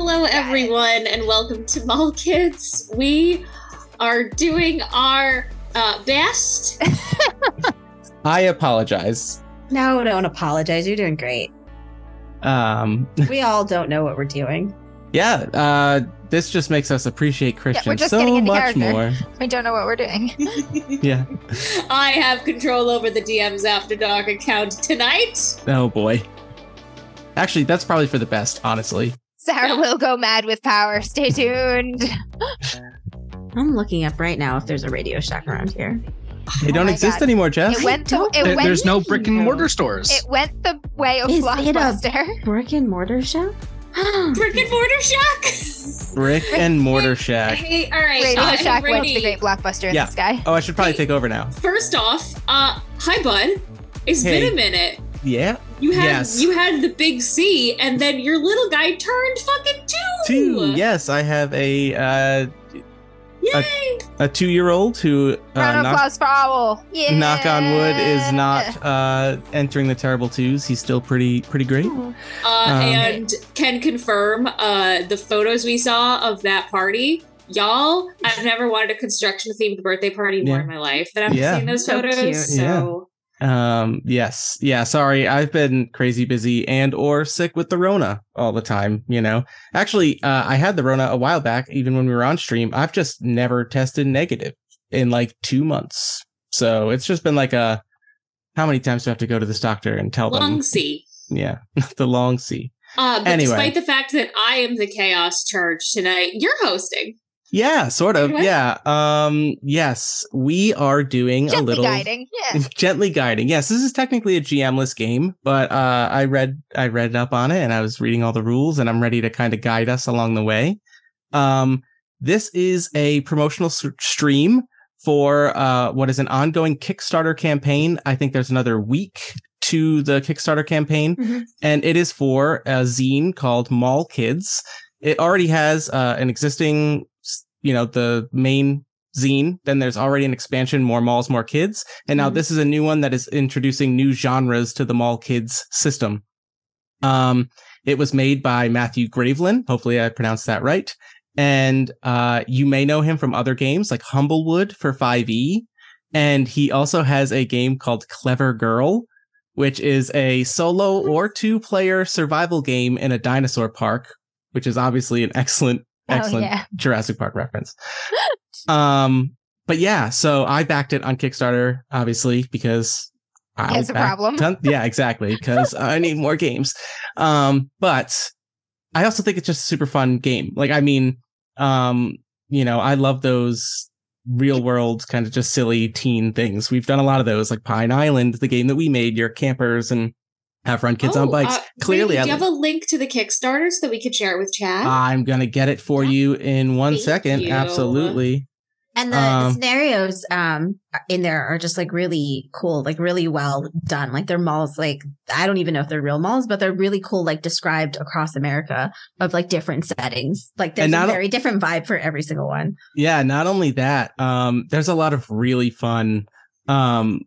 everyone, and welcome to Mall Kids. We are doing our uh, best. I apologize. No, don't apologize. You're doing great. Um, We all don't know what we're doing. yeah, uh, this just makes us appreciate Christian just getting so into much character. more. We don't know what we're doing. Yeah. I have control over the DM's After Dark account tonight. Oh boy. Actually, that's probably for the best, honestly. Sarah will go mad with power. Stay tuned. I'm looking up right now if there's a Radio Shack around here. They Oh don't my exist God. anymore, Jeff. It went the, don't it There- went, there's no brick and mortar stores. it went the way of Is it a- Blockbuster. Brick and mortar shop? Brick and mortar shack. Brick and Mortar Shack. hey, all right. Radio uh, Shack Brady, went the great Blockbuster in Yeah. the sky. Oh, I should probably take over now. First off, uh, hi, bud. It's Hey. been a minute. Yeah. You had Yes. you had the big C, and then your little guy turned fucking two. Two. Yes, I have a uh, Yay! a two-year-old who Round uh, of knock, applause for Owl. Yeah. knock on wood is not uh, entering the terrible twos. He's still pretty pretty great. Uh, Um, and can confirm uh, the photos we saw of that party. Y'all, I've never wanted a construction themed birthday party more Yeah. in my life than after Yeah. seeing those So photos. So, cute. Um, yes. Yeah, sorry. I've been crazy busy and or sick with the Rona all the time, you know. Actually, uh, I had the Rona a while back, even when we were on stream. I've just never tested negative in like two months. So it's just been like a how many times do I have to go to this doctor and tell long them? sea. Yeah, the long C. Uh, but Anyway. despite the fact that I am the chaos charge tonight, you're hosting. Yeah, sort of. Anyway. Yeah. Um, yes, we are doing a Gently little guiding. Yeah. gently guiding. Yes, this is technically a GM-less game, but uh, I read I read up on it and I was reading all the rules and I'm ready to kind of guide us along the way. Um, this is a promotional s- stream for uh, what is an ongoing Kickstarter campaign. I think there's another week to the Kickstarter campaign, Mhm. and it is for a zine called Mall Kids. It already has uh, an existing, s- you know, the main zine. Then there's already an expansion, more malls, more kids. And now Mm-hmm. Mhm. this is a new one that is introducing new genres to the mall kids system. Um, it was made by Matthew Gravelin. Hopefully I pronounced that right. And, uh, you may know him from other games like Humblewood for 5e. And he also has a game called Clever Girl, which is a solo or two player survival game in a dinosaur park, which is obviously an excellent, Oh, excellent yeah. Jurassic Park reference. um, but yeah, so I backed it on Kickstarter, obviously, because I Has a problem. yeah, exactly, because I need more games. Um, but I also think it's just a super fun game. Like, I mean, um, you know, I love those real world kind of just silly teen things. We've done a lot of those, like Pine Island, the game that we made. Your campers and have run kids on Oh, bikes. uh, Clearly, Brady, I Ah. do you have a link to the Kickstarter so that we could share it with Chad? I'm gonna get it for you in one Thank second. you. Absolutely. And the Um, scenarios um in there are just like really cool, like really well done. Like they're malls, like I don't even know if they're real malls, but they're really cool, like described across America of like different settings. Like there's And a not- very different vibe for every single one. Yeah, not only that, um, there's a lot of really fun um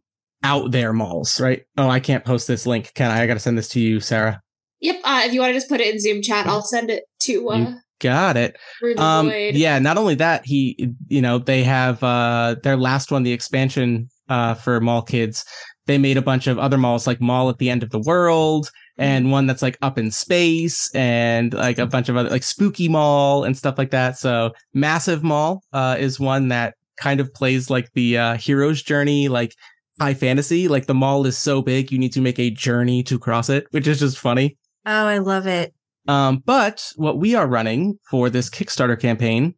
out there malls, right? Oh, I can't post this link. Can I? I gotta send this to you, Sarah. Yep. Uh, if you want to just put it in Zoom chat, I'll send it to uh, Got it. Rue the Um, Void. yeah, not only that, he, you know, they have, uh, their last one, the expansion, uh, for mall kids. They made a bunch of other malls, like Mall at the End of the World Mm-hmm. and one that's like up in space and like a bunch of other, like Spooky Mall and stuff like that. So Massive Mall, uh, is one that kind of plays like the, uh, hero's journey, like high fantasy. Like the mall is so big, you need to make a journey to cross it, which is just funny. Oh, I love it. Um, but what we are running for this Kickstarter campaign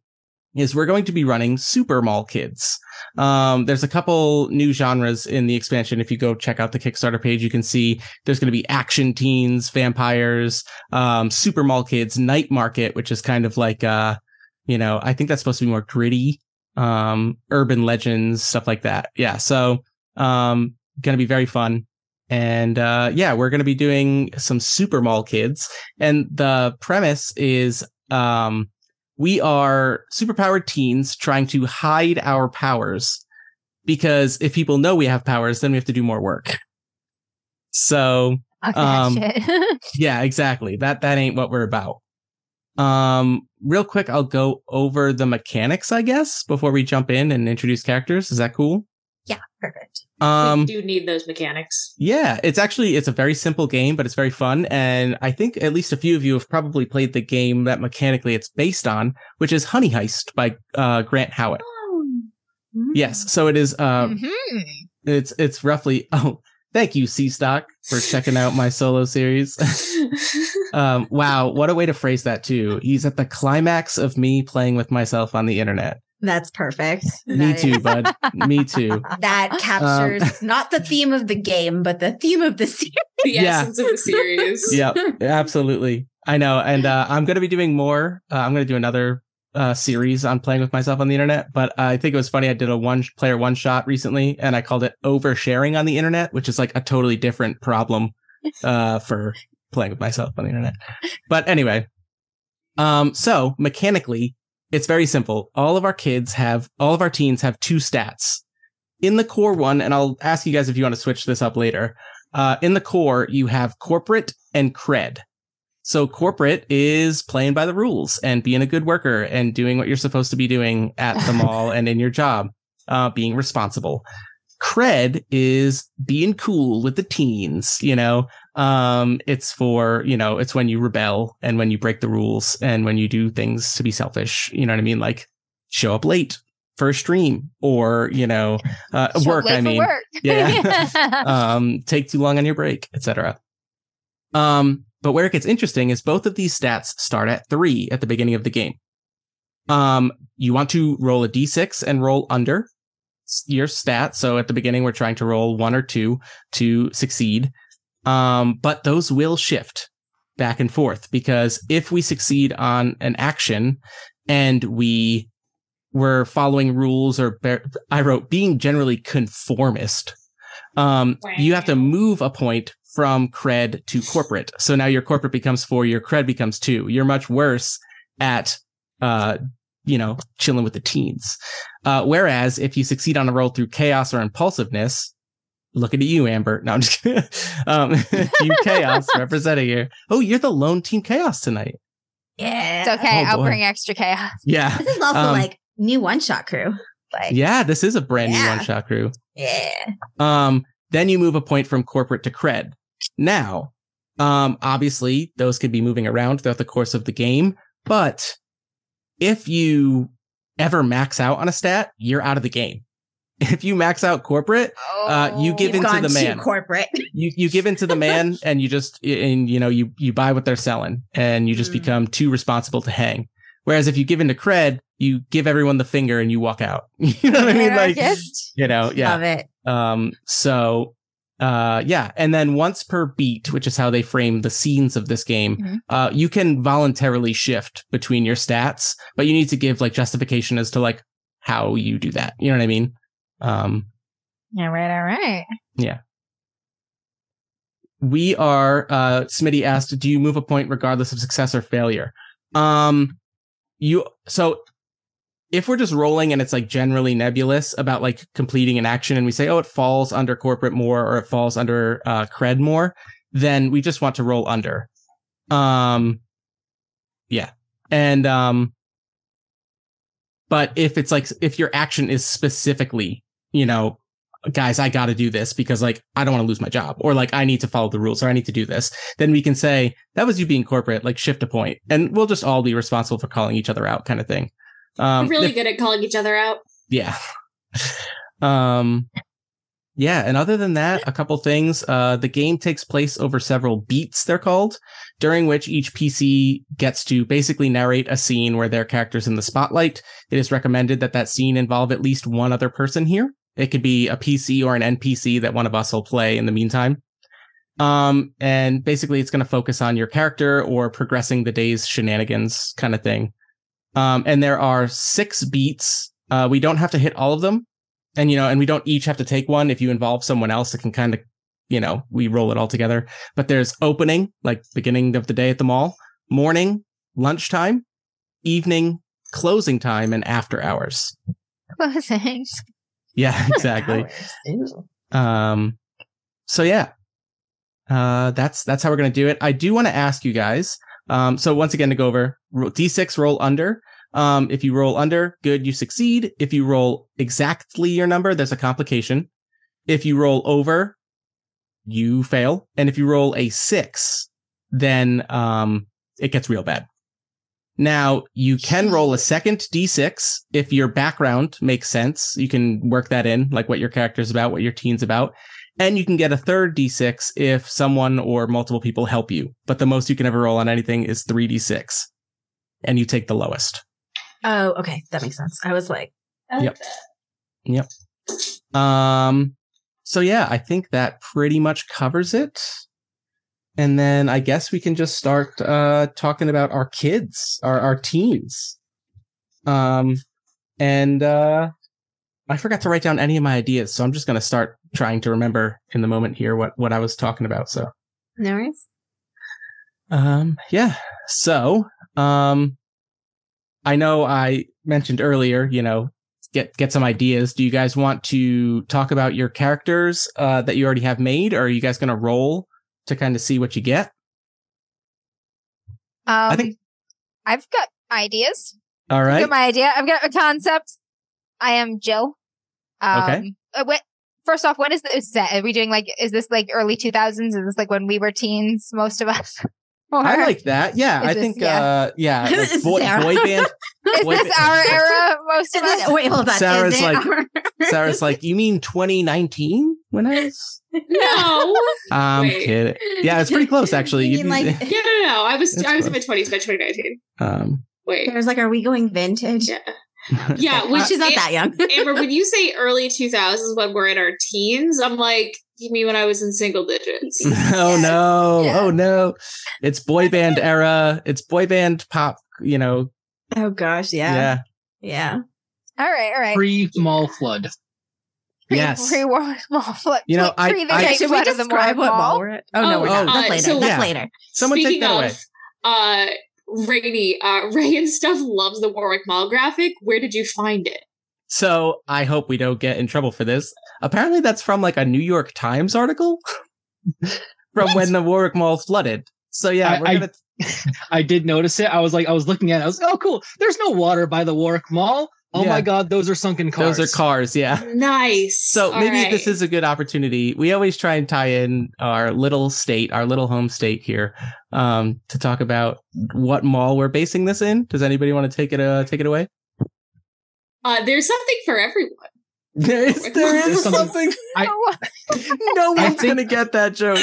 is we're going to be running Super Mall Kids. Um, there's a couple new genres in the expansion. If you go check out the Kickstarter page, you can see there's going to be action teens, vampires, um, Super Mall Kids, Night Market, which is kind of like, uh, you know, I think that's supposed to be more gritty, um, urban legends, stuff like that. Yeah. So, um, going to be very fun. And, uh, yeah, we're going to be doing some Super Mall Kids. And the premise is um, we are superpowered teens trying to hide our powers because if people know we have powers, then we have to do more work. So Fuck that Um, shit. yeah, exactly. That that ain't what we're about. Um, real quick, I'll go over the mechanics, I guess, before we jump in and introduce characters. Is that cool? Perfect. Um, we do need those mechanics. yeah, it's actually it's a very simple game, but it's very fun, and I think at least a few of you have probably played the game that mechanically it's based on, which is Honey Heist by uh, Grant Howitt. Oh. Yes, so it is. Uh, Mhm. It's it's roughly. Oh, thank you, C Stock, for checking out my solo series. Um, wow, what a way to phrase that too. He's at the climax of me playing with myself on the internet. That's perfect. Me That too, is- bud. Me too. That captures not the theme of the game, but the theme of the series. the Yeah. essence of the series. Yep, absolutely. I know, and uh, I'm going to be doing more. Uh, I'm going to do another uh, series on playing with myself on the internet. But I think it was funny. I did a one-player one-shot recently, and I called it oversharing on the internet, which is like a totally different problem uh, for playing with myself on the internet. But anyway, um, so mechanically, it's very simple. All of our kids have, all of our teens have two stats. In the core one, and I'll ask you guys if you want to switch this up later. Uh, in the core, you have corporate and cred. So corporate is playing by the rules and being a good worker and doing what you're supposed to be doing at the mall and in your job, uh, being responsible. Cred is being cool with the teens, you know. Um, it's for, you know, it's when you rebel and when you break the rules and when you do things to be selfish. You know what I mean? Like show up late for a stream or, you know, uh, Show up work, late I for mean. work. Yeah. um, take too long on your break, etc. Um, but where it gets interesting is both of these stats start at three at the beginning of the game. Um, you want to roll a d6 and roll under s- your stat. So at the beginning, we're trying to roll one or two to succeed. Um, but those will shift back and forth because if we succeed on an action and we were following rules or bear, I wrote being generally conformist, um, you have to Wow. move a point from cred to corporate. So now your corporate becomes four, your cred becomes two. You're much worse at, uh, you know, chilling with the teens. Uh, whereas if you succeed on a roll through chaos or impulsiveness, looking at you, Amber. No, I'm just kidding. Um, you chaos representing you. Oh, you're the lone team chaos tonight. Yeah. It's okay. Oh, I'll boy. bring extra chaos. Yeah. This is also Um, like new one shot crew. Like, Yeah. This is a brand new Yeah. one shot crew. yeah. Um, then you move a point from corporate to cred. Now, um, obviously those could be moving around throughout the course of the game, but if you ever max out on a stat, you're out of the game. If you max out corporate, Uh, Oh, you give You've into gone the too man. corporate. you you give in to the man and you just and you know you you buy what they're selling and you just Mm. become too responsible to hang whereas if you give in to cred you give everyone the finger and you walk out you know what i mean like Anarchist. you know yeah Love it. um so uh yeah and then once per beat which is how they frame the scenes of this game Mhm. uh you can voluntarily shift between your stats but you need to give like justification as to like how you do that you know what i mean um All right, all right. we are uh smitty asked do you move a point regardless of success or failure um you so if we're just rolling and it's like generally nebulous about like completing an action and we say oh it falls under corporate more or it falls under uh cred more then we just want to roll under um yeah and um but if it's like if your action is specifically you know guys, I got to do this because like I don't want to lose my job or like I need to follow the rules or I need to do this, then we can say that was you being corporate, like shift a point and we'll just all be responsible for calling each other out kind of thing. Um, We're really if- good at calling each other out. yeah. um, yeah. And other than that, a couple things, uh, the game takes place over several beats, they're called during which each PC gets to basically narrate a scene where their character's in the spotlight. It is recommended that that scene involve at least one other person here. It could be a PC or an NPC that one of us will play in the meantime. Um, and basically, it's going to focus on your character or progressing the day's shenanigans kind of thing. Um, and there are six beats. Uh, we don't have to hit all of them. And, you know, and we don't each have to take one. If you involve someone else, it can kind of, you know, we roll it all together but there's opening, like beginning of the day at the mall, morning, lunchtime, evening, closing time, and after hours. Closing. Yeah, exactly. Hours. Ooh. Um, so yeah, uh, that's that's how we're gonna do it. I do want to ask you guys Um, so once again, to go over ro- d6, roll under. Um, if you roll under, good, you succeed. If you roll exactly your number, there's a complication. If you roll over, you fail. And if you roll a six, then um, it gets real bad. Now, you can roll a second d6 if your background makes sense. You can work that in, like what your character's about, what your teen's about. And you can get a third d6 if someone or multiple people help you. But the most you can ever roll on anything is 3d6. And you take the lowest. Oh, okay. That makes sense. I was like, Yep. Um, so yeah, I think that pretty much covers it. And then I guess we can just start uh, talking about our kids, our our teens. Um, and uh, I forgot to write down any of my ideas, so I'm just gonna start trying to remember in the moment here what what I was talking about. So no worries. um, yeah. So, um, I know I mentioned earlier, you know, get get some ideas. Do you guys want to talk about your characters uh, that you already have made, or are you guys going to roll to kind of see what you get? I think- Um, I've got ideas. All I've right. got my idea. I've got a concept. I am Jill. Um, Okay. uh, What, first off, what is this? Is that, are we doing like, is this like early 2000s? Is this like when we were teens, most of us? Or I like that. Yeah, Is I this- think. yeah. Uh, yeah, Is like this boy, Sarah? boy band. is boy this ba- our era, most of Is us? it, wait, hold on. Sarah's is it like- our- Sarah's like, you mean 2019 when I was? No. I'm Wait. kidding. Yeah, it's pretty close actually. You You'd mean, be- Yeah, like, no, no. I was That's I was in my close. twenties by 2019. um, Wait. Sarah's like, are we going vintage? Yeah. Yeah, which She's is not that young. Amber, when you say early 2000s when we're in our teens, I'm like, you mean when I was in single digits? oh Yes. no Yeah. oh no it's boy band era it's boy band pop you know oh gosh, yeah. yeah, Yeah. All right, all right. Pre mall flood. Pre- yes pre-war mall flood. You know, Like, I- pre the I- great Should we flood of the describe what mall mall. we're at? Oh, no, Oh, we're not. uh, That's later. so- That's Yeah. later. someone take Speaking that of, away uh, Rainy, uh, Ray and stuff loves the Warwick Mall graphic. Where did you find it? so i hope we don't get in trouble for this apparently that's from like a new york times article from when the warwick mall flooded so yeah I- we're I- gonna I did notice it. I was like, I was looking at it. I was like, oh, cool. There's no water by the Warwick Mall. Oh Yeah. my God, those are sunken cars. those are cars yeah Nice. So All maybe this right. is a good opportunity. We always try and tie in our little state, our little home state here, um, to talk about what mall we're basing this in. Does anybody want to take it? Uh, take it away. Uh, there's something for everyone. There is, there is There's something. something- I- No I one's think- gonna get that joke.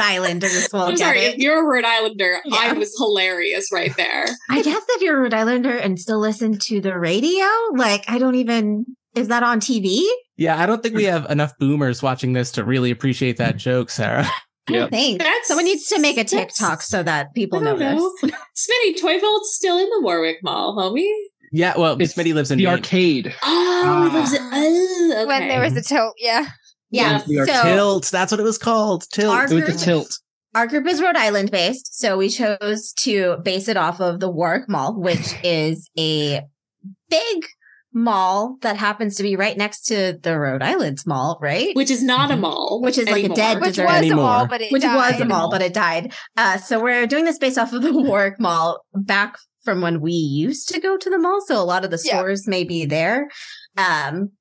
Islanders will I'm get sorry, it. if you're a Rhode Islander, I Yeah. was hilarious right there. I guess if you're a Rhode Islander and still listen to the radio, like I don't even is that on TV? Yeah, I don't think we have enough boomers watching this to really appreciate that joke, Sarah. Yep. Thanks. That's Someone needs to make a that's- TikTok so that people I know don't this. know. Smitty, Toybolt's still in the Warwick Mall, homie. Yeah, well, It's Smitty lives in the Maine. arcade. Ah. Oh, he lives in- oh, okay. When there was a tilt, yeah. Yeah. We are So Tilt. That's what it was called. Tilt. Our- With the tilt. our group is Rhode Island based, so we chose to base it off of the Warwick Mall, which is a big mall that happens to be right next to the Rhode Island Mall, right? which is not Mm-hmm. a mall, Which is like a dead Which Dessert was a anymore. mall, but it which was a died. mall, but it died. Uh, so we're doing this based off of the Warwick Mall back from when we used to go to the mall. So a lot of the Yeah. stores may be there. Um,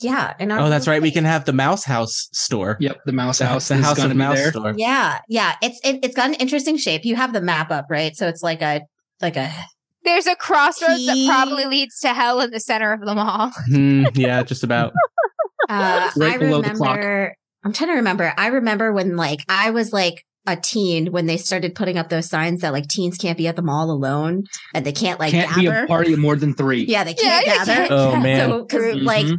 yeah. And our- oh, that's right. We can have the Mouse House store. Yep, the mouse The- house the is House going of to be Mouse there. store. Yeah, yeah. It's it, it's got an interesting shape. You have the map up, right? So it's like a like a There's a crossroads that He- probably leads to hell in the center of the mall. Hmm, yeah, just about. uh, Right I below the clock. remember. I'm trying to remember. I remember when like I was like a teen when they started putting up those signs that like teens can't be at the mall alone and they can't like Can't be gather. a party of more than three. yeah, they Yeah, can't you gather. can't Oh, tell. man. So, because Group. like Mhm.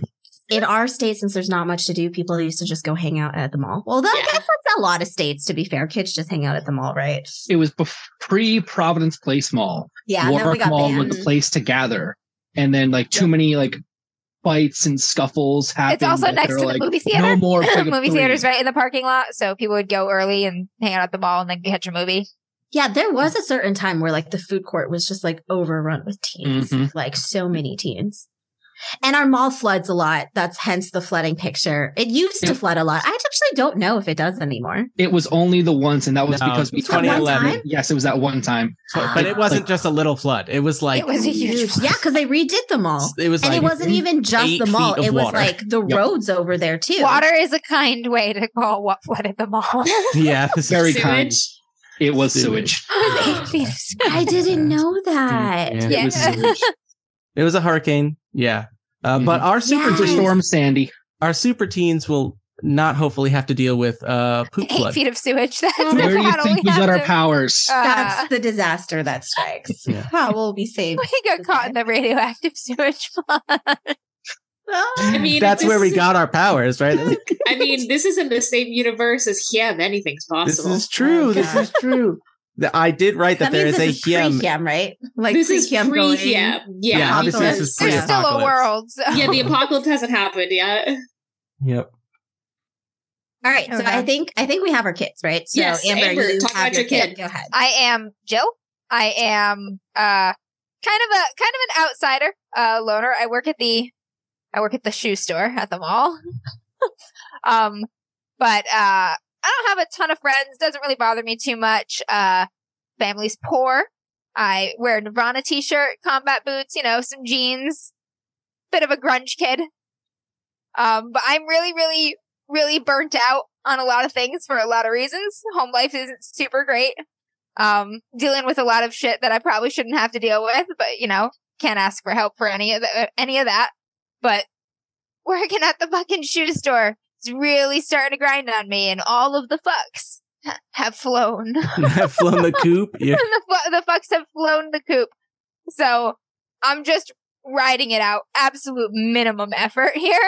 in our state, since there's not much to do, people used to just go hang out at the mall. Well, that, Yeah. that's that's a lot of states, to be fair. Kids just hang out at the mall, right? It was bef- pre Providence Place Mall. Yeah, and then we Warwick got Mall was banned. the place to gather. And then, like, too many, like, fights and scuffles happened. it's also that they next were to like, the movie No theater. more big of movie three. theater's right in the parking lot, so people would go early and hang out at the mall and then catch a movie. Yeah, there was a Mm-hmm. certain time where like the food court was just like overrun with teens, Mhm. like so many teens. And our mall floods a lot. That's hence the flooding picture. It used to Yeah. flood a lot. I actually don't know if it does anymore. It was only the once, and that was No, because we It's that one 2011. time? Yes, it was that one time. But it wasn't just a little flood. It was like it was a huge. Yeah, because they redid the mall. it was And like it wasn't even just eight the mall. feet of It was water. like the Yep. roads over there too. Water is a kind way to call what flooded the mall. it yeah, this Very is, kind. Sewage. It was Sewage. sewage. was eight feet of snow. I didn't know that. Yeah. It was Yeah. sewage. It was a hurricane. Yeah. Uh, But our super Yeah. It's a Nice. teens, storm, Sandy. our super teens will not hopefully have to deal with uh poop Eight flood. feet of sewage. That's Where Where do you how think we have got our to- powers? Uh, That's the disaster that strikes. Yeah. How will we saved? we got caught in the radioactive sewage flood. I mean, That's this where we is- got our powers, right? I mean, this is in the same universe as Hiem. Anything's this possible. is true. Oh, this God. is true. The- I did write that, that means there this is is E a him. pre-Hiem, right? Like this is E pre-Hiem pre going- Hiem. Yeah. Yeah, obviously this is There's still pre-apocalypse. a world. so- yeah, the apocalypse hasn't happened yet. Yep. All right, so Okay. I think I think we have our kids, right? So Yes, Amber, you talk have about your kid. kid. Go ahead. I am Jill. I am uh kind of a kind of an outsider, uh loner. I work at the I work at the shoe store at the mall. um but uh I don't have a ton of friends, doesn't really bother me too much. Uh family's poor. I wear a Nirvana t-shirt, combat boots, you know, some jeans. Bit of a grunge kid. Um but I'm really really really burnt out on a lot of things for a lot of reasons. Home life isn't super great um, dealing with a lot of shit that I probably shouldn't have to deal with, but you know, can't ask for help for any of the, any of that. But working at the fucking shoe store is really starting to grind on me, and all of the fucks have flown. I've flown the coop. Yeah. the, fu- the fucks have flown the coop. So I'm just riding it out, absolute minimum effort here.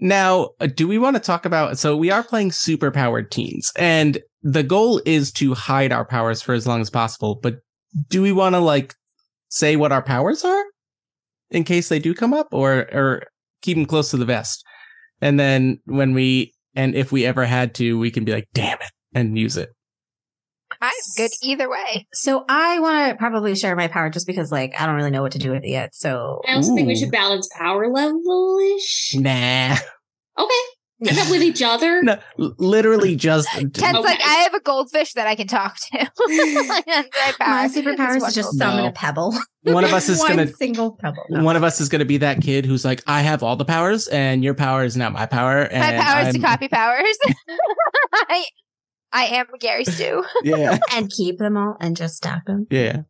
Now, uh, do we want to talk about? So we are playing super powered teens, and the goal is to hide our powers for as long as possible. But do we want to like say what our powers are in case they do come up, or or keep them close to the vest, and then when we and if we ever had to, we can be like, damn it, and use it. I'm good either way. So I want to probably share my power just because, like, I don't really know what to do with it yet. So I also think we Ooh. should balance power level ish. Nah, Okay. And then with each other. no, l- literally just. Ted's like, Okay. I have a goldfish that I can talk to. Like, that's my power. superpower is to It's wonderful. just summon No. a pebble. One of us is One gonna single pebble. No. One of us is going to be that kid who's like, I have all the powers, and your power is not my power. And My powers to I'm- copy powers. I, I am Gary Stu. Yeah, and keep them all and just stack them. yeah.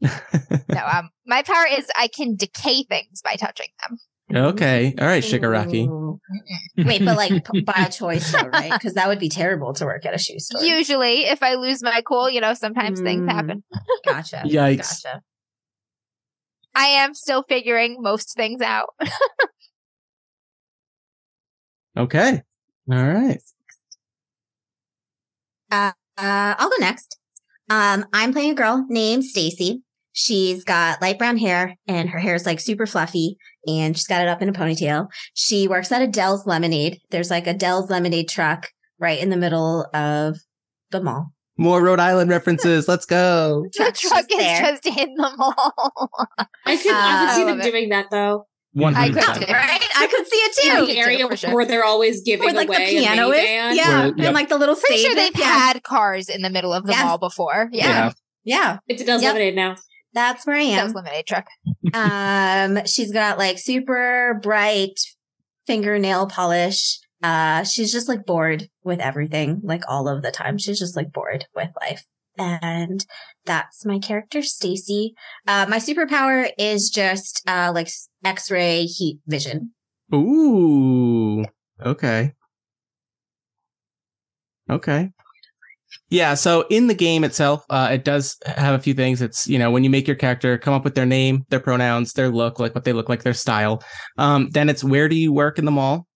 No, um, my power is I can decay things by touching them. Mm-hmm. Okay, all right, Shigaraki. Ooh. Wait, but like p- by choice, though, right? Because that would be terrible to work at a shoe store. Usually, if I lose my cool, you know, sometimes things Mm. happen. Gotcha. Yikes. Gotcha. I am still figuring most things out. Okay, all right. Uh, I'll go next. Um, I'm playing a girl named Stacy. She's got light brown hair and her hair is like super fluffy and she's got it up in a ponytail. She works at a Dell's Lemonade. There's like a Dell's Lemonade truck right in the middle of the mall. More Rhode Island references. Let's go. The She's truck is there. just in the mall. I could, I Uh, could I see love them it. doing that though. One I hundred grabbed percent. it. Right? I could see In it the too. area for sure. where they're always giving With like the away a piano is. minivan. Yeah. Where- yep. And like the little Pretty sure stages. they've yeah. had cars in the middle of the Yes. mall before. Yeah, Yeah. yeah. It's a Dells Yep. Lemonade now. That's where I yeah. am. those lemonade truck. um she's got like super bright fingernail polish uh she's just like bored with everything like all of the time she's just like bored with life and that's my character stacy uh my superpower is just uh like s- x-ray heat vision Ooh. Okay. Okay. Yeah, so in the game itself, uh, it does have a few things. It's, you know, when you make your character, come up with their name, their pronouns, their look, like what they look like, their style. Um, then it's where do you work in the mall?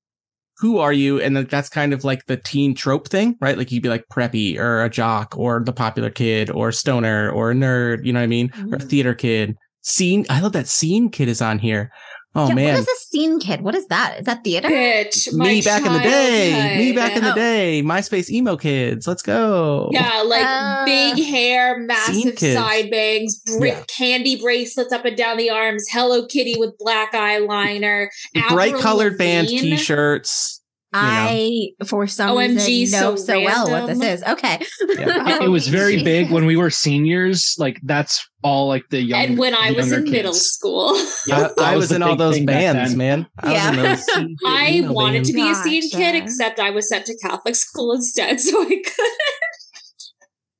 Who are you? And then that's kind of like the teen trope thing, right? Like you'd be like preppy or a jock or the popular kid or Mm. stoner or a nerd, you know what I mean? Or a theater kid. Scene, I love that scene kid is on here. Oh yeah, What man, is a scene kid? What is that? Is that theater? Bitch, my me back in the day, me childhood. back in the Oh. day, MySpace emo kids. Let's go. Yeah, like Ah. big hair, massive kids. side bangs, brick Yeah. candy bracelets up and down the arms, Hello Kitty with black eyeliner, Bright Avril colored band Lavigne. T-shirts. I, for some OMG, reason, know so so, well what this random. is. Okay. Yeah. It, it was very Oh, Jesus. big when we were seniors. Like that's all like the young. and when I was younger in middle kids. school, Yeah, that I, I was was the in all big those thing back bands, then. man. I was in Yeah. those secret I emo wanted to bands. be a scene kid, Gotcha. except I was sent to Catholic school instead, so I could.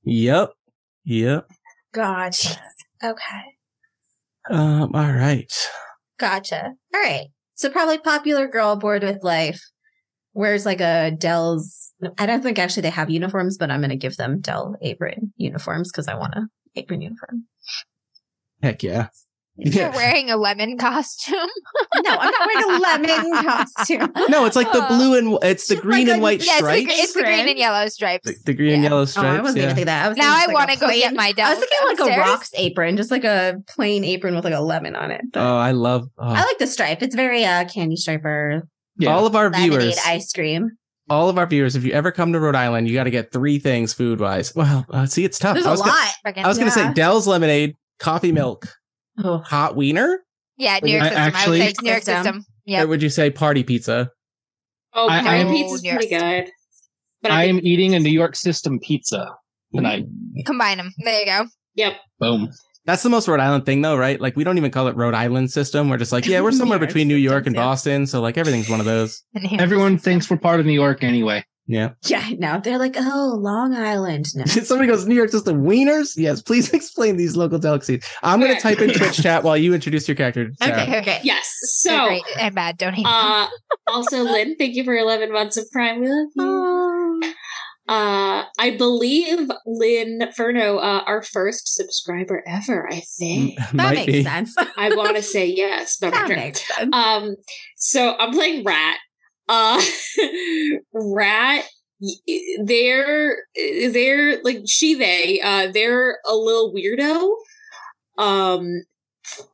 Yep. Yep. God. Okay. Um, all right. Gotcha. All right. So probably popular girl bored with life. Wears like a Dell's. I don't think actually they have uniforms, but I'm going to give them Dell apron uniforms because I want a apron uniform. Heck yeah. You're Yeah. wearing a lemon costume. No, I'm not wearing a lemon costume. No, it's like the Uh, blue and it's the just green like and a- white Yeah, it's the, stripes. gr- it's the green and yellow stripes. The, the green and Yeah. yellow Oh, I stripes. wasn't even yeah. thinking that. I was Now thinking I just, like, want to a go get plain- my I Dells. was thinking like a downstairs. rocks apron, just like a plain apron with like a lemon on it. But Oh, I love oh. I like the stripe. It's very uh, candy striper, Yeah. all of our lemonade, viewers. ice cream. all of our viewers, if you ever come to Rhode Island, you got to get three things food wise. Well, uh, see, it's tough. There's I a was lot. Gonna, Friggin- I was going to Yeah. say Dell's lemonade, coffee milk, Oh, hot wiener. yeah, New York I system. actually- I would say it's New York System. system. Or Yeah. would you say party pizza? Oh, I- party I'm- pizza's Oh, pretty good, but I, I think, am eating a New York system pizza tonight. Combine them. There you go. yep, Boom. That's the most Rhode Island thing, though, right? Like we don't even call it Rhode Island system. We're just like, yeah, we're New somewhere York between New York system, and yeah. Boston, so like everything's one of those. The New York Everyone system. thinks we're part of New York anyway. Yeah. yeah. No, they're like, oh, Long Island. No. Somebody goes, New York system wieners. Yes, please explain these local delicacies. I'm going to Okay. type in Twitch chat while you introduce your character. Sarah. okay. Okay. yes. They're So, great and bad. Don't hate um, them. uh, also, Lynn, thank you for 11 months of Prime. We love you. Oh. Uh, I believe Lynn Furno, uh, our first subscriber ever, I M- think. That might makes be. sense. I want to say yes, but I'm that sure. makes sense. Um, so I'm playing Rat. Uh, Rat. y- They're they're like she they. Uh, they're a little weirdo. Um,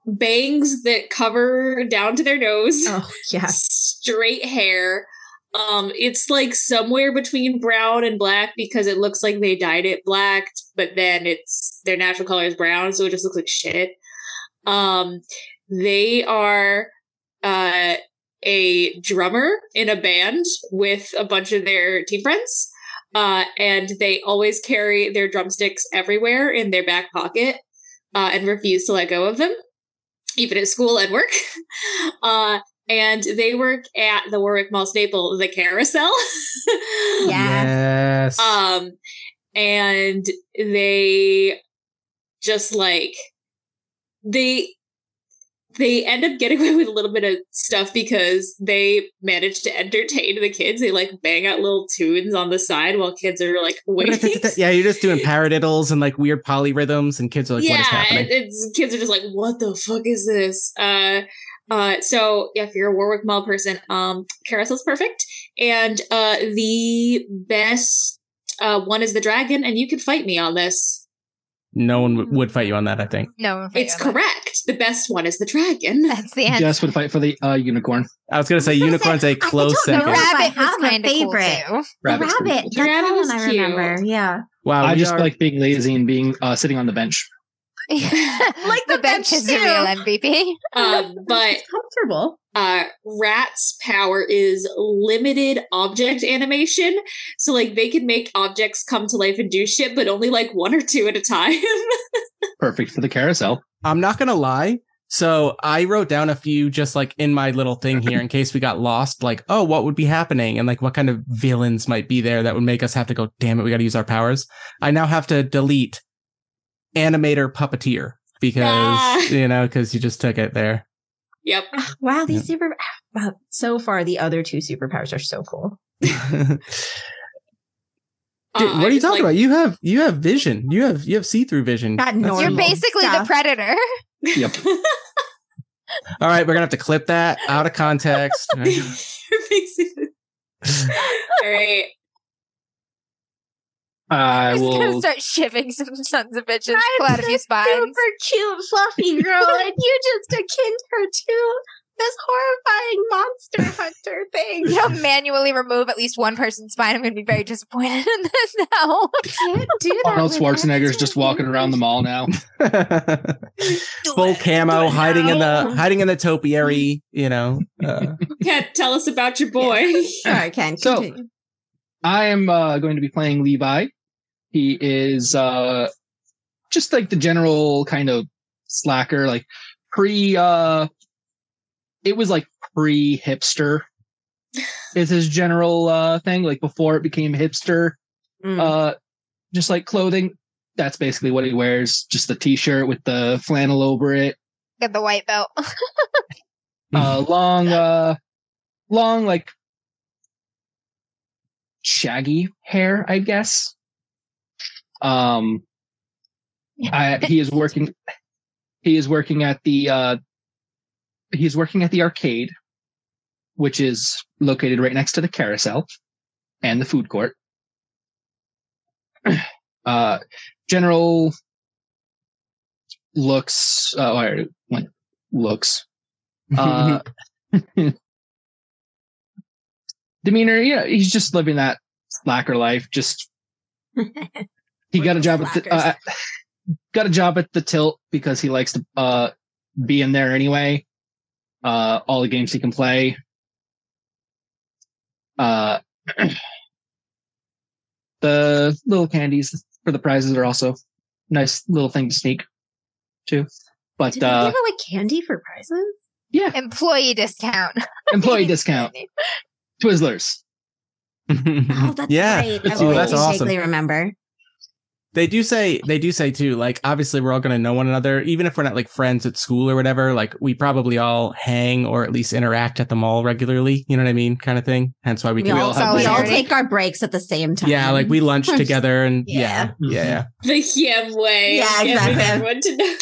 bangs that cover down to their nose. Oh, yeah. Straight hair. Um, it's like somewhere between brown and black because it looks like they dyed it black, but then it's their natural color is brown, so it just looks like shit. Um, they are uh, a drummer in a band with a bunch of their teen friends. Uh, and they always carry their drumsticks everywhere in their back pocket uh, and refuse to let go of them, even at school and work. Uh, and they work at the Warwick Mall staple, the Carousel. Yes. Uh, Um, and they just like they they end up getting away with a little bit of stuff because they manage to entertain the kids. They like bang out little tunes on the side while kids are like waiting. yeah, you're just doing paradiddles and like weird polyrhythms, and kids are like, "What is yeah, happening?" and it's, kids are just like, "What the fuck is this?" Uh, uh, so yeah, if you're a Warwick Mall person, um, Carousel's perfect, and uh, the best uh, one is the dragon, and you can fight me on this. no one w- would fight you on that, I think. no, I'm afraid It's of that. correct. The best one is the dragon. That's the answer. Jess would fight for the uh, unicorn. I was gonna say was gonna unicorns say, a I don't close know. second. Rabbit was Rabbit was kind kinda of cool, cool too. The Rabbit's rabbit. pretty cool. That's The rabbit the was one I cute. remember. Yeah. Wow, I we just are- like being lazy and being uh, sitting on the bench. Like the bench is too. the real MVP. Um, but it's comfortable. uh, Rat's power is limited object animation, so like they can make objects come to life and do shit, but only like one or two at a time. Perfect for the carousel. I'm not gonna lie. So I wrote down a few just like in my little thing here in case we got lost, like, oh, what would be happening? And like what kind of villains might be there that would make us have to go, damn it, we gotta use our powers. I now have to delete animator puppeteer because Ah. you know, because you just took it there. yep. Ah, Wow, these super wow, so far the other two superpowers are so cool. Dude, Uh, what I are you just, talking like- about? You have you have vision. You have you have see through vision. That That's- normal. You're basically Stuff. the predator. Yep. All right, we're gonna have to clip that out of context. You're basically- All right. I I'm just gonna will. start shivving some sons of bitches. I'm Pull out a few spines. Super cute, fluffy girl, and you just akin her too. this horrifying monster hunter thing. If you don't manually remove at least one person's spine, I'm going to be very disappointed in this now. Can't do that. Arnold without Schwarzenegger's just walking around the mall now. Full camo, hiding in the hiding in the topiary. You know, uh, Kat, tell us about your boy. Sorry, Ken. So- continue. I am uh, going to be playing Levi. He is uh, just like the general kind of slacker, like pre. Uh, it was like pre hipster. Is his general uh, thing like before it became hipster? Mm. Uh, just like clothing, that's basically what he wears. Just the t-shirt with the flannel over it. Get the white belt. Oh, uh long uh long like shaggy hair i guess um I, he is working he is working at the uh he's working at the arcade which is located right next to the carousel and the food court uh general looks uh, oh, I already went looks uh, demeanor, yeah, he's just living that slacker life. Just he got a job at the, uh, got a job at the tilt because he likes to uh, be in there anyway. Uh, all the games he can play. Uh, the little candies for the prizes are also nice little thing to sneak too. But Did they uh, give away candy for prizes? yeah, Employee discount. employee discount, Twizzlers. Oh, that's yeah. right. I Oh, that's vaguely awesome. remember. They do say they do say too. Like obviously we're all going to know one another, even if we're not like friends at school or whatever. Like we probably all hang or at least interact at the mall regularly. You know what I mean, kind of thing. Hence why we, We, can. all, have we all solidarity. take our breaks at the same time. yeah, like we lunch We're just- together and yeah, Yeah. yeah. yeah. the Yem way. Yeah, Giving exactly. Everyone to know.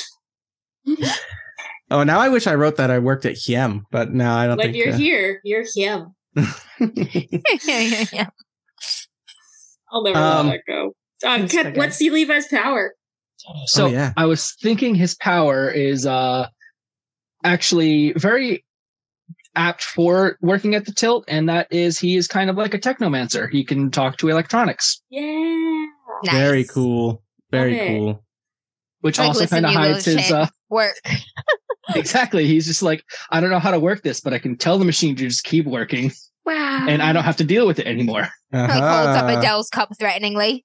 Oh, now I wish I wrote that I worked at Hiem, but now I don't When think. you're uh, here, you're Yem. yeah. I'll never Um, let that go. Um, That's so Kat, good. what's he Levi's power? So Oh, yeah. I was thinking his power is uh actually very apt for working at the tilt, and that is he is kind of like a technomancer. He can talk to electronics, Yeah. Nice. Very cool. Very Love it. cool. which Like, also listen, kind of you hides little his shit. uh Work. exactly. He's just like, I don't know how to work this, but I can tell the machine to just keep working Wow. and I don't have to deal with it anymore. Like holds up Uh-huh. Adele's cup threateningly.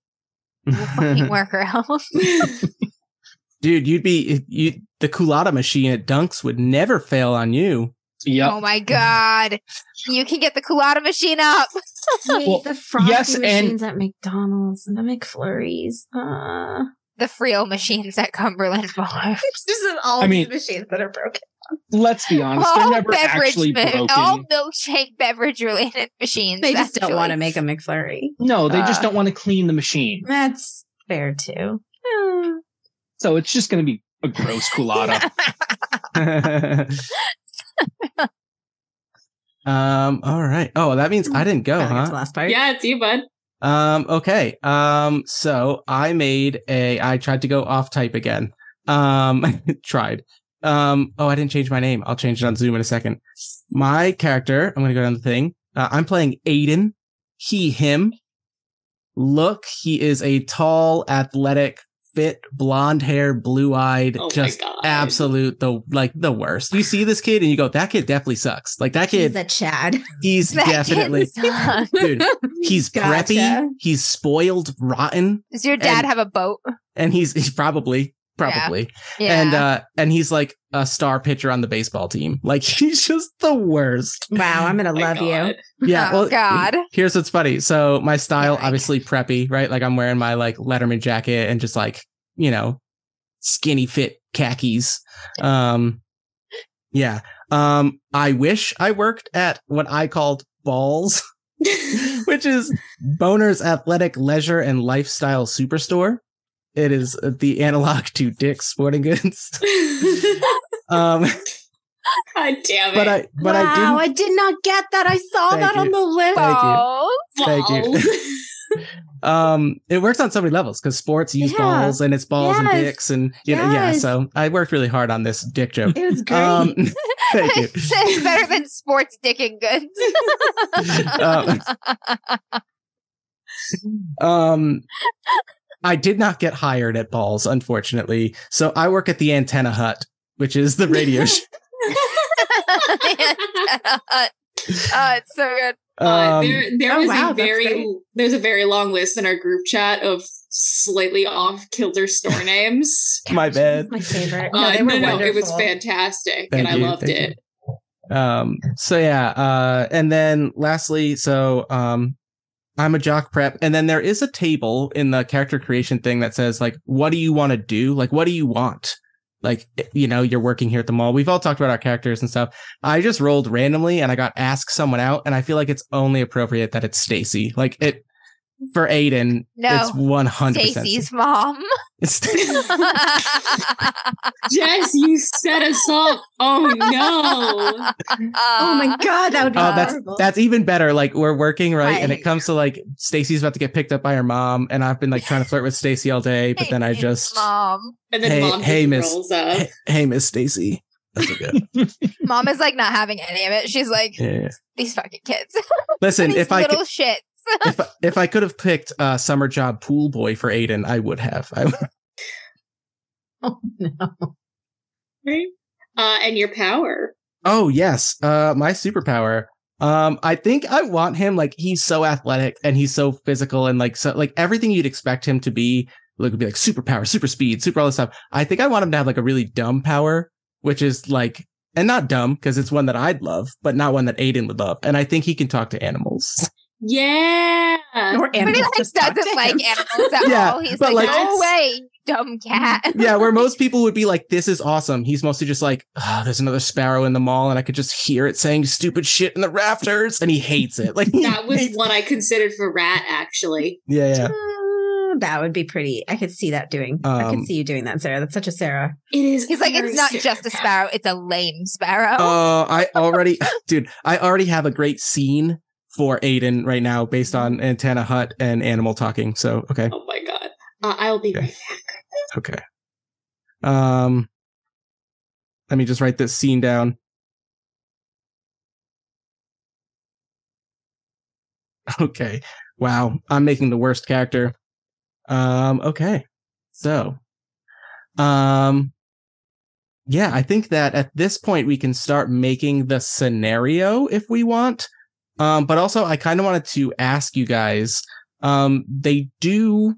We'll fucking work her out. Dude, you'd be you the culotta machine at Dunks would never fail on you. Yep. Oh my god. You can get the culotta machine up. Wait, Well, the frosty yes, and- machines at McDonald's and the McFlurries. Uh, The Frio machines at Cumberland Farms. this is all I mean- these machines that are broken. Let's be honest, all they're never actually ma- broken. all milkshake beverage related machines. They just don't actually. want to make a McFlurry. no, they just Uh. don't want to clean the machine. That's fair too. Yeah. So it's just gonna be a gross culotta. um, all right. Oh, that means I didn't go, Gotta get to huh? the last part. yeah, it's you, bud. Um, okay. Um, so I made a, I tried to go off type again. Um, tried. Um, oh, I didn't change my name. I'll change it on Zoom in a second. My character, I'm going to go down the thing. Uh, I'm playing Aiden, he, him. Look, he is a tall, athletic, fit, blonde hair, blue eyed, Oh just my god. absolute the, like the worst. You see this kid and you go, that kid definitely sucks. Like that He's kid, a Chad. he's That definitely, kid sucks. dude, he's Gotcha. preppy, he's spoiled, rotten, Does your dad And- have a boat? and he's, he's probably probably Yeah. and uh and he's like a star pitcher on the baseball team like he's just the worst Wow, I'm gonna Oh my love you. God. yeah Oh, God. here's what's funny so my style Yeah, I obviously preppy right like i'm wearing my like letterman jacket and just like you know skinny fit khakis um yeah um i wish i worked at what i called balls which is Boner's Athletic Leisure and Lifestyle Superstore. It is the analog to Dick's Sporting Goods. Um, god damn it. but I, but wow, I didn't. did not get that. I saw Thank that on you. the list. Thank you. Oh, thank you. Balls. Um, it works on so many levels because sports use Yeah. balls and it's balls and Yes. dicks and you know, yeah. Yes. So I worked really hard on this dick joke. It was great. Um, thank you. it's, it's better than sports dick and goods. Um, um, I did not get hired at balls, unfortunately. So I work at the Antenna Hut, which is the radio. sh- oh, it's so good. Uh, um, there there oh, was wow, a that's very great. there's a very long list in our group chat of slightly off kilter store names. my bad. My favorite. Uh, No, they were it was wonderful. fantastic, Thank and you, I loved thank it. um so yeah uh and then lastly so um i'm a jock prep and then there is a table in the character creation thing that says like what do you want to do like what do you want like eh, you know you're working here at the mall we've all talked about our characters and stuff i just rolled randomly and i got ask someone out and i feel like it's only appropriate that it's stacy like it for aiden it's No, 100% Stacy's mom. It's- Jess, you set us up. Oh no. Oh my Uh, god, that would be Oh, that's horrible. that's even better. Like we're working right, and it Right. comes to like Stacy's about to get picked up by her mom, and I've been like trying to flirt with Stacy all day, but then I It's just mom. And then Hey- mom hey, just miss. rolls up. hey, hey, Miss Stacy, that's a good. Mom is like not having any of it. She's like yeah. these fucking kids. Listen, These if I little could, shit. if I, if I could have picked uh, summer job pool boy for Aiden, I would have. I, Oh, no. Right? Uh, and your power. oh yes, uh, my superpower. Um, I think I want him like he's so athletic and he's so physical and like so like everything you'd expect him to be. Like would be like superpower, super speed, super all this stuff. I think I want him to have like a really dumb power, which is like and not dumb because it's one that I'd love, but not one that Aiden would love. And I think he can talk to animals. Yeah. Or But he animals like just talk to doesn't like him. animals at Yeah, all. He's but, like, like, no it's- way, you dumb cat. yeah, where most people would be like, "This is awesome." He's mostly just like, oh, "There's another sparrow in the mall, and I could just hear it saying stupid shit in the rafters," and he hates it. Like, he That was hates- one I considered for rat, actually. yeah, yeah. Uh, that would be pretty. I could see that doing. I Um, could see you doing that, Sarah. That's such a Sarah. It is. He's like, very it's not super- just a sparrow; it's a lame sparrow. Oh, I already, dude, I already have a great scene for Aiden right now based on Antenna Hut and Animal Talking. So, okay. Oh my god. Uh, I'll be right back. Okay. Um, let me just write this scene down. Okay. Wow. I'm making the worst character. Um, okay. So, um, yeah, I think that at this point we can start making the scenario if we want. Um, but also I kind of wanted to ask you guys, um, they do,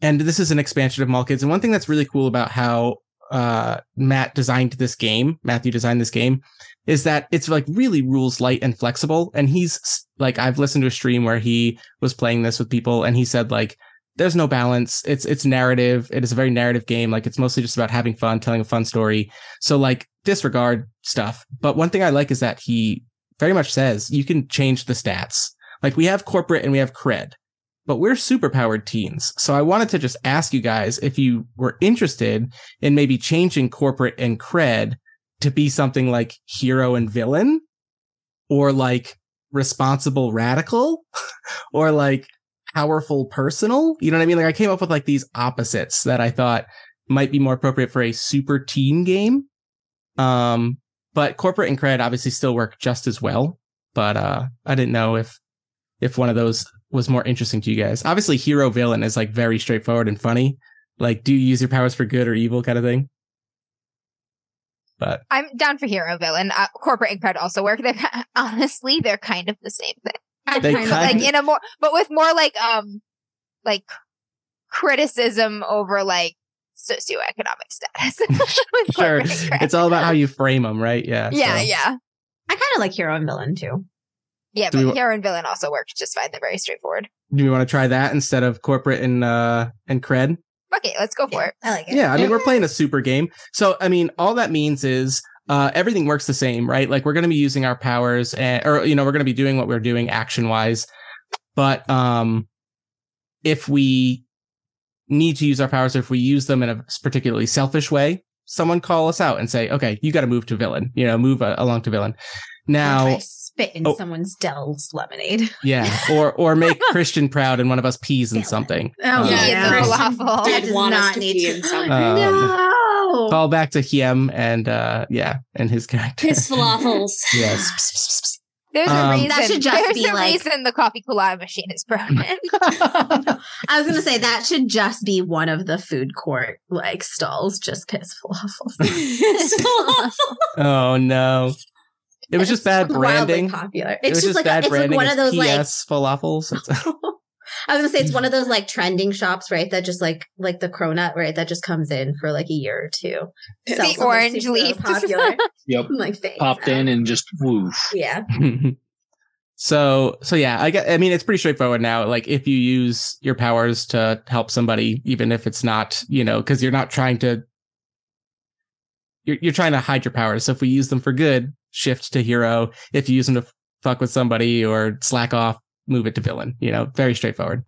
and this is an expansion of Mall Kids. And one thing that's really cool about how, uh, Matt designed this game, Matthew designed this game is that it's like really rules light and flexible. And he's s- like, I've listened to a stream where he was playing this with people and he said like, there's no balance. It's it's narrative. It is a very narrative game. Like it's mostly just about having fun, telling a fun story. So like disregard stuff. But one thing I like is that he very much says you can change the stats. Like we have corporate and we have cred, but we're superpowered teens. So I wanted to just ask you guys if you were interested in maybe changing corporate and cred to be something like hero and villain or like responsible radical or like powerful personal. You know what I mean? Like I came up with like these opposites that I thought might be more appropriate for a super teen game. Um, but corporate and cred obviously still work just as well. But uh, I didn't know if if one of those was more interesting to you guys. Obviously, hero villain is like very straightforward and funny. Like, do you use your powers for good or evil kind of thing? But I'm down for hero villain. Uh, corporate and cred also work. They're honestly they're kind of the same thing. I They kind of kind like of- like it. in a more but with more like um like criticism over like socioeconomic status with sure, corporate and cred. it's all about how you frame them, right? Yeah. yeah, so- yeah, I kind of like hero and villain too. yeah. Do But we wa- hero and villain also work just fine. They're very straightforward. Do you want to try that instead of corporate and uh and cred? Okay, let's go for it. I like it. Yeah, I mean Yeah. we're playing a super game. So I mean all that means is uh everything works the same, right? Like we're going to be using our powers and or you know we're going to be doing what we're doing action-wise. But um if we need to use our powers or if we use them in a particularly selfish way, someone call us out and say, "Okay, you got to move to villain." You know, move uh, along to villain. If Now, I spit in oh. someone's Dell's lemonade. yeah, or or make Christian proud and one of us pees in Yeah. something. Oh, Yeah, yeah. it's Christian awful. That did does want us not to need be to- in something. Um, no. Call back to Hiem and uh yeah, and his character. Piss falafels. yes. Psst, psst, psst, psst. There's Um, a reason. That should just There's be a like- reason the coffee cola machine is broken. I was gonna say that should just be one of the food court like stalls, just piss falafels. Piss falafels. Oh no. It was just bad branding. Wildly popular. It's It was just, like a, bad it's like branding. one of those It's like PS falafels. It's- I was gonna say it's one of those like trending shops, right? That just like like the cronut, right? That just comes in for like a year or two. The Sells something orange super leaves. popular. Yep. I'm like thanks. Popped in and just woof. Yeah. so so yeah, I get, I mean it's pretty straightforward now. Like if you use your powers to help somebody, even if it's not, you know, because you're not trying to you're you're trying to hide your powers. So if we use them for good, shift to hero. If you use them to fuck with somebody or slack off, move it to villain. You know, very straightforward.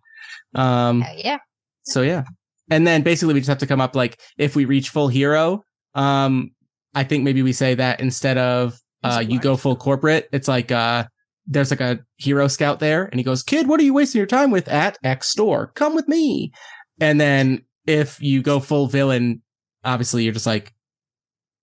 Um Uh, yeah. So yeah. And then basically we just have to come up like if we reach full hero, um I think maybe we say that instead of Is uh it you go full corporate, it's like uh there's like a hero scout there and he goes, "Kid, what are you wasting your time with at X store? Come with me." And then if you go full villain, obviously you're just like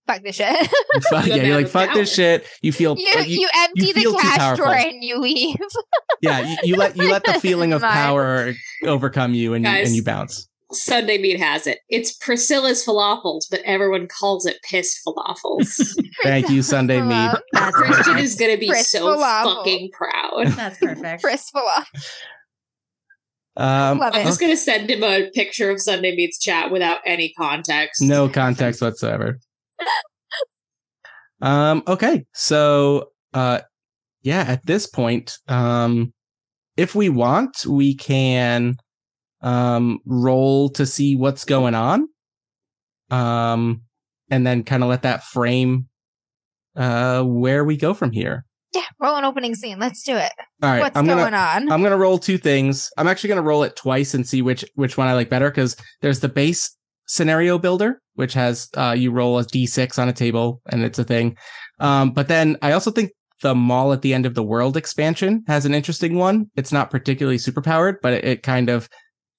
Fuck this shit. fuck, Go yeah, you're down like the fuck this shit. You feel you, like, you- you empty feel the too cash drawer powerful. and you leave. yeah, you, you let you let the feeling of Mine. power overcome you and you, Guys. and you bounce. Sunday Meat has it. It's Priscilla's falafels, but everyone calls it piss falafels. Thank you, Sunday Mead. Mead. That's Christian perfect. is gonna be Pris so falafel. fucking proud. That's perfect. Um Love it. I'm just gonna send him a picture of Sunday Meat's chat without any context. No context whatsoever. um, okay. So uh yeah, at this point, um if we want, we can um roll to see what's going on. Um and then kind of let that frame uh where we go from here. Yeah, roll an opening scene. Let's do it. All right, What's I'm gonna going on? I'm gonna roll two things. I'm actually gonna roll it twice and see which which one I like better because there's the base scenario builder, which has uh, you roll a d6 on a table and it's a thing. Um, but then I also think the mall at the end of the world expansion has an interesting one. It's not particularly superpowered, but it, it kind of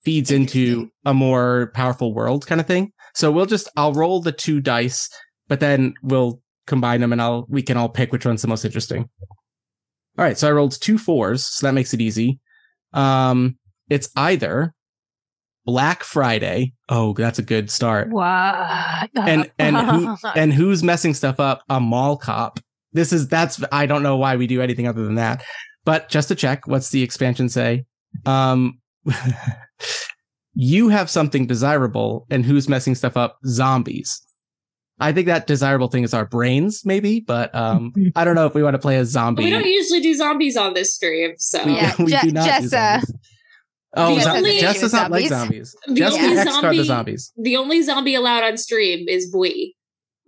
feeds into Interesting. a more powerful world kind of thing. So we'll just I'll roll the two dice, but then we'll combine them and I'll we can all pick which one's the most interesting. All right, so I rolled two fours, so that makes it easy. Um, it's either Black Friday. Oh, that's a good start. What? And and who and who's messing stuff up? A mall cop. This is that's I don't know why we do anything other than that. But just to check, what's the expansion say? Um, you have something desirable, and who's messing stuff up? Zombies. I think that desirable thing is our brains, maybe, but um, I don't know if we want to play a zombie. We don't usually do zombies on this stream, so We, Yeah, we Je- do not do Jess, uh, zombies. Oh, Jess zo- doesn't Jess do does not like zombies. zombies. Jess only will X card zombie- the zombies. the only zombie allowed on stream is Bui.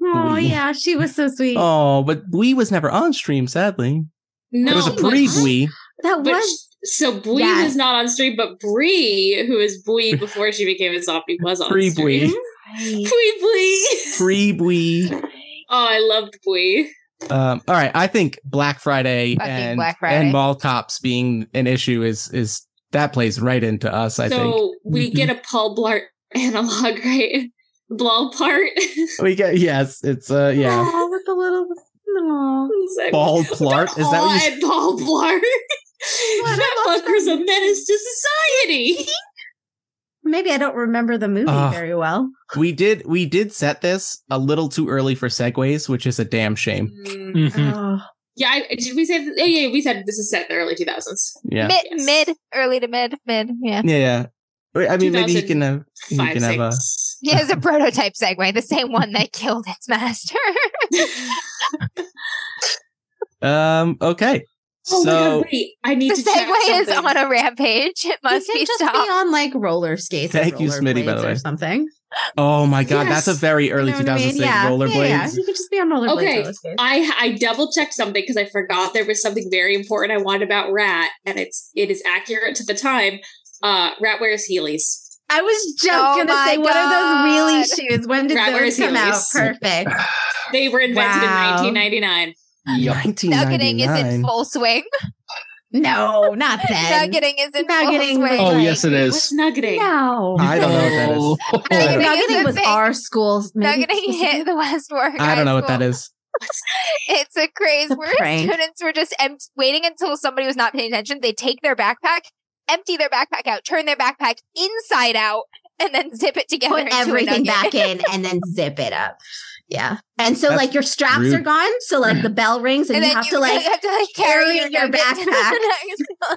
Oh Sweet. yeah, she was so sweet. Oh, but Bui was never on stream, sadly. No, There was a but- pre Bui. that but, was so Bui Yes. was not on stream, but Bree, who was Bui before she became a zombie, was on Bree stream. Bui. right. Bui Bui. Pre Bui. Oh, I loved Bui. Um, all right, I think Black Friday Fucking and Black Friday. and mall cops being an issue is is that plays right into us. I think Mm-hmm. So we get a Paul Blart analog, right? Blall part. we get yes, it's uh yeah. Aw, with the little. Aw. Ball Plart is that what you and Paul Blart? that fucker's a menace to society. Maybe I don't remember the movie Ugh. very well. we did we did set this a little too early for segues, which is a damn shame. Mm. Hmm. Mhm. Oh. Yeah, I, did we say? Oh, yeah, we said this is set in the early two thousands. Yeah. Mid, Yes. mid, early to mid, mid. Yeah. Yeah, yeah. Wait, I mean, maybe he can have. You Five, can have a- six. He has a prototype Segway, the same one that killed its master. Oh Um. Okay. oh my so god! Wait, I need the to check Segway is something. on a rampage. It must He can be just be stopped. on like roller skates. or Thank you, roller Smitty, by the blades way. Or something. oh my god, Yes. that's a very early You know what 2000s I mean? thing. Rollerblades. Yeah, yeah. He could just be on rollerblades. Okay. or roller skates. I I double checked something because I forgot there was something very important I wanted about Rat, and it's it is accurate to the time. Uh, Rat wears Heelys. I was just Oh gonna say, my what are those really God. shoes? When did Right, where is those come out? Heelys? Perfect. They were invented Wow. in 1999. Yep. Nuggeting is in 1999. full swing. No, not then. Nuggeting is in Nuggeting full was swing. Oh, like- yes, it What's is. nuggeting? No. I don't know what I that is. Like, don't know. nuggeting was Thing. our school. maybe Nuggeting specific- hit the Westwark. I High don't know what that School. is. It's a craze It's a where prank. students were just em- waiting until somebody was not paying attention. They take their backpack, empty their backpack out, turn their backpack inside out, and then zip it together. Put into a everything nugget. back in and then zip it up. Yeah. And so That's like your straps rude. are gone. So like the bell rings and, you have to like have to like carry carry your your backpack.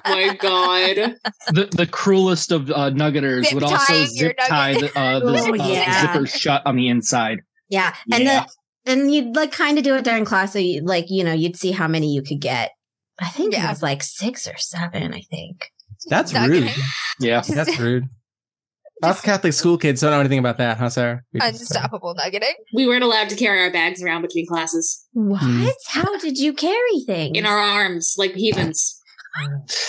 Oh my god. The, the cruelest of uh, nuggeters Zip would also tying zip your tie the, uh, the, Oh, uh, the yeah. zipper shut on the inside. Yeah. And Yeah. the and you'd like kind of do it during class. So you like, you know, you'd see how many you could get. I think it Yeah. was like six or seven, I think. That's Nuggeting. rude. Yeah. That's rude. Us Catholic school kids don't know anything about that, huh, Sarah? We just- Unstoppable nuggeting. We weren't allowed to carry our bags around between classes What? Hmm. How did you carry things? in our arms like heathens.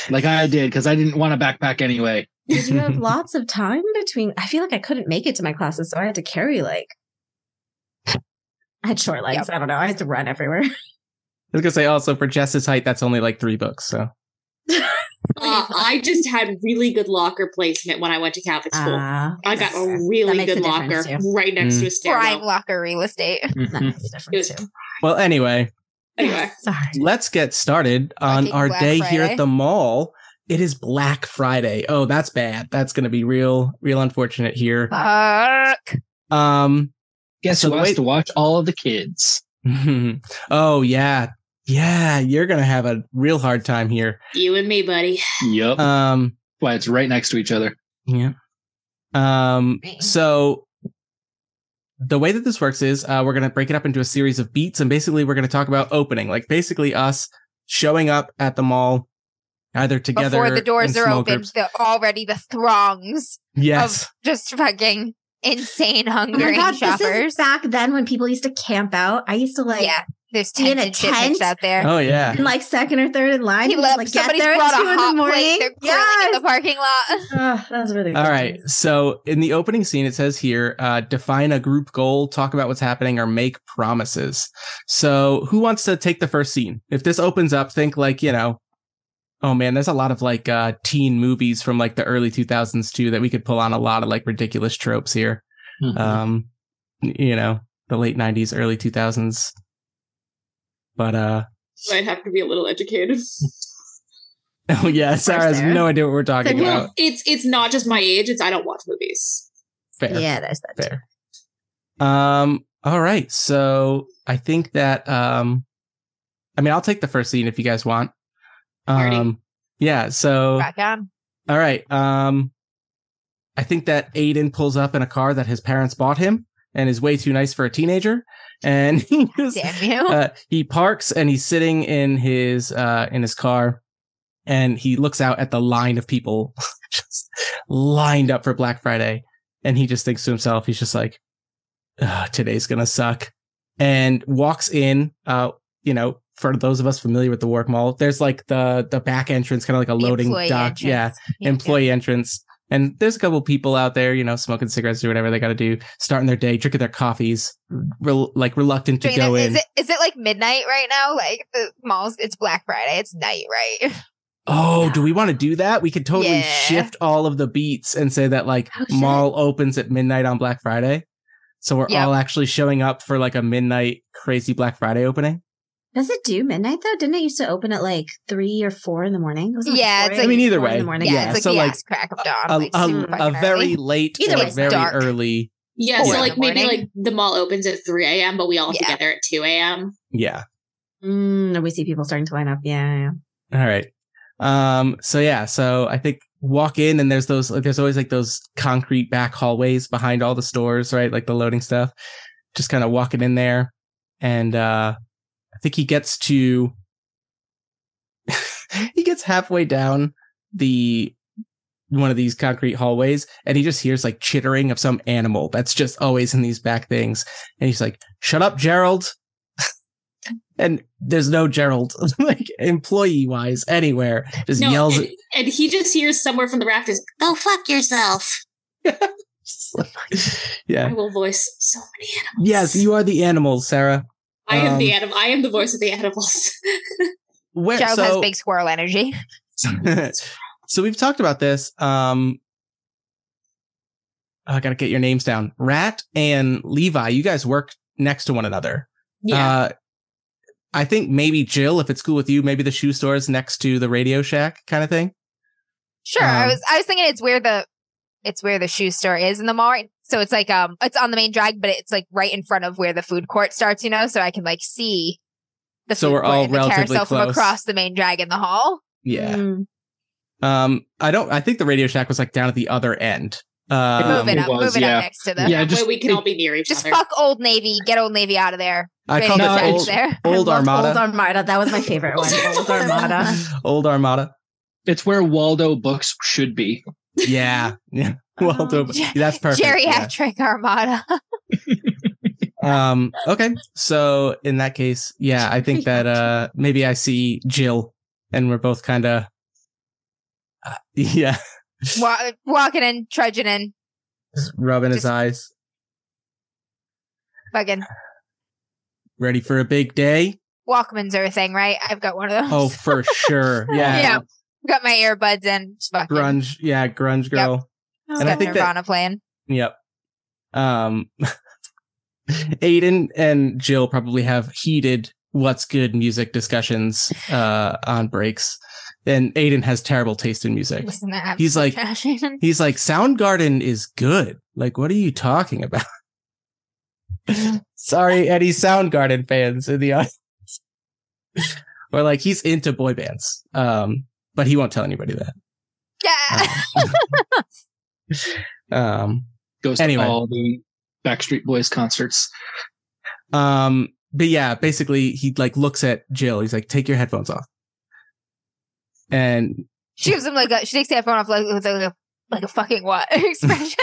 Like I did, because I didn't want a backpack anyway. did you have lots of time between I feel like I couldn't make it to my classes, so I had to carry like I had short legs. I don't know. I had to run everywhere. I was gonna say also for Jess's height, that's only like three books. So Uh, I just had really good locker placement when I went to Catholic school. Ah, I got that a really makes good a locker difference, right next to a Mm. Prime stairwell. locker real estate. That Mhm. makes a It was- difference too. well, anyway, Anyway, Sorry. let's get started on Fucking our Black day here Friday. at the mall. It is Black Friday. Oh, that's bad. That's gonna be real, real unfortunate here. Fuck. Um, Guess So who the has way- to watch all of the kids? oh yeah, yeah, you're gonna have a real hard time here. you and me, buddy. Yep. Um, Why it's right next to each other. Yeah. Um Right. so the way that this works is uh, we're going to break it up into a series of beats and basically we're going to talk about opening like basically us showing up at the mall either together Before the doors in are small open, groups. the, already the throngs yes just fucking insane Oh my hungering god, this shoppers. is back then when people used to camp out. I used to like yeah, there's be in tents a and shit pitched tent. out there. oh yeah in like second or third in line. He and just, left. like get Somebody's there brought at a two in the hot plate. morning. They're grilling in Yes. the parking lot. Ugh, that was really all right so in the opening scene it says here uh, define a group goal talk about what's happening or make promises so who wants to take the first scene if this opens up think like you know Oh man, there's a lot of like uh teen movies from like the early 2000s too that we could pull on a lot of like ridiculous tropes here. Mm-hmm. Um n- you know, the late 90s, early 2000s. But uh So I'd have to be a little educated. oh yeah, Sarah has Sarah. no idea what we're talking Said, about. Well, it's it's not just my age. It's I don't watch movies. Fair. Yeah, there's that. Fair. Um all right. So I think that um I mean, I'll take the first scene if you guys want. Alrighty. Um yeah, so Back on. All right. Um, I think that Aiden pulls up in a car that his parents bought him and is way too nice for a teenager. And he just, Damn you. uh, he parks and he's sitting in his uh, in his car, and he looks out at the line of people just lined up for Black Friday, and he just thinks to himself, he's just like, "Ugh, "Today's gonna suck," and walks in. Uh, you know, for those of us familiar with the Warwick Mall, there's like the the back entrance, kind of like a The loading employee dock. entrance. Yeah, employee entrance. And there's a couple people out there, you know, smoking cigarettes or whatever they got to do, starting their day, drinking their coffees, rel- like reluctant to Dana, go is in. it is it like midnight right now? Like the malls, it's Black Friday. It's night, right? oh, do we want to do that? We could totally Yeah. shift all of the beats and say that like Oh, shit. mall opens at midnight on Black Friday. So we're Yep. all actually showing up for like a midnight crazy Black Friday opening. Does it do midnight though? Didn't it used to open at like three or four in the morning? Wasn't it, like, Yeah, four it's a.m., like- I mean, either four in the way, morning. Yeah, yeah, it's like so, the like, ass crack of dawn. A- like a, super a fucking very early. late Either or way, it's very dark. early. Yeah, so Four in like the maybe morning. like the mall opens at three a.m., but we all Yeah. together at two a.m. Yeah. Mm, and we see people starting to line up. Yeah, yeah. All right. Um, so yeah, so I think walk in and there's those like, there's always like those concrete back hallways behind all the stores, right? Like the loading stuff. Just kind of walking in there. And uh I think he gets to he gets halfway down the one of these concrete hallways and he just hears like chittering of some animal that's just always in these back things. And he's like, Shut up, Gerald. and there's no Gerald, like employee wise, anywhere. Just No, yells and, and he just hears somewhere from the rafters, "Go fuck yourself." yeah. I will voice so many animals. Yes, you are the animal, Sarah. I am the Um, anim- I am the voice of the animals. Where, Joe has so, big squirrel energy. so we've talked about this. Um, I gotta get your names down. Rat and Levi, you guys work next to one another. yeah. Uh, I think maybe Jill, if it's cool with you, maybe the shoe store is next to the Radio Shack kind of thing. Sure. I Um, was I was thinking it's where the it's where the shoe store is in the mall. Right? So it's like um it's on the main drag, but it's like right in front of where the food court starts, you know, so I can like see the So food we're court all and the relatively carousel from close. across the main drag in the hall. Yeah. Mm. Um, I don't. I think the Radio Shack was like down at the other end. Um, Move it It up, was, move it yeah. up next to the Yeah, that just- way we can all be near each Just other. fuck Old Navy. Get Old Navy out of there. I Ready called to No, it check it's- old, there. I old loved Armada. Old Armada. That was my favorite one. Old Armada. old Armada. It's where Waldo books should be. Yeah. Yeah. Well, Oh. do- that's perfect. yeah. Geriatric Armada. Um, okay. So in that case, yeah, I think that uh maybe I see Jill and we're both kind of uh, yeah, Wa- walking in, trudging in, just rubbing his Just- eyes, fucking ready for a big day. Walkmans are a thing, right? I've got one of those. Oh, for sure. Yeah. Yeah. I've got my earbuds in. Just fucking. Grunge, yeah, grunge girl. Just And I got think that- Nirvana playing. Yep. Um Aiden and Jill probably have heated what's good music discussions uh on breaks. And Aiden has terrible taste in music. Listen to that. He's like Trash. He's like, Soundgarden is good. Like, what are you talking about? Sorry, any Soundgarden fans in the audience. or like, he's into boy bands, um, but he won't tell anybody that. yeah. Um, Goes Anyway. to all the Backstreet Boys concerts. um, um, but yeah, basically, he like looks at Jill. He's like, take your headphones off. And she gives him like a, she takes the headphone off like, with like a, like a fucking what expression.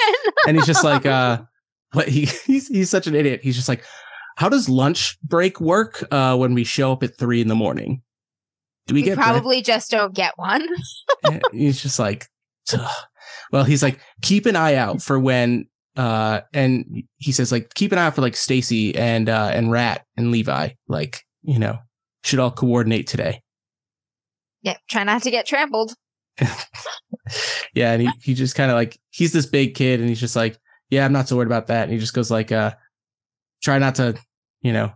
and he's just like uh what he he's, he's such an idiot he's just like how does lunch break work uh when we show up at three in the morning do we, we get probably probably just don't get one. he's just like "Ugh." well he's like keep an eye out for when uh and he says like keep an eye out for like stacy and uh and rat and levi like you know should all coordinate today Yeah. Try not to get trampled. yeah and he, he just kind of like he's this big kid and he's just like yeah i'm not so worried about that and he just goes like uh try not to you know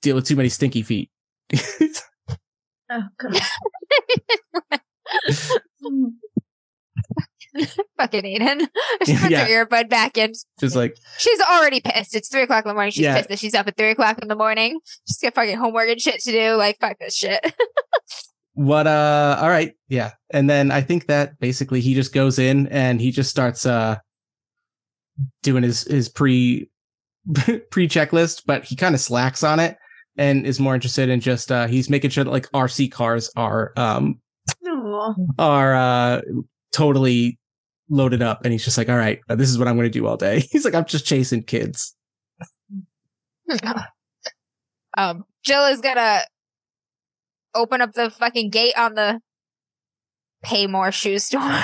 deal with too many stinky feet Oh, God. Fucking Aiden. She puts Yeah. her earbud back in. just like She's already pissed. It's three o'clock in the morning. She's Yeah. pissed that she's up at three o'clock in the morning. She's got fucking homework and shit to do. Like, fuck this shit. what uh all right yeah and then i think that basically he just goes in and he just starts uh doing his his pre pre checklist but he kind of slacks on it and is more interested in just uh he's making sure that like rc cars are um No. are uh, totally loaded up and he's just like all right this is what i'm going to do all day he's like i'm just chasing kids um, Jill is gonna open up the fucking gate on the pay more shoe store.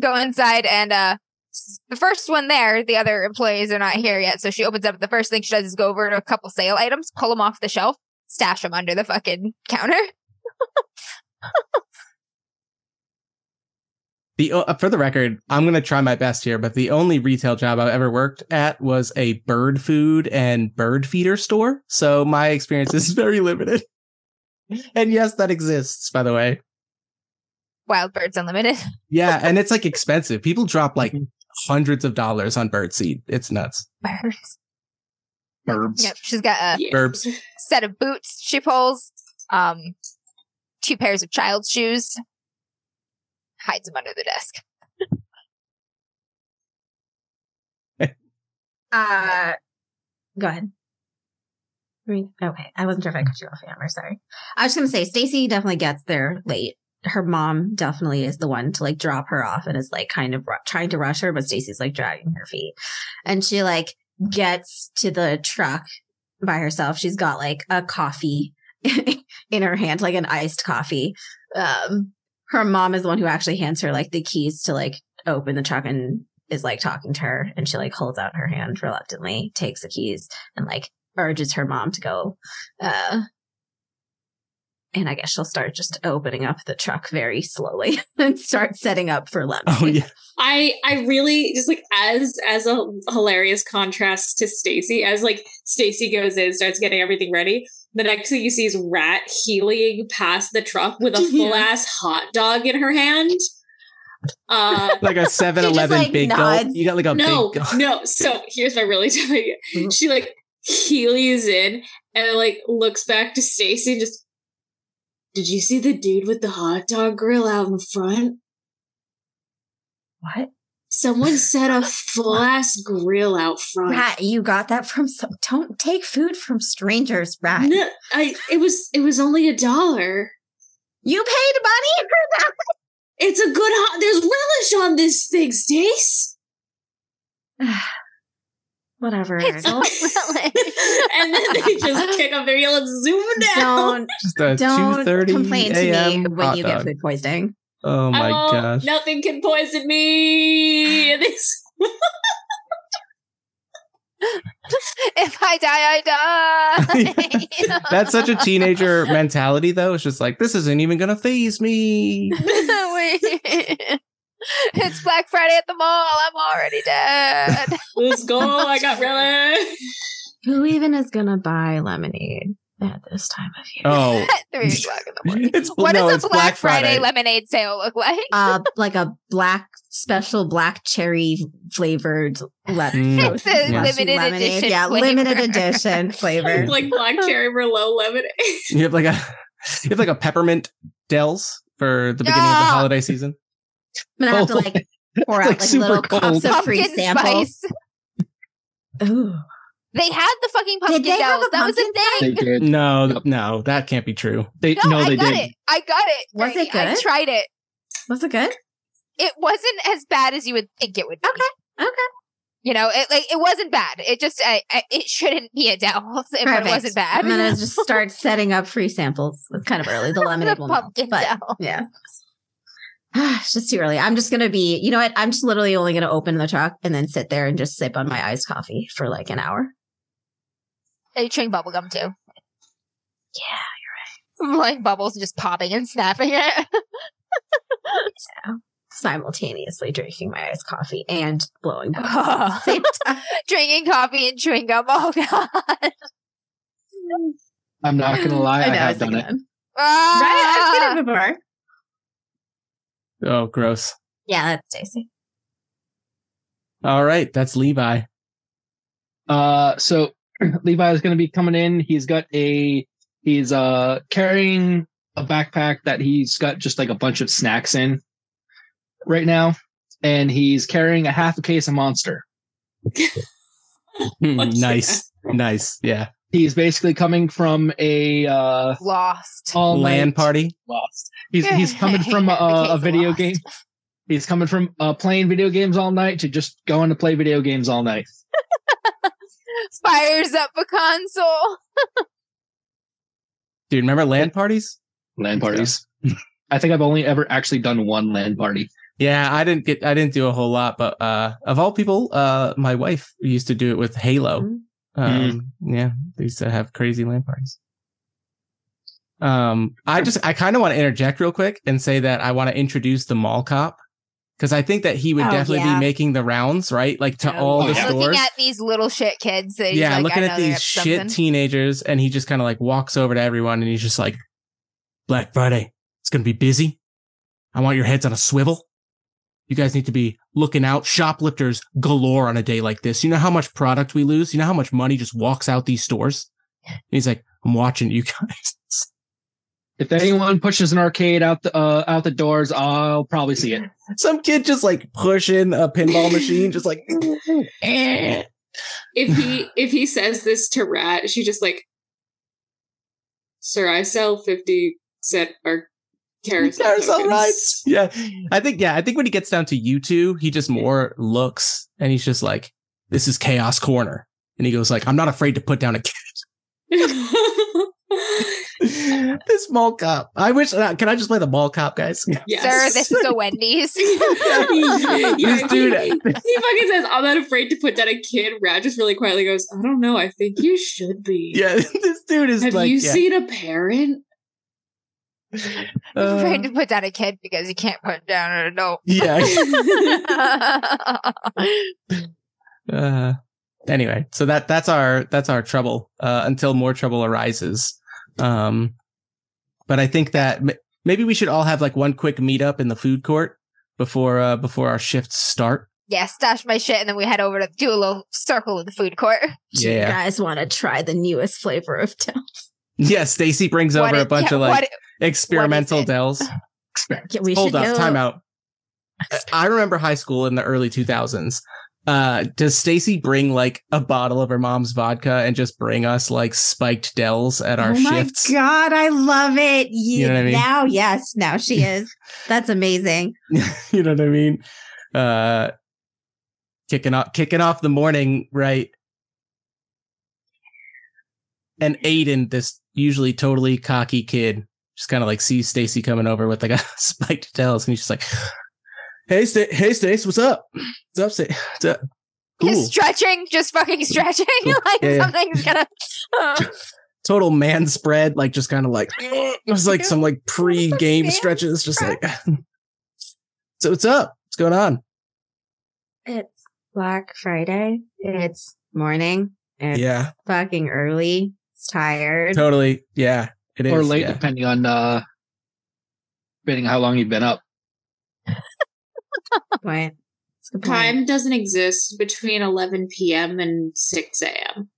Go inside and uh s- the first one there, the other employees are not here yet, so she opens up. The first thing she does is go over to a couple sale items, pull them off the shelf, stash them under the fucking counter. the uh, for the record i'm going to try my best here but the only retail job i've ever worked at was a bird food and bird feeder store so my experience is very limited and yes that exists by the way Wild Birds Unlimited. yeah and it's like expensive people drop like hundreds of dollars on bird seed it's nuts Birds. Burbs. Yep, she's got a Yeah. burps set of boots she pulls, um, two pairs of child shoes, hides them under the desk. Uh, go ahead. I mean, okay. I wasn't sure if I cut you off, Amber. Sorry. I was just gonna say, Stacy definitely gets there late. Her mom definitely is the one to like drop her off and is like kind of ru- trying to rush her, but Stacy's like dragging her feet, and she like gets to the truck by herself. She's got like a coffee in her hand, like an iced coffee. Um, her mom is the one who actually hands her like the keys to like open the truck and is like talking to her and she like holds out her hand reluctantly, takes the keys and like urges her mom to go. Uh, and I guess she'll start just opening up the truck very slowly and start setting up for lunch. Oh yeah. I I really just like as as a hilarious contrast to Stacy, as like Stacy goes in, starts getting everything ready. The next thing you see is Rat heeling past the truck with a Yeah. full ass hot dog in her hand. Uh Like a 7 Eleven like, big gulp. nods. You got like a no, big gulp. no. So here's my really dumb idea. Mm-hmm. She like heelys in and like looks back to Stacy and just Did you see the dude with the hot dog grill out in front? What? Someone set a full ass grill out front. Rat, you got that from some don't take food from strangers, Rat. No, I it was it was only a dollar. You paid money for that. It's a good hot. There's relish on this thing, Stace. Whatever. It's Don't- not relish. and then they just kick up their heel and zoom down. don't Just a don't 2:30 complain to me a.m. when hot you dog. get food poisoning. Oh my I won't- gosh. Nothing can poison me. And they s- if I die, I die. That's such a teenager mentality though. It's just like this isn't even going to phase me. We- it's Black Friday at the mall. I'm already dead. Let's go. I got relish. Who even is gonna buy lemonade at this time of year? Oh. At three o'clock in the morning. It's What no, does it's a Black Friday, lemonade sale look like? Uh, like a black special black cherry flavored lemon. Mm. It's a Yeah. limited Lemonade, edition Yeah, flavor. limited edition flavor. It's like black cherry merlot lemonade. You have like a you have like a peppermint Dells for the beginning of the Yeah. holiday season. I'm gonna have Oh, to like pour out Like like, super little cold. cups of free Pumpkin samples. spice. Ooh. They had the fucking pumpkin they have dolls. a That was pumpkin a They thing. did. No, Yep. no, that can't be true. They No, no, I they got did. it. I got it. Was Brady. it I good? tried it. Was it good? It wasn't as bad as you would think it would be. Okay. Okay. You know, it like it wasn't bad. It just I, I, it shouldn't be a Dells, but it Perfect. wasn't bad. I'm gonna just start setting up free samples. It's kind of early. The The lemonade will melt, pumpkin but Dells. yeah. it's just too early. I'm just gonna be, you know what? I'm just literally only gonna open the truck and then sit there and just sip on my iced coffee for like an hour. Are you chewing bubblegum too? Yeah, you're right. Like bubbles and just popping and snapping it. Simultaneously drinking my iced coffee and blowing bubbles. Oh. Same time. Drinking coffee and chewing gum. Oh god. I'm not gonna lie, I, know, have was done thinking it. that. Right? I've Ah. seen it before. Oh, gross. Yeah, that's Stacy. All right, that's Levi. Uh, so Levi is going to be coming in. He's got a he's uh carrying a backpack that he's got just like a bunch of snacks in right now, and he's carrying a half a case of Monster. Hmm, Fuck nice, nice. Yeah, He's basically coming from a uh Lost. all land night- party. Lost. He's he's coming from a, The case a of video Lost. game. He's coming from uh, playing video games all night to just going to play video games all night. Fires up a console. Dude, remember land parties? Land parties. I think I've only ever actually done one land party. Yeah, I didn't get, I didn't do a whole lot, but uh, of all people, uh, my wife used to do it with Halo. Mhm. Um, yeah, they used to have crazy land parties. Um, I just, I kind of want to interject real quick and say that I want to introduce the mall cop because I think that he would Oh, definitely yeah. be making the rounds, right? Like to Oh, all the yeah. stores. Looking at these little shit kids. That he's yeah, like, looking I at know they're these up to shit something. teenagers, and he just kind of like walks over to everyone, and he's just like, "Black Friday, it's gonna be busy. I want your heads on a swivel. You guys need to be looking out, shoplifters galore on a day like this. You know how much product we lose. You know how much money just walks out these stores." And he's like, "I'm watching you guys." If anyone pushes an arcade out the uh, out the doors, I'll probably see it. Some kid just like pushing a pinball machine, just like, "Eh." If he if he says this to Rat, she just like, "Sir, I sell fifty cent or carousel, Carousel tokens." rides. Yeah. I think, yeah, I think when he gets down to you two, he just more looks and he's just like, this is chaos corner. And he goes like, I'm not afraid to put down a He's this mall cop. I wish. Uh, can I just play the mall cop, guys? Sir, Yes. this is a Wendy's. Yeah, this he- dude. He fucking says, I'm not afraid to put down a kid. Rad just really quietly goes, I don't know. I think you should be. Yeah, this dude is Have like. you yeah, seen a parent? I'm afraid uh, to put down a kid because you can't put down an adult. yeah. That's Uh, anyway, so that that's our that's our trouble uh, until more trouble arises. Um, but I think that m- maybe we should all have like one quick meetup in the food court before uh, before our shifts start. yeah, stash my shit and then we head over to do a little circle in the food court. Do you guys want to try the newest flavor of town? Yeah, Stacy brings What over it- a bunch yeah, of like what it- experimental it? dells. We Hold should up, go. time out. I remember high school in the early 2000s. Uh, does Stacy bring like a bottle of her mom's vodka and just bring us like spiked Dells at our oh shifts? my god, I love it. You, know what I mean? Now, yes, now she is. That's amazing. you know what I mean? Uh, kicking off, kicking off the morning, right? And Aiden, this usually totally cocky kid, just kind of like sees Stacy coming over with like a spiked Dells, and he's just like, "Hey, Sta- hey, Stacy, what's up? What's up, Stacy? What's up? Just stretching, just fucking stretching, Cool. like Yeah, yeah. something's gonna. um, total man spread, like just kind of like it was like some like pre-game Man stretches, just spread. like so what's up? What's going on? It's Black Friday. It's morning. It's Yeah, fucking early. It's tired. totally. Yeah, it is. or late, yeah. depending on uh, depending on how long you've been up. Good point. It's a good point. Time doesn't exist between 11 p.m. and 6 a.m.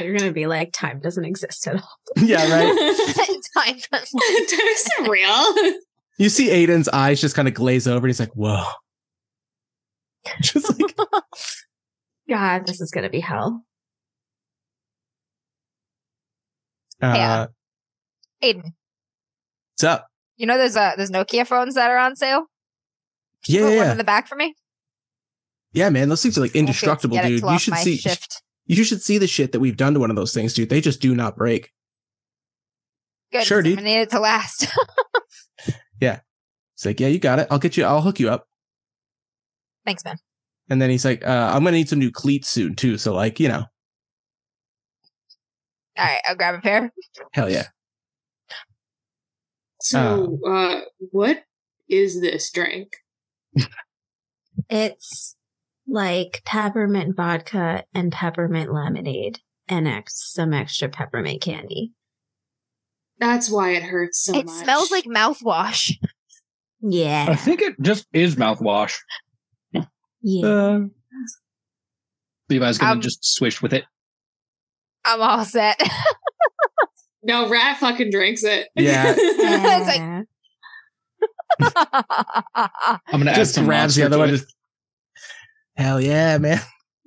You're gonna be like, time doesn't exist at all. Yeah, right. Time doesn't- That's Uh. real. You see Aiden's eyes just kind of glaze over. And he's like, "Whoa." Just like God, this is gonna be hell. uh, Yeah. Aiden, what's up? you know there's uh there's Nokia phones that are on sale. Just Yeah, put one yeah, in the back for me. yeah, man. Those things are like I'll be able to indestructible, get it dude. till You off should my see. Shift. You should see the shit that we've done to one of those things, dude. They just do not break. Good, Sure, sure, dude. I need it to last. It's like, yeah, you got it. I'll get you. I'll hook you up. Thanks, man. And then he's like, uh, I'm gonna need some new cleats soon too. So like, you know, All right, I'll grab a pair. hell yeah. So, uh, what is this drink? It's like peppermint vodka and peppermint lemonade and ex- some extra peppermint candy. That's why it hurts so it much. smells like mouthwash. I Yeah. think it just is mouthwash. Yeah. Uh, Levi's gonna Um, just swish with it. I'm all set. no rat fucking drinks it. Yeah. It's like- Yeah. I'm gonna add just some grabs the lobster other to one. it. Just, hell yeah, man.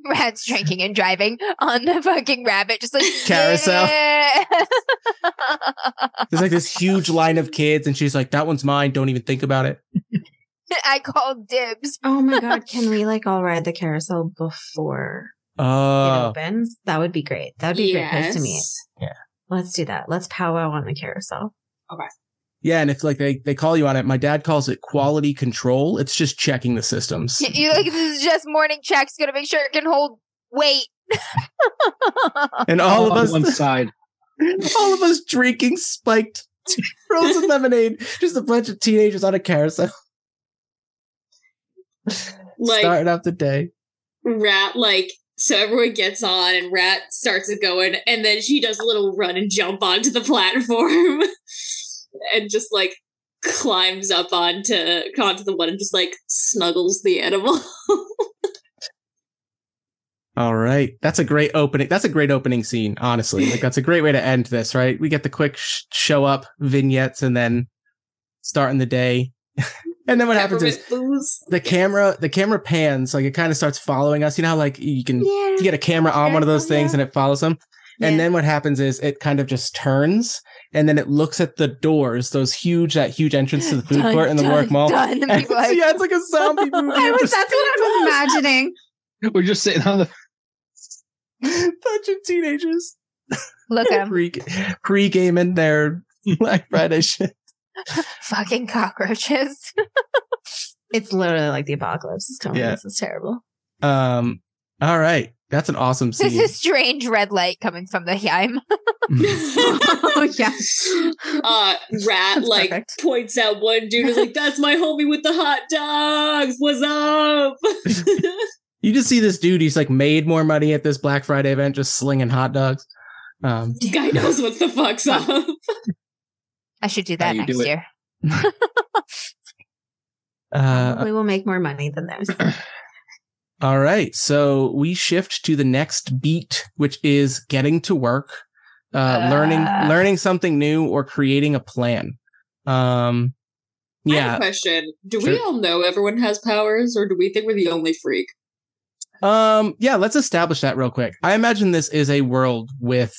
Rad's drinking and driving on the fucking rabbit, just like Carousel. yeah. There's like this huge line of kids, and she's like, "That one's mine. Don't even think about it." I called dibs. Oh my god, can we like all ride the carousel before it Oh, opens? That would be great. That would be a great place to meet. Let's do that. Let's powwow on the carousel. yeah. And if like they they call you on it, my dad calls it quality control. It's just checking the systems. You- You like this is just morning checks. Gonna make sure it can hold weight. And all on of one us, side. all of us drinking spiked frozen lemonade. Just a bunch of teenagers on a carousel, Like, starting off the day. Rat like so everyone gets on and Rat starts it going and then she does a little run and jump onto the platform and just like climbs up onto onto the one and just like snuggles the animal. All right. That's a great opening. That's a great opening scene, honestly. Like that's a great way to end this, right? We get the quick sh- show up vignettes and then starting the day. and then what happens is Peppermint booze. the camera the camera pans, like it kind of starts following us. You know how like you can Yeah. you get a camera on one of those things and it follows them. And then what happens is it kind of just turns and then it looks at the doors, those huge that huge entrance to the food Dun, court in the dun, work mall. dun. And And- people like, yeah, it's like a zombie movie. I was, Just- that's what I was imagining. We're just sitting on the bunch of teenagers. Look at him. pre pre gaming their Black Friday shit. Fucking cockroaches. It's literally like the apocalypse is coming. Yeah. This is terrible. Um, all right. That's an awesome this scene. is strange red light coming from the Yime. oh yeah. Uh, Rat That's like perfect. points out one dude is like, "That's my homie with the hot dogs. What's up?" you just see this dude, he's like made more money at this Black Friday event just slinging hot dogs. Um, Guy knows what the fuck's up. I should do How that you do next it. year. uh, we will make more money than theirs. all right. So we shift to the next beat, which is getting to work, uh, learning, Ah. learning something new or creating a plan. Um, I have a yeah. question: Do we Sure. all know everyone has powers, or do we think we're the only freak? Um, yeah, let's establish that real quick. I imagine this is a world with.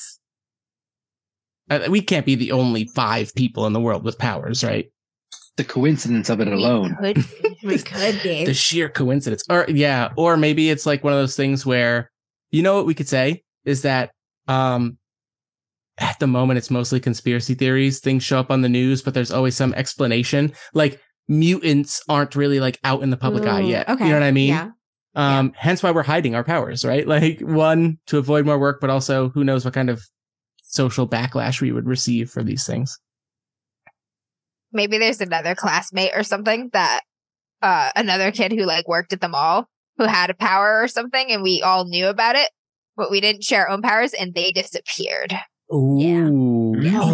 Uh, we can't be the only five people in the world with powers, right? the coincidence of it alone. We could- we could The be. sheer coincidence. Or, yeah, or maybe it's like one of those things where, you know, what we could say is that, um, at the moment, it's mostly conspiracy theories. Things show up on the news, but there's always some explanation. Like, mutants aren't really like out in the public eye Ooh, yet. You know what I mean? Yeah. Um, hence why we're hiding our powers, right? Like one to avoid more work, but also who knows what kind of social backlash we would receive for these things. Maybe there's another classmate or something that uh another kid who like worked at the mall who had a power or something and we all knew about it, but we didn't share our own powers and they disappeared. Ooh. Yeah. Oh,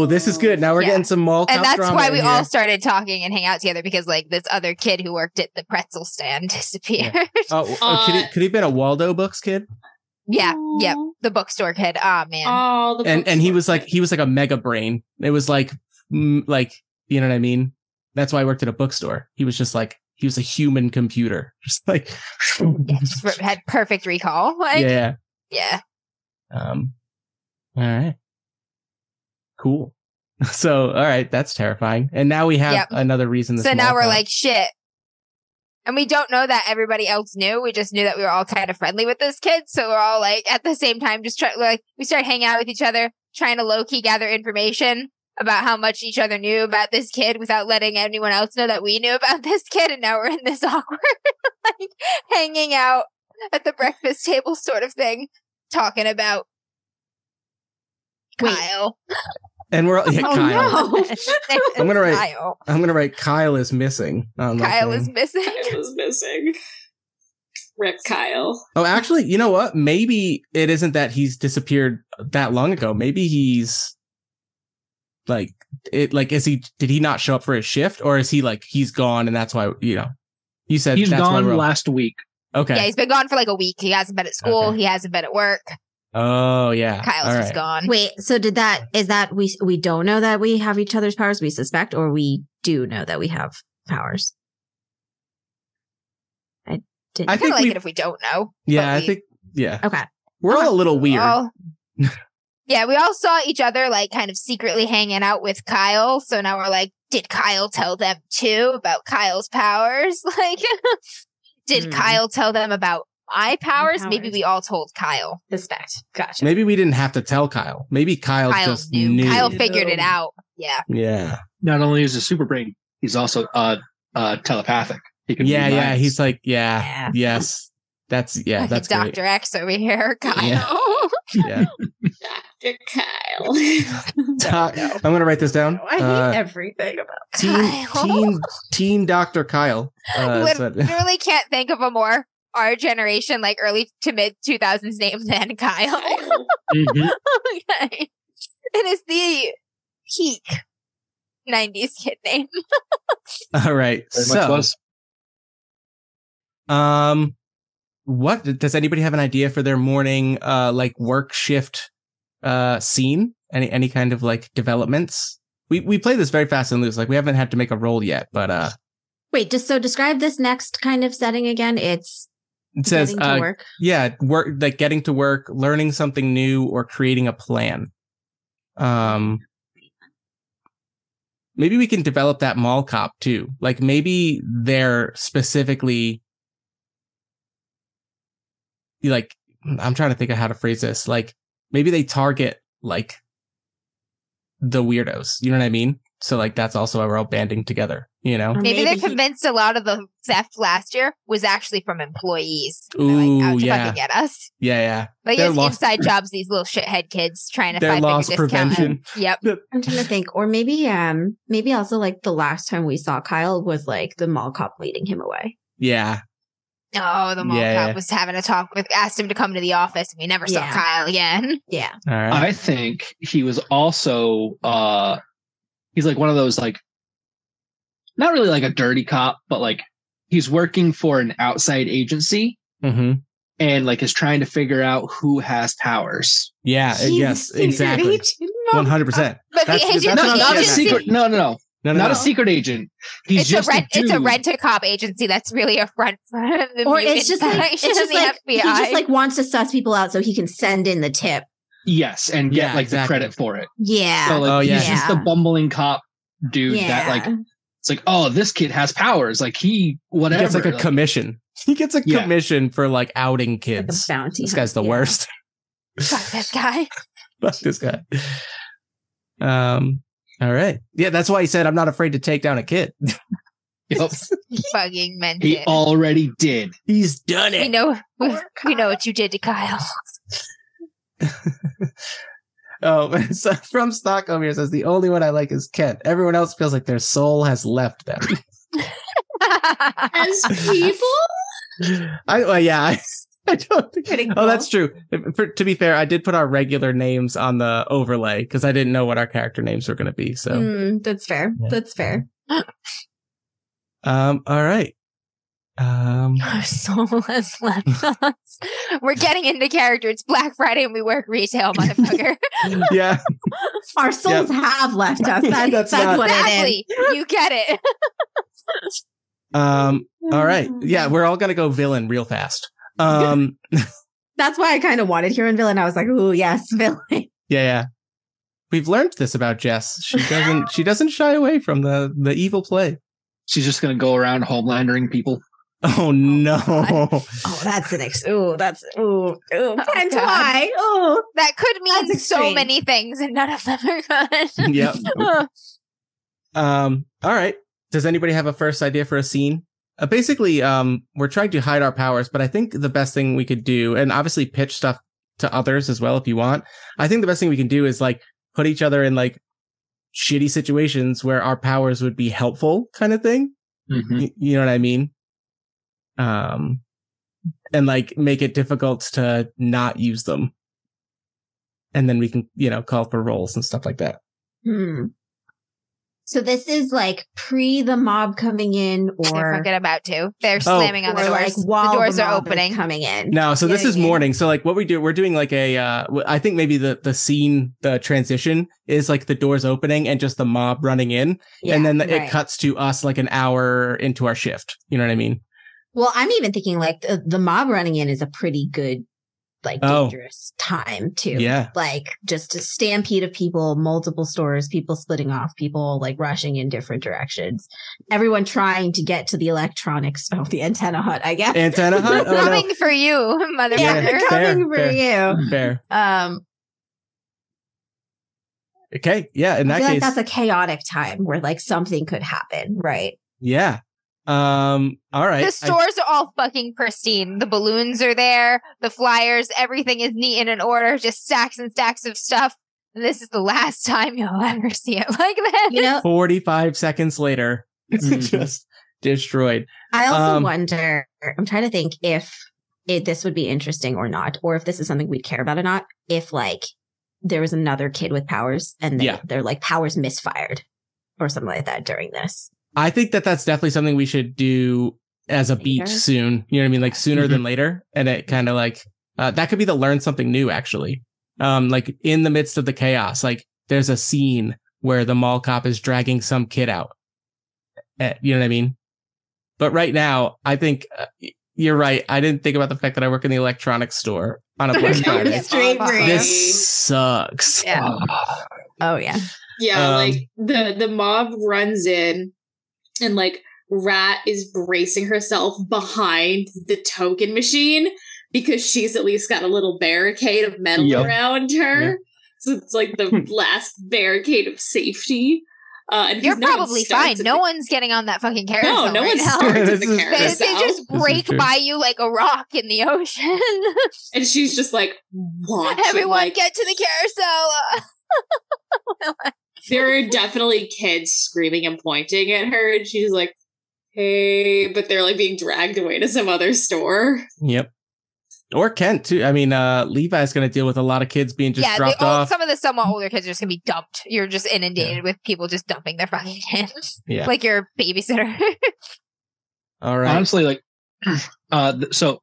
oh, this is good. Now we're Yeah. getting some mall cop and that's drama why in we here. all started talking and hang out together because like this other kid who worked at the pretzel stand disappeared. Yeah. Oh, oh, could, he, Uh, could he have been a Waldo books kid? yep. The bookstore kid. Oh man. Oh, the And and he was like bookstore. he was like a mega brain. It was like mm, like you know what I mean. That's why I worked at a bookstore. He was just like he was a human computer, just like yeah, just re- had perfect recall. Like yeah. yeah. Um, all right. Cool. So, all right, that's terrifying. And now we have Yep. another reason. This So now mall we're cop- like shit. And we don't know that everybody else knew. We just knew that we were all kind of friendly with this kid. So we're all like at the same time just try like we started hanging out with each other, trying to low key gather information about how much each other knew about this kid without letting anyone else know that we knew about this kid and now we're in this awkward like hanging out at the breakfast table sort of thing, talking about Wait. Kyle. and we're all, yeah, Oh, Kyle. no. I'm gonna write- Kyle. I'm gonna write Kyle is missing. On my Kyle thing. is missing. Kyle was missing. Rip Kyle. Oh, actually, you know what? Maybe it isn't that he's disappeared that long ago. Maybe he's like it. Like, is he? Did he not show up for his shift, or is he like he's gone and that's why you know? You said He's that's why gone we're all- last week. Okay. Yeah, he's been gone for like a week. He hasn't been at school. Okay. He hasn't been at work. oh yeah. Kyle's All just right. gone. Wait, so did that is that we we don't know that we have each other's powers, we suspect, or we do know that we have powers? I didn't I I kind think of like we- it if we don't know. Yeah, but I we Oh, think yeah. Okay. We're all a little weird. all- yeah, we all saw each other like kind of secretly hanging out with Kyle. So now we're like, did Kyle tell them too about Kyle's powers? Like, did Hmm. Kyle tell them about my powers? Maybe powers. we all told Kyle. Suspect. Gotcha. Maybe we didn't have to tell Kyle. Maybe Kyle, Kyle just knew. knew. Kyle figured it Knew. out. Yeah. Yeah. Not only is a super brain, he's also uh uh telepathic. He can Yeah, read yeah. minds. He's like, yeah, Yeah. yes. That's yeah, Fucking that's Dr. great. X over here, Kyle. Yeah. Yeah. Dr. Kyle. Doc- I'm gonna write this down. Uh, everything about teen, Kyle. teen, teen Dr. Kyle. Uh, is what- literally can't think of a more our generation, like early to mid 2000s name than Kyle. Kyle. Mhm. okay. It is the peak 90s kid name. all right. Very much So, was. um, what does anybody have an idea for their morning, uh, like work shift, uh, scene? Any any kind of like developments? We we play this very fast and loose. Like we haven't had to make a roll yet, but uh, Wait, just so describe this next kind of setting again. It's it says getting to uh, work. yeah work like getting to work learning something new or creating a plan um maybe we can develop that mall cop too like maybe they're specifically like i'm trying to think of how to phrase this like maybe they target like the weirdos. You know what I mean? So like that's also why we're all banding together. You know? Or maybe Maybe, they're he- convinced a lot of the theft last year was actually from employees. They're Ooh, like, out to yeah. fucking get us. Yeah, yeah. Like They're it's lost- inside jobs, these little shithead kids trying to Their find loss a discount. and- prevention. Yep. I'm trying to think, or maybe, um, maybe also like the last time we saw Kyle was like the mall cop leading him away. Yeah. Oh, the mall Yeah, cop yeah. was having a talk with asked him to come to the office and we never Yeah. saw Kyle again. Yeah, All right. I think he was also uh he's like one of those like not really like a dirty cop, but like he's working for an outside agency mm-hmm. and like is trying to figure out who has powers. Yeah. She's Uh, yes. a secret Exactly. agent. One hundred percent. But That's- the agent, that's No, the not a agency- secret. No, no, no, No, no, not no. a secret agent. He's It's a just rent. it's a dude. rent a cop agency. That's really a front for the or mutant it's just like it's section of just the like he FBI. just like wants to suss people out so he can send in the tip. Yes, and get Yeah, like exactly. the credit for it. Yeah, So like Oh, yeah. he's just the Yeah. bumbling cop dude yeah. that like it's like, oh, this kid has powers. Like he He whatever. gets like a Like, commission. He gets a Yeah. commission for like outing Like a kids. bounty. this guy's the hunt. Yeah. worst. Fuck this guy. Fuck this guy. Um. All right. Yeah, that's why he said, "I'm not afraid to take down a kid." yep, Fucking meant he it. already did. He's done we it. know. We, Poor we know what you did to Kyle. Oh, so from Stockholm here says the only one I like is Kent. Everyone else feels like their soul has left them. As people, I well, yeah, I, I don't think. Pretty Oh, that's cool. true. For, to be fair, I did put our regular names on the overlay because I didn't know what our character names were going to be. So, Mm, that's fair. Yeah. That's fair. um, all right. Um, Our soul has left us. We're getting into character. It's Black Friday and we work retail, motherfucker. yeah, Our souls have left us. That's, That's that's, not- what it is. exactly. You get it. um, all right. Yeah, we're all going to go villain real fast. Um, That's why I kind of wanted Huron villain. I was like, ooh, yes, villain. yeah, yeah. We've learned this about Jess. She doesn't. She doesn't shy away from the the evil play. She's just gonna go around homelandering people. Oh no. Oh, that's an ex. Ooh, that's ooh, ooh, and God. why? Ooh, That could mean That's so extreme. many things and none of them are good. yep. Um, all right. Does anybody have a first idea for a scene? Uh, basically, um, we're trying to hide our powers, but I think the best thing we could do, and obviously pitch stuff to others as well if you want. I think the best thing we can do is like put each other in like shitty situations where our powers would be helpful, kind of thing. Y- you know what I mean? Um, and like make it difficult to not use them. And then we can, you know, call for roles and stuff like that. Hmm. So this is like pre the mob coming in, They're or fucking about to. They're Oh. slamming on the or, doors. while the doors mob are is opening. coming in. No, so You know this what is I mean? morning. So like what we do, we're doing like a, uh, w- I think maybe the, the scene, the transition is like the doors opening and just the mob running in. and then it right. cuts to us like an hour into our shift. You know what I mean? Well, I'm even thinking like uh, the, the mob running in is a pretty good, like Oh. dangerous time too. Yeah. Like just a stampede of people, multiple stores, people splitting off, people like rushing in different directions. Everyone trying to get to the electronics, oh, the antenna hut, I guess. Antenna hut? Oh, Coming no. for you, motherfucker. yeah, fair, they're coming for fair. you. Fair. Um, Okay. Yeah. In I that feel case. like that's a chaotic time where like something could happen, right? yeah. Um, all right. The I- stores are all fucking pristine. The balloons are there, the flyers, everything is neat and in order, just stacks and stacks of stuff. And this is the last time you'll ever see it like this. You know, 45 seconds later, just destroyed. I also Um, wonder. I'm trying to think if it, this would be interesting or not, or if this is something we'd care about or not. If like there was another kid with powers and they, Yeah. their like powers misfired or something like that during this. I think that that's definitely something we should do as a beat Later? soon. You know what I mean? Like sooner than later. And it kind of like, uh, that could be the learn something new actually. Um, like in the midst of the chaos, like there's a scene where the mall cop is dragging some kid out. Eh, you know what I mean? But right now, I think uh, y- you're right. I didn't think about the fact that I work in the electronics store on a Black Yeah. Friday. Straight for you. This sucks. Yeah. Uh, Oh yeah, yeah, Um, like the the mob runs in, and like Rat is bracing herself behind the token machine because she's at least got a little barricade of metal Yep. around her. So it's like the last barricade of safety. Uh, and You're he's not probably stuck fine. to No the- one's getting on that fucking carousel. No, no right one's now. stuck to This the is- They, They- carousel. they just is break true. by you like a rock in the ocean. and she's just like watching. Everyone like, get to the carousel. there are definitely kids screaming and pointing at her, and she's like, "Hey!" But they're like being dragged away to some other store. Yep. Or Kent too. I mean, uh, Levi's going to deal with a lot of kids being just yeah, the dropped old, off. some of the somewhat older kids are just gonna be dumped. You're just inundated with people just dumping their fucking kids, Yeah. like your babysitter. All right. honestly like uh th- so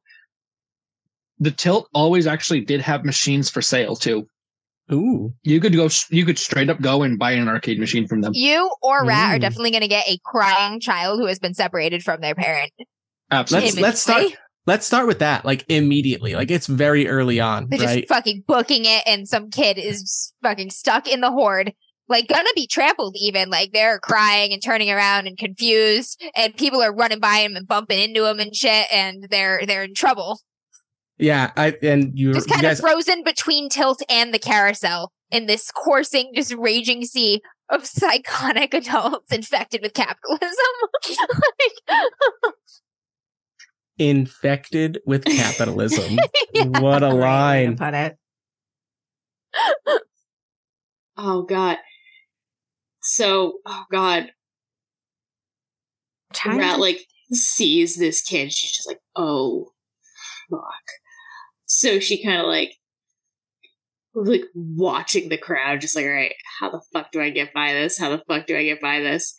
the tilt always actually did have machines for sale too Ooh. you could go s- you could straight up go and buy an arcade machine from Um, them you or Rat are Ooh. definitely gonna get a crying child who has been separated from their parent. absolutely Let's- let's start- imagery. Let's start with that. Like immediately. Like it's very early on, They're right? just fucking booking it, and some kid is fucking stuck in the horde, like gonna be trampled. Even like they're crying and turning around and confused, and people are running by him and bumping into him and shit, and they're they're in trouble. yeah. I and you, Just you kind guys. of frozen between tilt and the carousel in this coursing, just raging sea of psychotic adults infected with capitalism. like, infected with capitalism. What a Great way to line. Put it. Oh God. So, oh God, Trying Rat to- like sees this kid. She's just like, "Oh, fuck!" So she kind of like, was, like watching the crowd, just like, "All right, how the fuck do I get by this? How the fuck do I get by this?"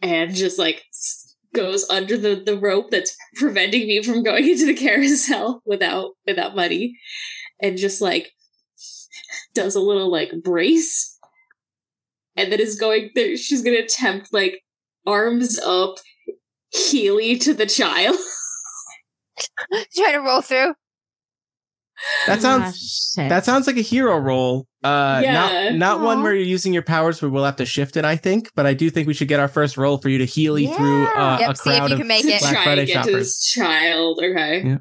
And just like s- goes under the the rope that's preventing me from going into the carousel without without money, and just like does a little like brace. And then is going there. She's gonna attempt like arms up, Healy to the child. trying to roll through. That Ah, sounds shit. That sounds like a hero role. Uh, Yeah. not not one Aw. where you're using your powers. We will have to shift it, I think. But I do think we should get our first roll for you to healy Yeah. through uh, Yep, a see if crowd you of. can make to it. Black try Friday and get to this child. Okay. Yeah.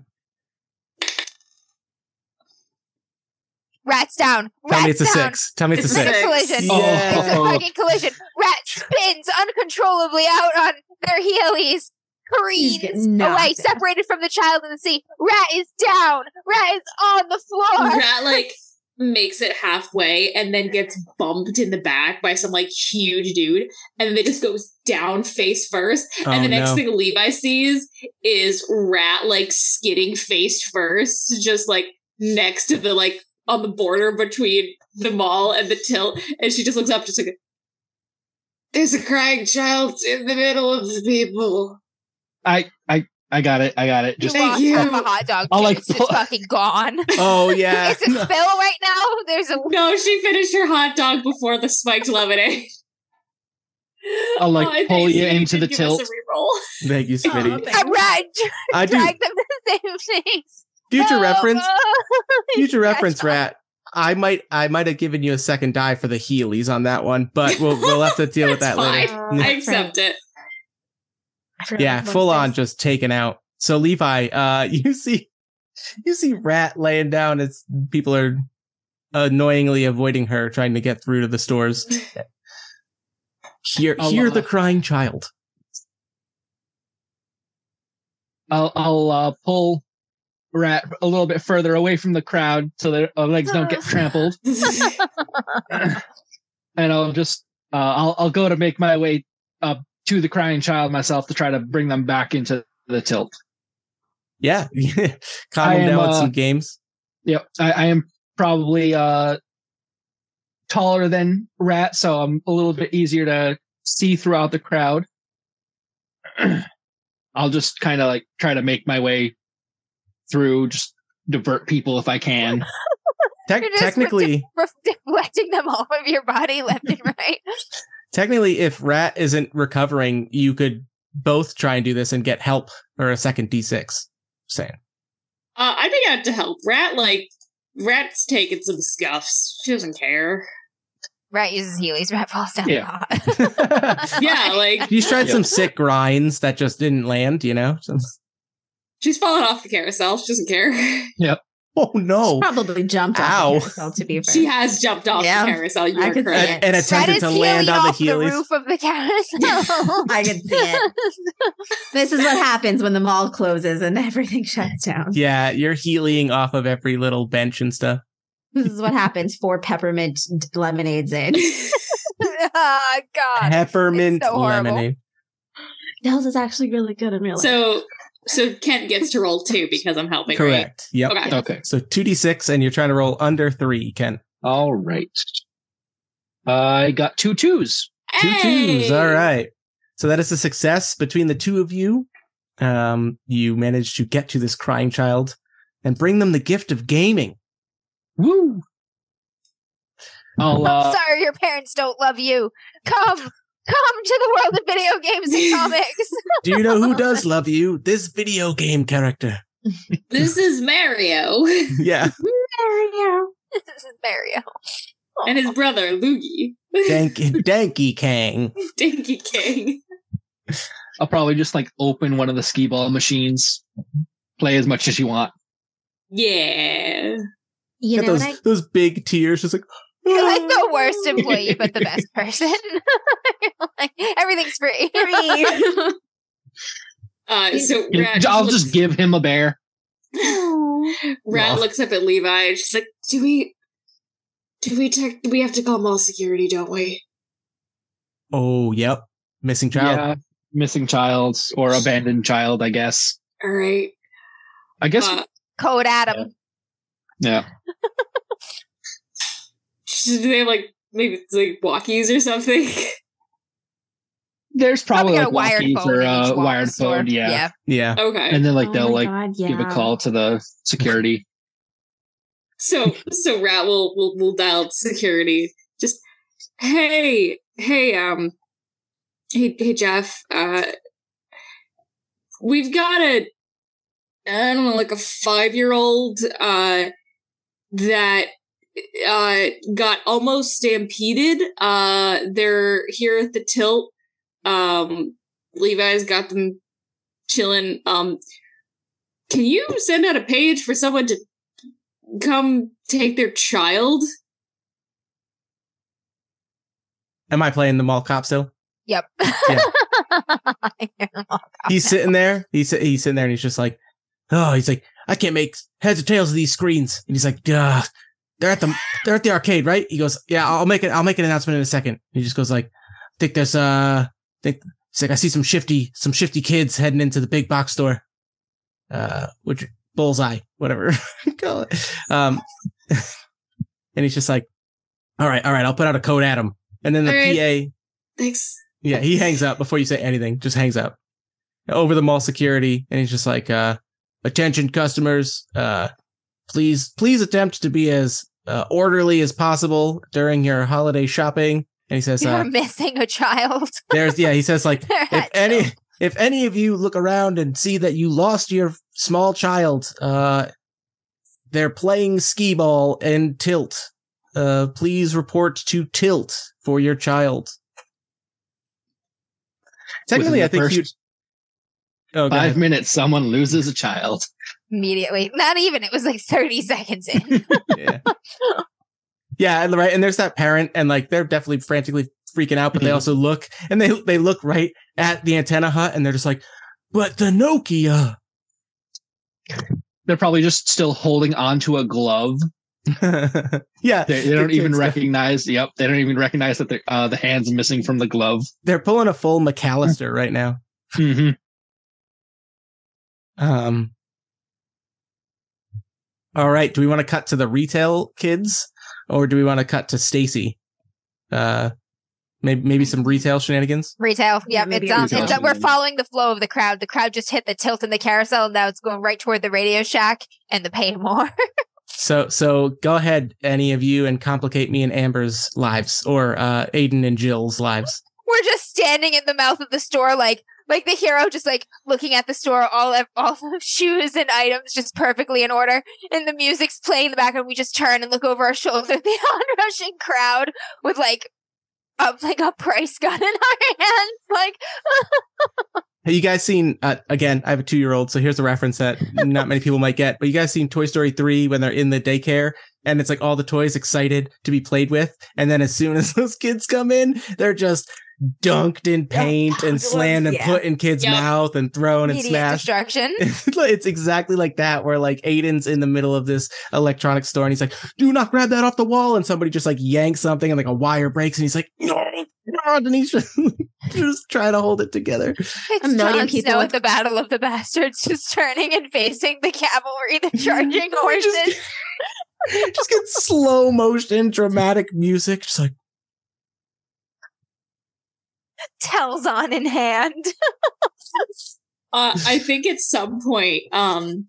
Rats down. Rats Tell me it's a down. six. Tell me it's a It's a um, six. It's a collision. Oh. It's a Yeah. fucking collision. Rat spins uncontrollably out on their heelys, He's careens getting knocked away, out. separated from the child in the sea. Rat is down. Rat is on the floor. Rat like makes it halfway and then gets bumped in the back by some like huge dude, and then it just goes down face first. Oh, and the next no. thing Levi sees is Rat like skidding face first, just like next to the like on the border between the mall and the tilt, and she just looks up, just like. There's a crying child in the middle of the people. i i i got it i got it You just Thank lost you. half a hot dog. I'll, Jim. like, it's just pull- fucking gone. Oh yeah. it's a spill right now. There's a No, she finished her hot dog before the spiked lemonade. I'll, like, Oh, and pull thanks, you Sadie, into did the give us a tilt. re-roll. Thank you, Smitty. thank- a rat I do dragged them to the same thing. future No. reference. Future Rat reference, dog. rat. I might I might have given you a second die for the heelys on that one, but we'll we'll have to deal with That's that later. fine. Yeah. I accept it. I forgot yeah what it full on is. just taken out so levi uh you see you see rat laying down as people are annoyingly avoiding her trying to get through to the stores hear Oh, hear uh, the crying child i'll i'll uh, pull rat a little bit further away from the crowd so that our legs don't Oh. get trampled and I'll just uh, I'll I'll go to make my way up to the crying child myself to try to bring them back into the tilt. yeah calm I him am, down with uh, some games Yep, I, I am probably uh, taller than Rat, so I'm a little bit easier to see throughout the crowd. I'll just kind of like try to make my way through, just divert people if I can. Tec- You're just technically Reflecting them all over your body, left and right. technically if rat isn't recovering you could both try and do this and get help or a second d6 saying Uh, I'd be out to help. Rat like rat's taking some scuffs. She doesn't care. Rat uses Heelys. Rat falls down. Yeah. hot. Yeah, like he's tried Yeah. some sick grinds that just didn't land you know So- she's falling off the carousel. She doesn't care. Oh no! Probably jumped off Ow. the carousel, to be fair. She has jumped off Yeah. the carousel. You I are could see correct. it. And, and That attempted is to healing land on the off the, heelys. roof of the carousel. I could see it. This is what happens when the mall closes and everything shuts down. Yeah, you're healing off of every little bench and stuff. This is what happens for peppermint d- lemonades in. oh God. Peppermint so horrible. lemonade. Nels is actually really good in real life. so so Kent gets to roll two because I'm helping. Right? Correct. Yep. Okay. Okay. So two d six, and you're trying to roll under three, Ken. All right. I got two twos. Two twos. Hey! All right. So that is a success between the two of you. Um, you manage to get to this crying child and bring them the gift of gaming. Woo! I'll I'm uh, sorry your parents don't love you. Come, come to the world of video games and comics. Do you know who does love you? This video game character. This is Mario Yeah. this is Mario. and his brother Luigi, Dank- Danky Kang. Dinky King. I'll probably just like open one of the skee ball machines, play as much as you want. Yeah. you Got know, those and I, those big tears, just like You're like the worst employee, but the best person. You're like, everything's free. Uh, so You know, Rat I'll looks- just give him a bear. Rat Well. looks up at Levi and she's like, "Do we? Do we? Tech, we have to call mall security, don't we? oh, yep, missing child. Yeah, missing child or abandoned child, I guess. All right. I guess. Uh, Code Adam. yeah. do they have like maybe it's like walkies or something? There's probably, Probably got a like wired walkies phone. in or each uh, Walmart wired store. phone. Yeah. Yeah. okay. And then like Oh they'll my like God, give a yeah. call to the security. So so Rat will will will dial security. Just hey hey um hey hey Jeff uh we've got a I don't know like a five year old uh that uh got almost stampeded. Uh they're here at the tilt. Um Levi's got them chilling. Um can you send out a page for someone to come take their child? Am I playing the mall cop still? Yep. Oh, Yeah. I am. He's sitting there. He's sit- he's sitting there, and he's just like, oh, he's like, I can't make heads or tails of these screens. And he's like, duh, they're at the they're at the arcade, right? He goes, yeah, I'll make it. I'll make an announcement in a second. He just goes like, I think there's uh, I think he's like, I see some shifty some shifty kids heading into the big box store, uh, which bullseye, whatever, call it. Um, and he's just like, all right, all right, I'll put out a code at him. And then the All right. PA Thanks. yeah, he hangs up before you say anything. Just hangs up over the mall security, and he's just like, uh, "Attention, customers! Uh, please, please attempt to be as uh, orderly as possible during your holiday shopping." And he says, You're uh, missing a child. "There's yeah." He says like, They're "If at any, Joe. if any of you look around and see that you lost your small child, uh, they're playing skee ball and tilt. Uh, please report to tilt for your child." Technically, Within I the think first you Oh, go five ahead. minutes, someone loses a child. immediately, not even. It was like thirty seconds in. Yeah. yeah, and right. And there's that parent, and like they're definitely frantically freaking out, but they Mhm. also look and they they look right at the antenna hut, and they're just like, "But the Nokia." They're probably just still holding onto a glove. yeah, They, they don't The even kids, yeah. recognize. Yep, they don't even recognize that the uh, the hands missing from the glove. they're pulling a full McAllister right now. Mm-hmm. hmm Um. All right. Do we want to cut to the retail kids, or do we want to cut to Stacy? Uh, maybe maybe some retail shenanigans. Retail. Yeah, Yep. maybe It's um. retail. It's, uh, we're following the flow of the crowd. The crowd just hit the tilt in the carousel, and now it's going right toward the Radio Shack and the Paymore. So so go ahead, any of you, and complicate me and Amber's lives, or uh, Aiden and Jill's lives. we're just standing in the mouth of the store, like like the hero, just like looking at the store, all of all the shoes and items just perfectly in order, and the music's playing in the background. We just turn and look over our shoulder, at the onrushing crowd with like. Up like a price gun in our hands, like Have you guys seen? Uh, again, I have a two-year-old, so here's a reference that not many people might get. But you guys seen Toy Story three when they're in the daycare and it's like all the toys excited to be played with, and then as soon as those kids come in, they're just dunked in paint Dunked and ones, slammed and yeah. put in kids' Yep. mouth and thrown and Immediate smashed. destruction. it's exactly like that where like Aiden's in the middle of this electronic store and he's like, do not grab that off the wall. And somebody just like yanks something and like a wire breaks and he's like, no, no, Denisha, just try to hold it together. It's A Jon million people Snow with- at the Battle of the Bastards, just turning and facing the cavalry, the charging We just horses. get- just get slow motion dramatic music. Just like, tells on in hand. Uh, I think at some point, um,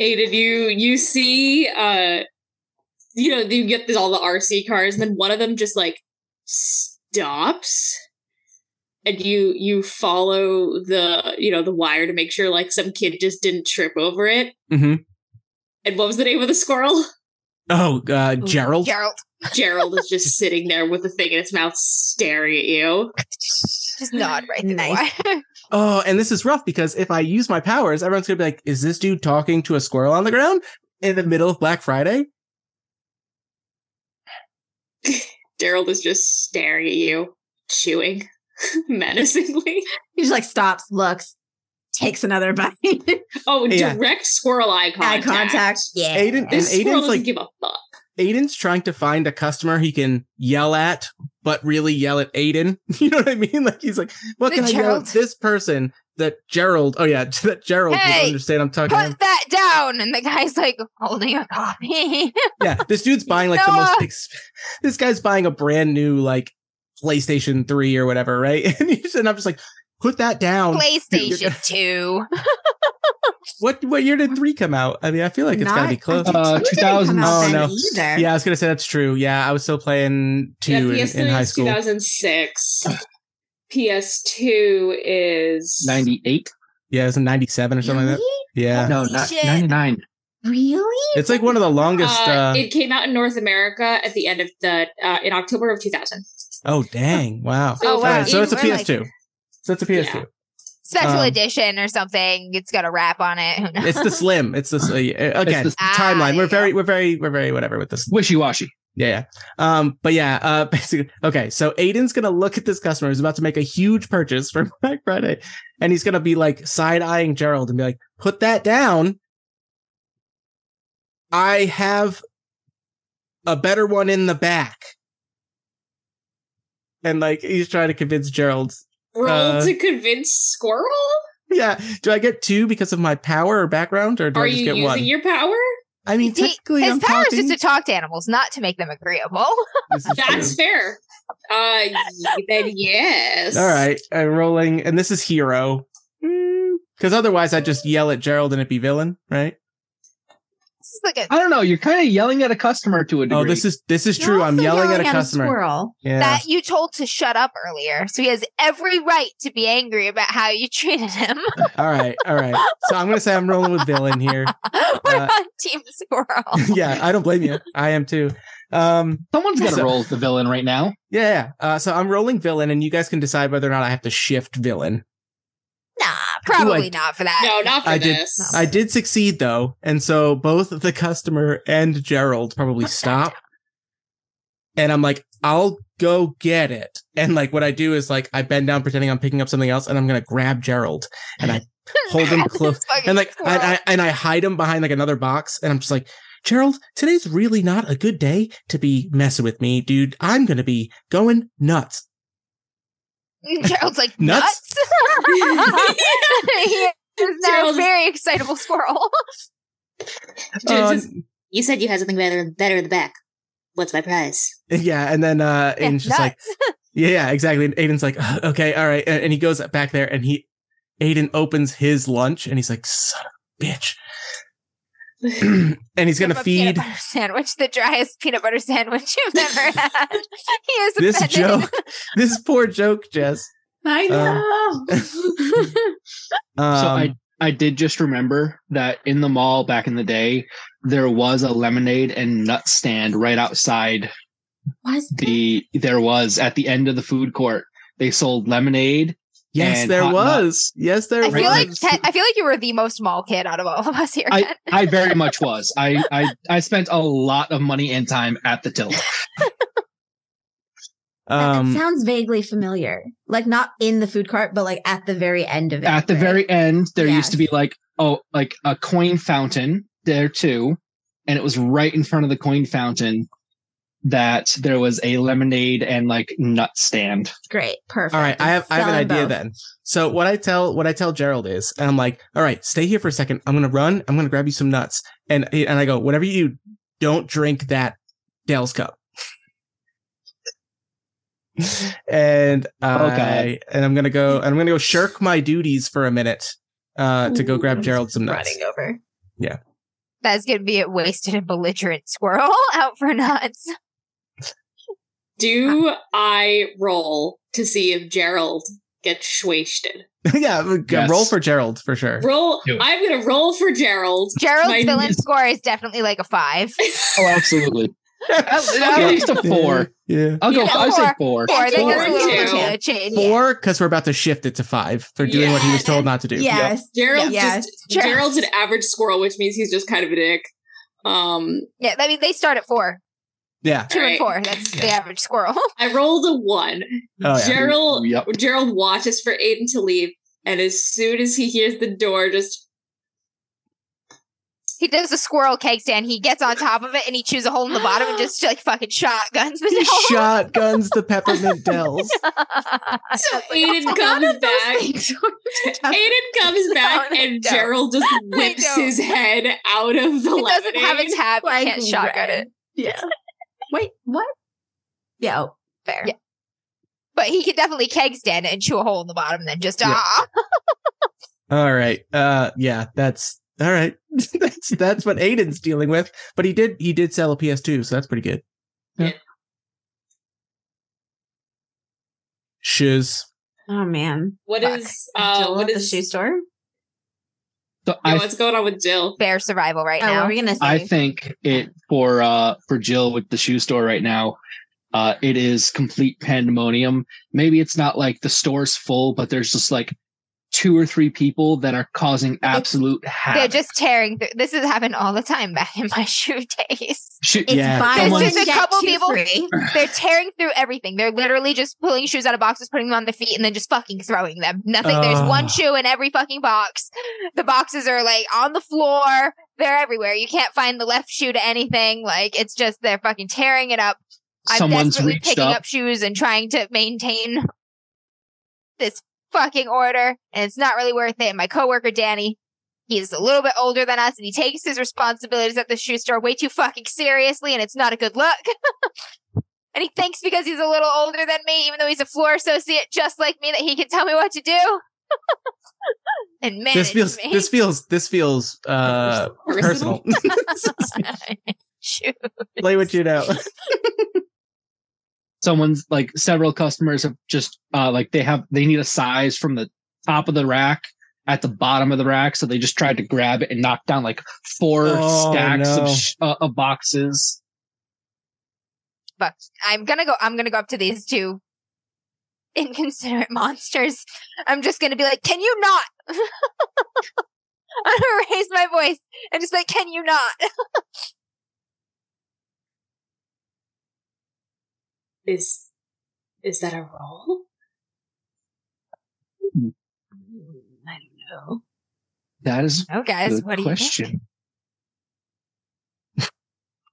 Aiden, you you see, uh, you know, you get this, all the RC cars, and then one of them just like stops, and you you follow the you know the wire to make sure like some kid just didn't trip over it. Mhm. And what was the name of the squirrel? oh, uh, Gerald. Gerald Gerald is just sitting there with the thing in its mouth, staring at you. just nod right through Nice. the wire. Oh, and this is rough because if I use my powers, everyone's going to be like, is this dude talking to a squirrel on the ground in the middle of Black Friday? Gerald is just staring at you, chewing menacingly. He just like stops, looks, takes another bite. Oh, Yeah. direct squirrel eye Eye contact. contact. Yeah. Aiden, and This squirrel Aiden's doesn't like, give a fuck. Aiden's trying to find a customer he can yell at, but really yell at Aiden. You know what I mean? Like he's like, what The can I yell at Gerald. this person that Gerald? Oh yeah, that Gerald Hey, will understand I'm talking. to him. Put that down, and the guy's like holding a copy. Yeah, this dude's buying like Noah. the most. Exp- this guy's buying a brand new like PlayStation Three or whatever, right? And, he's, and I'm just like, put that down. PlayStation Oh, gonna- Two. what what year did three come out? I mean, I feel like it's gotta be close. think- Uh, 2000. Oh, no. Either. yeah, I was gonna say that's true. Yeah, I was still playing yeah, two PS3 in, in high is school. 2006. PS2 is 98? Yeah, it was in '97 or something like Really? that. Yeah. No, not Shit. 99. Really? It's like one of the longest. Uh, Uh, it came out in North America at the end of the uh, in October of 2000. oh, dang! Wow. So Oh, All wow. right, so Dude, it's a we're like- PS2. so it's a PS2. Special Um, edition or something. It's got a wrap on it. Who knows? It's the slim. It's the s- uh, again It's Ah, timeline. We're there very, you we're very, we're very whatever with this. Wishy washy. Yeah, yeah. Um, but yeah. Uh, basically, okay. So Aiden's gonna look at this customer who's about to make a huge purchase for Black Friday, and he's gonna be like side eyeing Gerald and be like, "Put that down. I have a better one in the back." And like he's trying to convince Gerald Roll Uh, to convince squirrel? Yeah. Do I get two because of my power or background, or do Are I just you get using one? your power? I mean, He- technically, his I'm power talking. is just to talk to animals, not to make them agreeable. This is That's fair. Uh, y- then yes. true. all right. I'm rolling, and this is hero. Because otherwise, I'd just yell at Gerald and it'd be villain, right? this is like a, I don't know. You're kind of yelling at a customer to a degree. Oh, this is this is true. I'm yelling, at a customer. squirrel. yeah. that you told to shut up earlier, so he has every right to be angry about how you treated him. all right. All right. So I'm gonna say I'm rolling with villain here. We're Uh, on Team Squirrel. yeah, I don't blame you. I am too. Um. Someone's got to So- roll as the villain right now. Yeah. yeah. Uh, so I'm rolling villain, and you guys can decide whether or not I have to shift villain. Nah, probably I- not for that. No, not for I did- this. I did succeed though, and so both the customer and Gerald probably stop. And I'm like, I'll go get it. And like, what I do is like, I bend down pretending I'm picking up something else, and I'm gonna grab Gerald, and I hold him This close, fucking and like, squirrel. I, I and I hide him behind like another box, and I'm just like, Gerald, today's really not a good day to be messing with me, dude. I'm gonna be going nuts. Gerald's like Nuts? nuts. he is now a Gerald's- very excitable squirrel. Uh, Just- You said you had something better better in the back. What's my prize? yeah, and then uh, and it's just like. nuts. Yeah, yeah, exactly. And Aiden's like, "Ugh, okay, all right. And, and he goes back there and he, Aiden opens his lunch and he's like, son of a bitch. and he's going Give him to a peanut feed butter sandwich, the driest peanut butter sandwich you've ever had. he is this offended. joke, this poor joke, Jess. I know. Uh, Um, so I, I did just remember that in the mall back in the day, there was a lemonade and nut stand right outside Was the. There was at the end of the food court. They sold lemonade Yes, And there Hot Nut. was. Yes, there I was. feel like Ken, I feel like you were the most mall kid out of all of us here. Ken. I very much was. I, I I spent a lot of money and time at the till. That um, sounds vaguely familiar. Like not in the food cart, but like at the very end of it. At the right? very end, there used to be Yes. like oh like a coin fountain there too, and it was right in front of the coin fountain that there was a lemonade and like nut stand. great, perfect. all right, I have I have an Selling idea both. then. So what I tell what I tell Gerald is, and I'm like, all right, stay here for a second. I'm gonna run. I'm gonna grab you some nuts, and and I go, whatever you do, don't drink that Dell's cup. and I and I'm gonna go and I'm gonna go shirk my duties for a minute uh, to go grab Ooh, Gerald some nuts. Running over. That's gonna be a wasted and belligerent squirrel out for nuts. Do I roll to see if Gerald gets shwasted? yeah, Yes. roll for Gerald for sure. Roll. Do it. I'm gonna roll for Gerald. Gerald's My- villain score is definitely like a five. Oh, absolutely. at, at Okay. least a four. Yeah. I'll go. Oh, Yeah, I say Four. four. That Four. goes a little Two. too much in. yeah. Four, because we're about to shift it to five for doing what he was told not to do. Yes. Gerald Yes. just Yes. Gerald's an average squirrel, which means he's just kind of a dick. Um, Yeah, I mean they start at four, Yeah. two and Right. four. That's the average squirrel. I rolled a one. Oh, yeah. Gerald Yep. Gerald watches for Aiden to leave, and as soon as he hears the door, just he does the squirrel keg stand. He gets on top of it and he chews a hole in the bottom and just like fucking shotguns the He hole. shotguns the peppermint dells. so Aiden comes back. Aiden comes back, they and don't. Gerald just whips don't. his head out of the it doesn't have a lemonade. tab. You Like can't shotgun red. it. Yeah. Wait, what? Yeah, oh, fair. Yeah. But he could definitely keg stand it and chew a hole in the bottom and then just Yeah. ah. All right. Uh yeah, that's all right. that's that's what Aiden's dealing with. But he did he did sell a PS2, so that's pretty good. Yeah. Shiz. Oh man. What Fuck. is uh, Jill what at the is shoe store? So yeah, I what's going on with Jill? Bear survival right Oh, what now. were we gonna say? I think it for uh for Jill with the shoe store right now, uh it is complete pandemonium. Maybe it's not like the store's full, but there's just like two or three people that are causing absolute They're havoc. just tearing through. This has happened all the time back in my shoe days. Shoe- it's Yeah, buy There's one, just a get couple two people- free. They're tearing through everything. They're literally just pulling shoes out of boxes, putting them on their feet, and then just fucking throwing them. Nothing. there's Ugh. one shoe in every fucking box. The boxes are like on the floor. They're everywhere. You can't find the left shoe to anything. Like it's just they're fucking tearing it up. I'm someone's desperately reached picking up. up shoes and trying to maintain this fucking order, and it's not really worth it. And my coworker Danny, he's a little bit older than us, and he takes his responsibilities at the shoe store way too fucking seriously, and it's not a good look. and he thinks because he's a little older than me, even though he's a floor associate just like me, that he can tell me what to do. and manage This feels me. this feels this feels uh personal. Personal? Shoot. Play what you know. Someone's like several customers have just uh like they have they need a size from the top of the rack at the bottom of the rack, so they just tried to grab it and knock down like four Oh, stacks no. of, sh- uh, of boxes. I'm gonna go. I'm gonna go up to these two inconsiderate monsters. I'm just gonna be like, "Can you not?" I'm gonna raise my voice and just be like, "Can you not?" Is is that a roll? I don't know. That is Oh, a guys, good what do you think? question.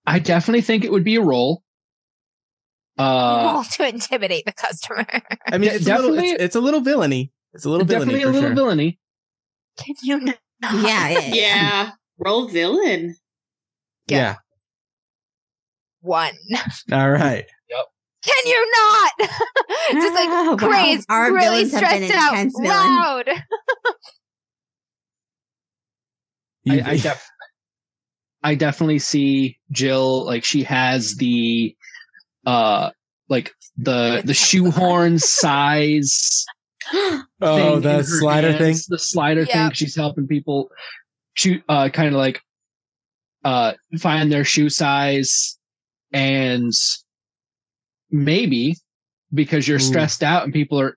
I definitely think it would be a roll. Uh, Roll to intimidate the customer. I mean Yeah, it's a little it's, definitely- it's a little villainy. It's a little definitely villainy for a little sure. villainy. Can you not? Yeah, yeah. yeah. Yeah, roll villain. yeah. One. All right. Can you not? just like Oh, wow. crazed, Our really villains have been stressed out, intense villains. loud. I, You- I, def- I definitely see Jill like she has the, uh, like the the shoehorn size. thing oh, in the her slider thing. hands, the slider thing. Yep. She's helping people shoot, uh, kind of like, uh, find their shoe size and maybe because you're Ooh. stressed out and people are,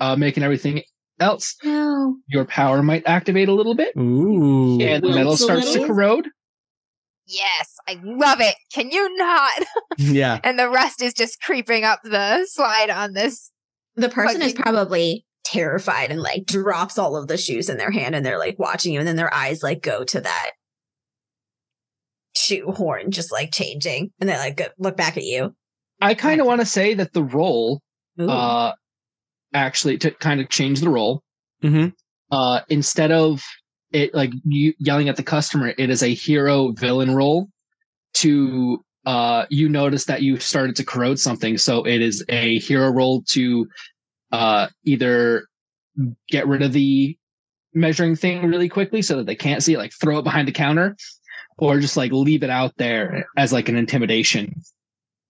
uh, making everything else, No. your power might activate a little bit Ooh. and the Wilts metal a starts to little. corrode. Yes, I love it. Can you not? Yeah. And the rust is just creeping up the slide on this. The person is Fucking- probably terrified and like drops all of the shoes in their hand and they're like watching you and then their eyes like go to that shoe horn just like changing and they like go- look back at you. I kind of Right. want to say that the roll Ooh. uh, actually to kind of change the role. hmm Uh, instead of it like you yelling at the customer, it is a hero villain role. To uh, you notice that you started to corrode something, so it is a hero roll to uh, either get rid of the measuring thing really quickly so that they can't see it, like throw it behind the counter, or just like leave it out there as like an intimidation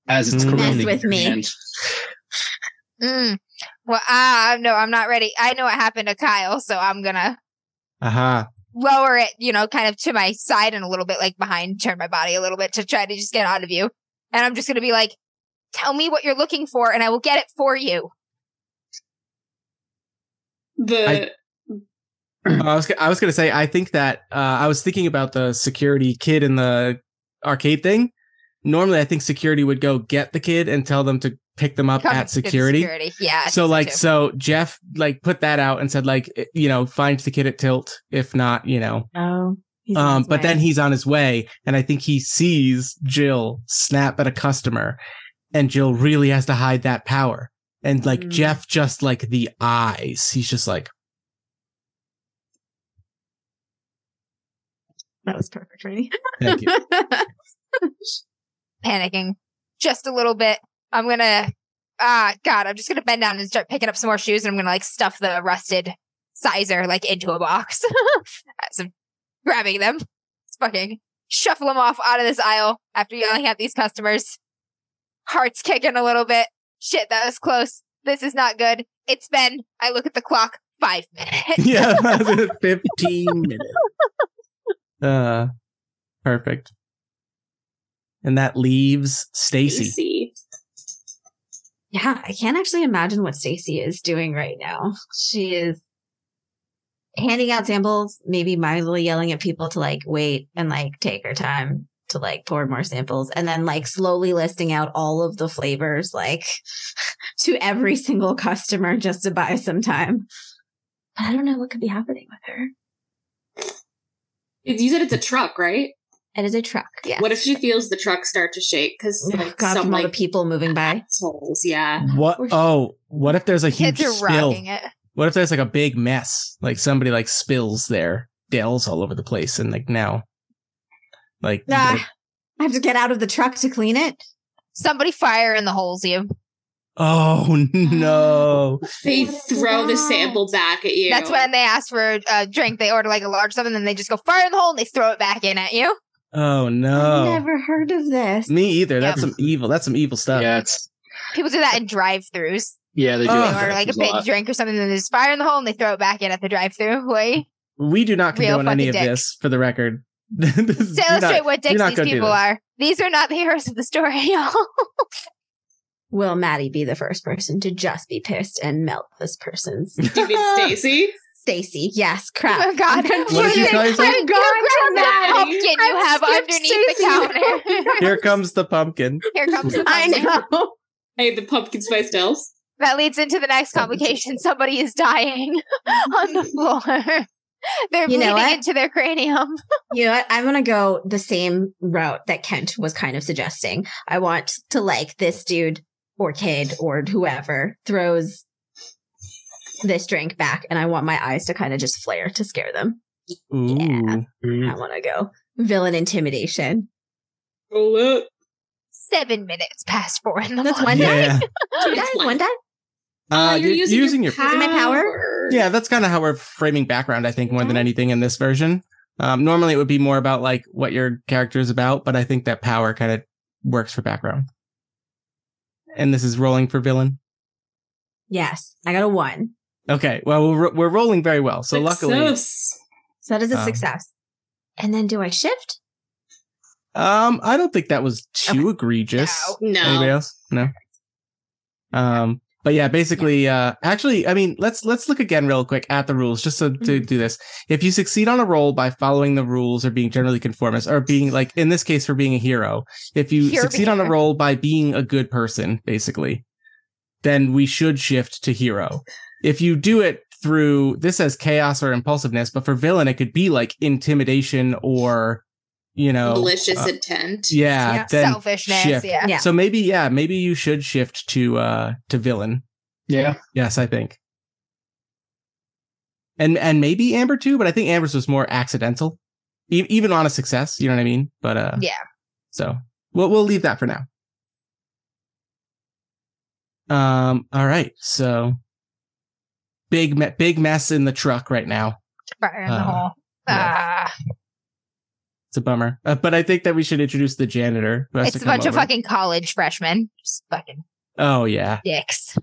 as it's Mm. corroding. Mess with your me. hand. Mm. Well, ah, no, I'm not ready. I know what happened to Kyle, so I'm gonna Aha. lower it, you know, kind of to my side and a little bit like behind, turn my body a little bit to try to just get out of you. And I'm just gonna be like, "Tell me what you're looking for, and I will get it for you." The I- Uh, I was I was gonna say I think that uh, I was thinking about the security kid in the arcade thing. Normally, I think security would go get the kid and tell them to pick them up Come at to security. Yeah. I think So like too. so Jeff like put that out and said like i- you know find the kid at tilt if not you know Oh. he's on um his but way. then he's on his way and I think he sees Jill snap at a customer and Jill really has to hide that power and like Mm. Jeff just like the eyes he's just like that was perfect, right? thank you panicking just a little bit. I'm gonna ah god, I'm just gonna bend down and start picking up some more shoes and I'm gonna like stuff the rusted sizer like into a box. As I'm grabbing them. Just fucking shuffle them off out of this aisle after yelling at these customers. Heart's kicking a little bit. Shit, that was close. This is not good. It's been I look at the clock, five minutes. yeah, fifteen minutes. Uh, perfect. And that leaves Stacy. AC. Yeah, I can't actually imagine what Stacy is doing right now. She is handing out samples, maybe mildly yelling at people to like wait and like take her time to like pour more samples and then like slowly listing out all of the flavors like to every single customer just to buy some time. But I don't know what could be happening with her. You said it's a truck, right? It is a truck. Yes. What if she feels the truck start to shake? Because Oh, like God, some from all the like people moving by? assholes, yeah. What? Oh, what if there's a huge Kids are spill? rocking it. What if there's like a big mess? Like somebody like spills their Dells all over the place, and like now, like Ah, I have to get out of the truck to clean it. Somebody fire in the holes you. oh no, They What if throw the that? sample back at you. That's when they ask for a drink. They order like a large something, and they just go fire in the hole and they throw it back in at you. oh I've no, never heard of this. me either. That's Yep. some evil. That's some evil stuff. Yeah, it's People do that in drive-throughs. yeah, they do. Oh. They that. order like a There's big lot. drink or something, and they just fire in the hole and they throw it back in at the drive-through. Wait, We do not Real condone any of fucking this, for the record. This is- do not- illustrate what dicks not these go do people this. are. These are not the heroes of the story, y'all. Oh Will Maddie be the first person to just be pissed and melt this person's Do you mean Stacy? Stacy? Yes, crap. Oh, God. I'm confused. What did you call I'm yourself? You grabbed that Maddie. pumpkin you I have skipped underneath Stacey. the counter. Here comes the pumpkin. Here comes the I pumpkin. know. Hey, the pumpkin spice dells. That leads into the next complication. Somebody is dying on the floor. They're You know bleeding what? into their cranium. You know what? I'm gonna go the same route that Kent was kind of suggesting. I want to like this dude or kid or whoever throws this drink back, and I want my eyes to kind of just flare to scare them. Ooh. Hmm. I want to go villain intimidation. Roll up. Seven minutes past four in the That's morning. one Yeah. Oh, Two dice, It's fine. one die. Uh, Oh, you're, using, your. Using my power? yeah, that's kind of how we're framing background, I think, more than Okay. anything in this version. Um, normally it would be more about like what your character is about, but I think that power kind of works for background. And this is rolling for villain. Yes, I got a one. Okay, well we're we're rolling very well. So luckily, Success. So that is a Um, success. And then do I shift? um, I don't think that was too egregious. No. No. Anybody else? No. Um, But yeah, basically, uh, actually, I mean, let's let's look again real quick at the rules just so, to do this. If you succeed on a roll by following the rules or being generally conformist or being like in this case for being a hero, if you Hero succeed on a behavior. roll by being a good person, basically, then we should shift to hero. If you do it through this says chaos or impulsiveness, but for villain it could be like intimidation or you know malicious uh, intent. yeah, Yeah. then Selfishness. shift. Yeah. Yeah. So maybe yeah, maybe you should shift to uh to villain. Yeah. Yes, I think. And and maybe Amber too, but I think Amber's was more accidental, e- even on a success. You know what I mean? But uh, Yeah. So we'll we'll leave that for now. Um. All right. So big me- big mess in the truck right now. Fire in the Uh, hole. yeah. Ah, It's a bummer, uh, but I think that we should introduce the janitor. who has it's to a come bunch of over. fucking college freshmen. Just fucking Oh yeah. dicks.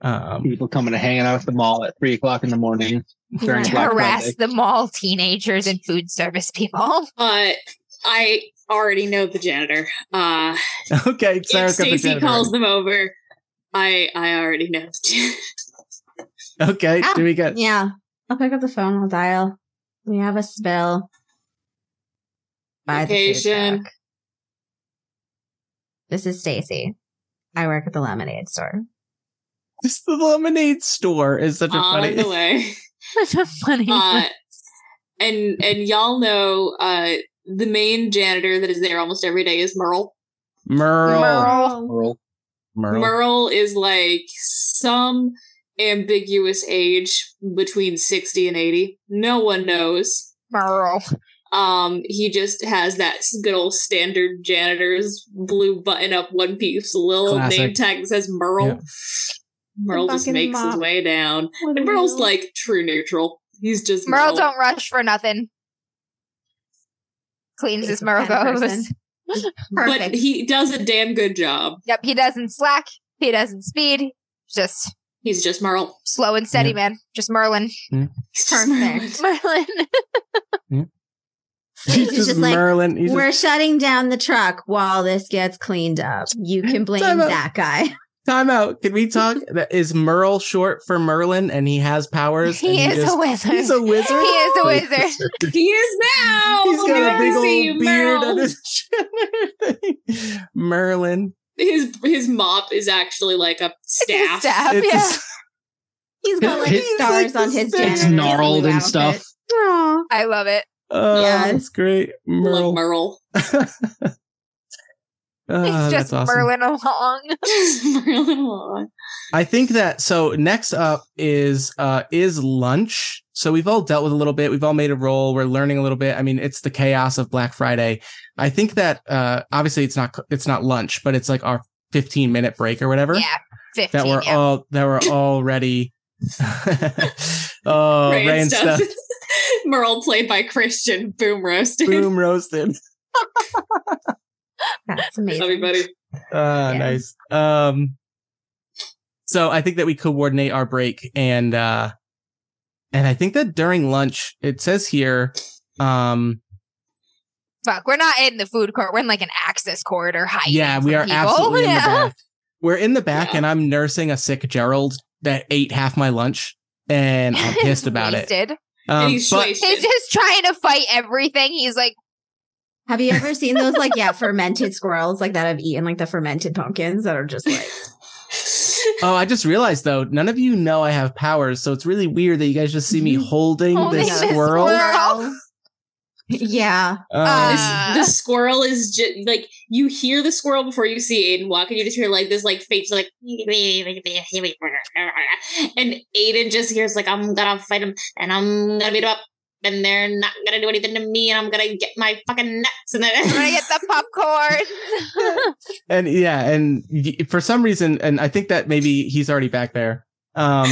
Um. People coming and hanging out at the mall at three o'clock in the morning during Yeah. Black Harass Friday. the mall teenagers and food service people. But I already know the janitor. Uh, Okay. if Sarah's got the Stacy janitor. calls them over, I I already know. the janitor. Okay. Ah, do we get? Yeah. I'll pick up the phone. I'll dial. We have a spill. By the food Location. truck. This is Stacy. I work at the lemonade store. Just the lemonade store is such a on the funny. way. That's a funny. Uh, and and y'all know uh, the main janitor that is there almost every day is Merle. Merle. Merle. Merle. Merle. Merle, is like some ambiguous age between 60 and 80. No one knows. Merle. Um, he just has that good old standard janitor's blue button up one piece little Classic. name tag that says Merle. Yeah. Merle just Fucking makes his mop. way down. And Merle's like true neutral. He's just Merle don't rush for nothing. Cleans He's as the Merle kind goes. of person. But Perfect. he does a damn good job. Yep, he doesn't slack. He doesn't speed. Just He's just Merle. slow and steady, Yeah. man. Just Merlin. He's just Merlin. Perfect. Merlin. He's He's just, just like, Merlin. He's just, We're shutting down the truck while this gets cleaned up. You can blame Time out. that guy. time out. Can we talk? That- Is Merle short for Merlin and he has powers? he and is a wizard. He's a he wizard. is a wizard. He is now. He's You got a never big Oh, see old beard Merle. on his chin and everything. Merlin. his his mop is actually like a It's a staff. staff. It's a- yeah. He's got like He's stars like on his this It's janitor's gnarled blue and outfit. stuff. Aw. I love it. oh, Yeah. that's great. Love Merle. Merle. Oh, He's Ah, that's just awesome. Merlin along. Merlin Wong. I think that so next up is uh is lunch. So we've all dealt with a little bit. We've all made a roll. We're learning a little bit. I mean, it's the chaos of Black Friday. I think that uh obviously it's not it's not lunch, but it's like our 15 minute break or whatever. Yeah. 15. that we're yeah. all that we're already Oh, Ray and rain stuff. Merle played by Christian Boom roasted. Boom roasted. That's amazing. Everybody. Uh, Yeah. nice. Um, so I think that we coordinate our break and, uh, and I think that during lunch, it says here, um, Fuck, we're not in the food court. We're in like an access corridor hiding. yeah, from we are people. absolutely in the Yeah. back. We're in the back Yeah. and I'm nursing a sick Gerald that ate half my lunch and I'm pissed about it. Wasted. and Um, he's but sliced He's it. just trying to fight everything. He's like, Have you ever seen those like yeah fermented squirrels like that I've eaten like the fermented pumpkins that are just like Oh, I just realized though, none of you know I have powers, so it's really weird that you guys just see me Mhm. holding, Holding this this squirrel. Squirrel. yeah Um, Uh, the squirrel is just like you hear the squirrel before you see Aiden walk, and you just hear like this like fake like and Aiden just hears like I'm gonna fight him and I'm gonna beat him up and they're not gonna do anything to me and I'm gonna get my fucking nuts and then I'm gonna get the popcorn. and yeah, and y- for some reason, and I think that maybe he's already back there. Um,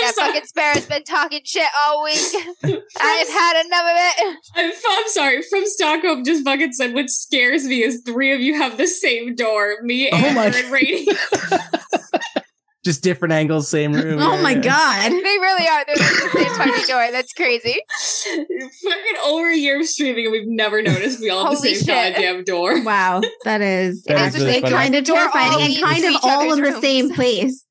yeah, I'm, sorry, fucking Sparrow's been talking shit all week. I've had enough of it. I'm, I'm sorry from Stockholm just fucking said what scares me is three of you have the same door me Oh Amber my- and Rainy just different angles, same room. oh my yeah. god They really are. They're like the same fucking door. That's crazy. Fucking over a year of streaming, and we've never noticed we all have the Holy same shit. goddamn door. Wow, that is That is really actually funny. kind of We're all terrifying and leads kind to of each all other's in the rooms. same place.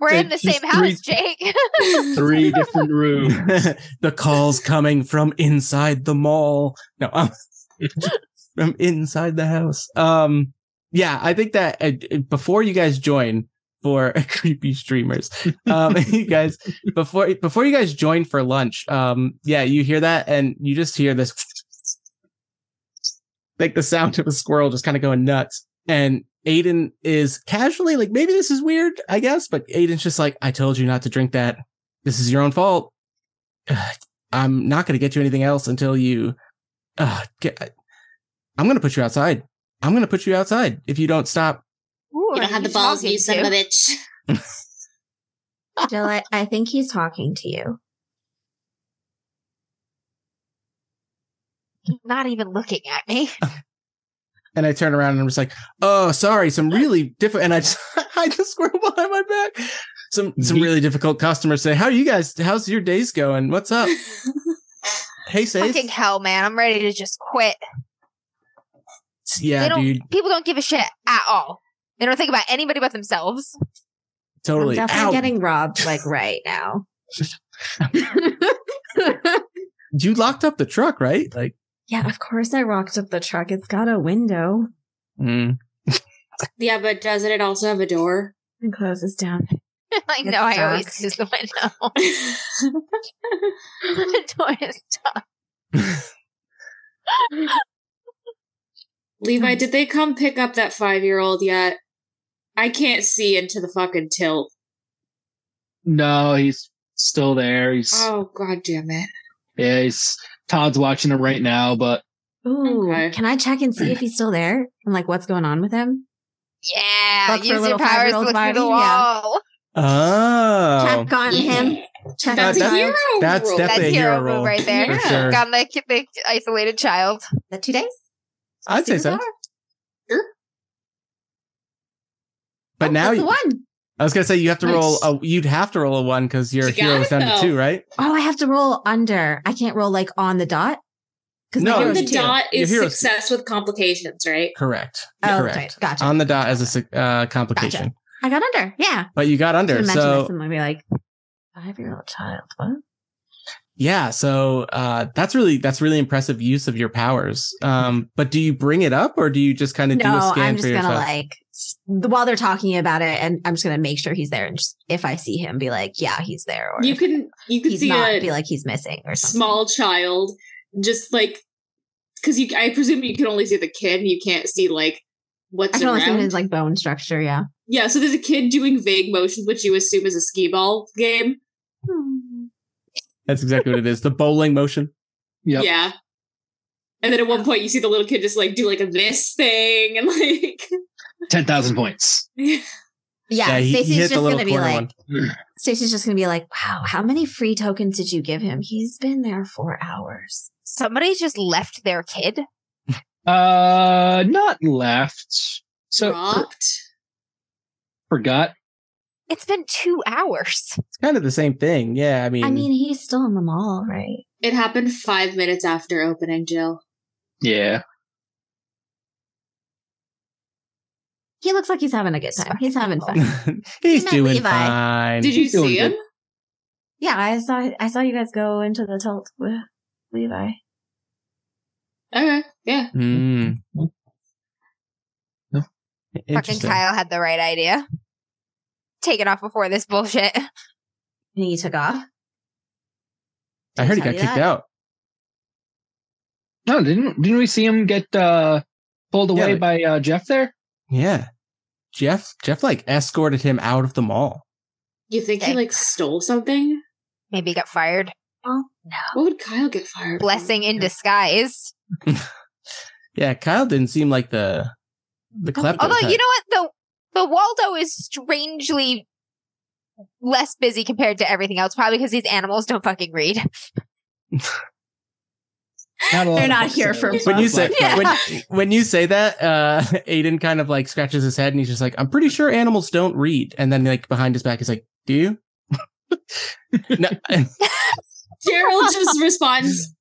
We're They're in the just same house, re- Jake. Three different rooms. the calls coming from inside the mall. No, um, from inside the house. Um, yeah, I think that uh, before you guys join for creepy streamers, um, you guys before before you guys join for lunch, um, yeah, you hear that and you just hear this like the sound of a squirrel just kind of going nuts. And Aiden is casually like, maybe this is weird, I guess, but Aiden's just like, I told you not to drink that. This is your own fault. I'm not going to get you anything else until you uh, get. I'm going to put you outside. I'm going to put you outside if you don't stop. Who You are don't have the balls, talking you son to? of a bitch. Jill, I, I think he's talking to you. Not even looking at me. And I turn around and I'm just like, oh, sorry, some really different. And I just I just squirrel behind my back. Some some Neat. really difficult customers say, how are you guys? How's your days going? What's up? hey, Fucking Safe. hell, man! I'm ready to just quit. Yeah, they don't. dude, People don't give a shit at all. They don't think about anybody but themselves. totally. I'm definitely Ow. getting robbed like right now. you locked up the truck, right? Like, yeah, of course I rocked up the truck. It's got a window. mm. yeah, but doesn't it also have a door? And closes down. I It know. I always sucks. use the window. the door is stuck. Levi, did they come pick up that five year old yet? I can't see into the fucking tilt. No, he's still there. He's Oh god damn it. yeah, he's Todd's watching him right now, but Ooh, Okay. can I check and see if he's still there and like what's going on with him? Yeah, Fuck for a use your little powers. five-year-old Look through the body, yeah. wall. oh, Uh, Check on him. Check That's on a That's- hero. child. that's rule. definitely- That's a hero, hero room role. right there. For sure. Got like the, the isolated child. Is that two days? I'd say so. Superpower? But Oh, now that's the you, one. I was gonna say you have to Nice. roll. A, you'd have to roll a one because your You got hero's it, down to though. two, right? Oh, I have to roll under. I can't roll like on the dot. Because No, my On hero's the hero's two. dot Your is hero's- success with complications, right? Correct. Oh, Correct. okay. Gotcha. On the dot as a sig- uh, complication, I got under. Yeah. but you got under. Imagine so, this So and I'd be like, five year old child. What? yeah, so uh, that's really that's really impressive use of your powers. Um, but do you bring it up or do you just kind of do a No, scan I'm for just gonna yourself? like s- while they're talking about it, and I'm just gonna make sure he's there, and just if I see him, be like, yeah, he's there, or You if can you can he's see not, a be like he's missing or something. small child just like because you I presume you can only see the kid and you can't see like I what's can only see around. his like bone structure. Yeah. yeah, so there's a kid doing vague motions, which you assume is a skee ball game. That's exactly what it is. The bowling motion. yep. Yeah. And then at one point you see the little kid just like do like a this thing and like ten thousand points. Yeah. he, he Stacy's hit just the little gonna be corner like, one. Stacy's just gonna be like, wow, how many free tokens did you give him? He's been there for hours. Somebody just left their kid. Uh, not left. So uh, for- dropped. forgot. It's been two hours. It's kind of the same thing. Yeah, I mean, I mean, he's still in the mall, right? It happened five minutes after opening, Jill. Yeah, He looks like he's having a good time. He's having fun. he's met doing Levi. fine. Did you She's doing see him? Yeah, I saw I saw you guys go into the tilt with Levi. Okay. Yeah. Mm. Fucking Interesting. Kyle had the right idea. Taking off before this bullshit. And he took off. I heard he Tell got you kicked that. out. no, didn't didn't we see him get uh pulled Yeah, away like- by uh, Jeff there? Yeah. Jeff Jeff like escorted him out of the mall. You think Okay. he like stole something? Maybe got fired. What would Kyle get fired? for? Blessing in disguise. Yeah, Kyle didn't seem like the the klepto. Although type. you know what, the the Waldo is strangely less busy compared to everything else. Probably because these animals don't fucking read. Not a lot They're of not book here for sales, when not you say black Yeah. market. when when you say that, uh Aiden kind of like scratches his head and he's just like, I'm pretty sure animals don't read. And then like behind his back he's like, Do you? no Gerald just responds,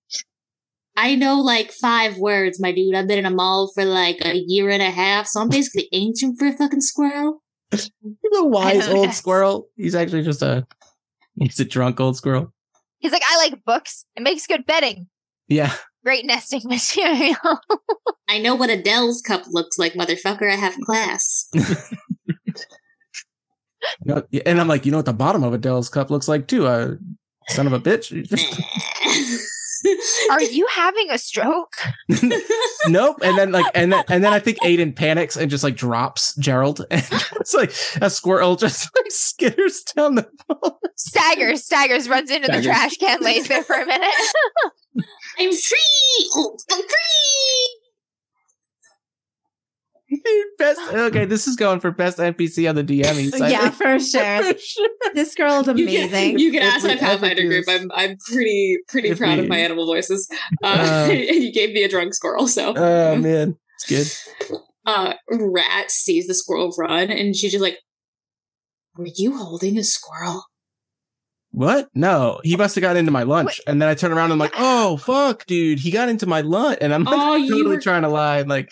I know like five words, my dude. I've been in a mall for like a year and a half, so I'm basically ancient for a fucking squirrel. He's a wise know old that. squirrel. He's actually just a he's a drunk old squirrel. He's like, I like books. It makes good bedding. Yeah. Great nesting material. I know what Adele's cup looks like, motherfucker. I have class. You know, and I'm like, you know what the bottom of Adele's cup looks like too? Uh, son of a bitch. Are you having a stroke? nope. And then like, and then and then I think Aiden panics and just like drops Gerald, and it's like a squirrel just like skitters down the pole. Staggers, staggers, runs into the Staggers. trash can, lays there for a minute. I'm free. Oh, I'm free. best. Okay, this is going for best NPC on the DM. side. yeah, for sure. For sure. This girl is You can, amazing. you can If ask my we ever Pathfinder do group. this- I'm I'm pretty pretty If proud of we- my animal voices. Uh, Uh, you gave me a drunk squirrel, so Oh man, it's good. uh, Rat sees the squirrel run, and she's just like, "Were you holding a squirrel?" What? No, he must have got into my lunch, and then I turn around and I'm like, oh fuck, dude, he got into my lunch, and I'm like, Oh, you totally were- trying to lie, I'm like,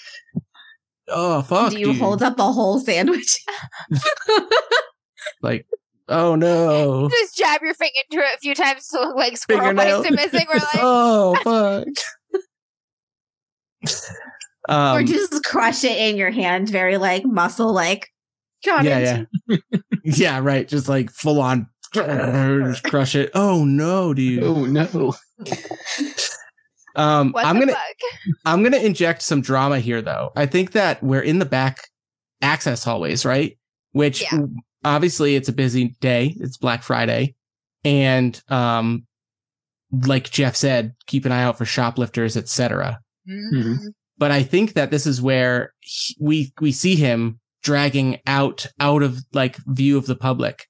oh fuck, Do you dude. hold up a whole sandwich? like, oh no. Just jab your finger into it a few times to look like squirrel Fingernail. bites are missing. We're like, oh fuck. um, or just crush it in your hand, very like muscle like. John, yeah, yeah, yeah, right. Just like full on just crush it. Oh no, dude. Oh no. Um, what I'm the gonna fuck? I'm gonna inject some drama here, though. I think that we're in the back access hallways, right? Which Yeah. obviously it's a busy day. It's Black Friday, and um, like Jeff said, keep an eye out for shoplifters, etc. Mhm. But I think that this is where he- we we see him dragging out out of like view of the public.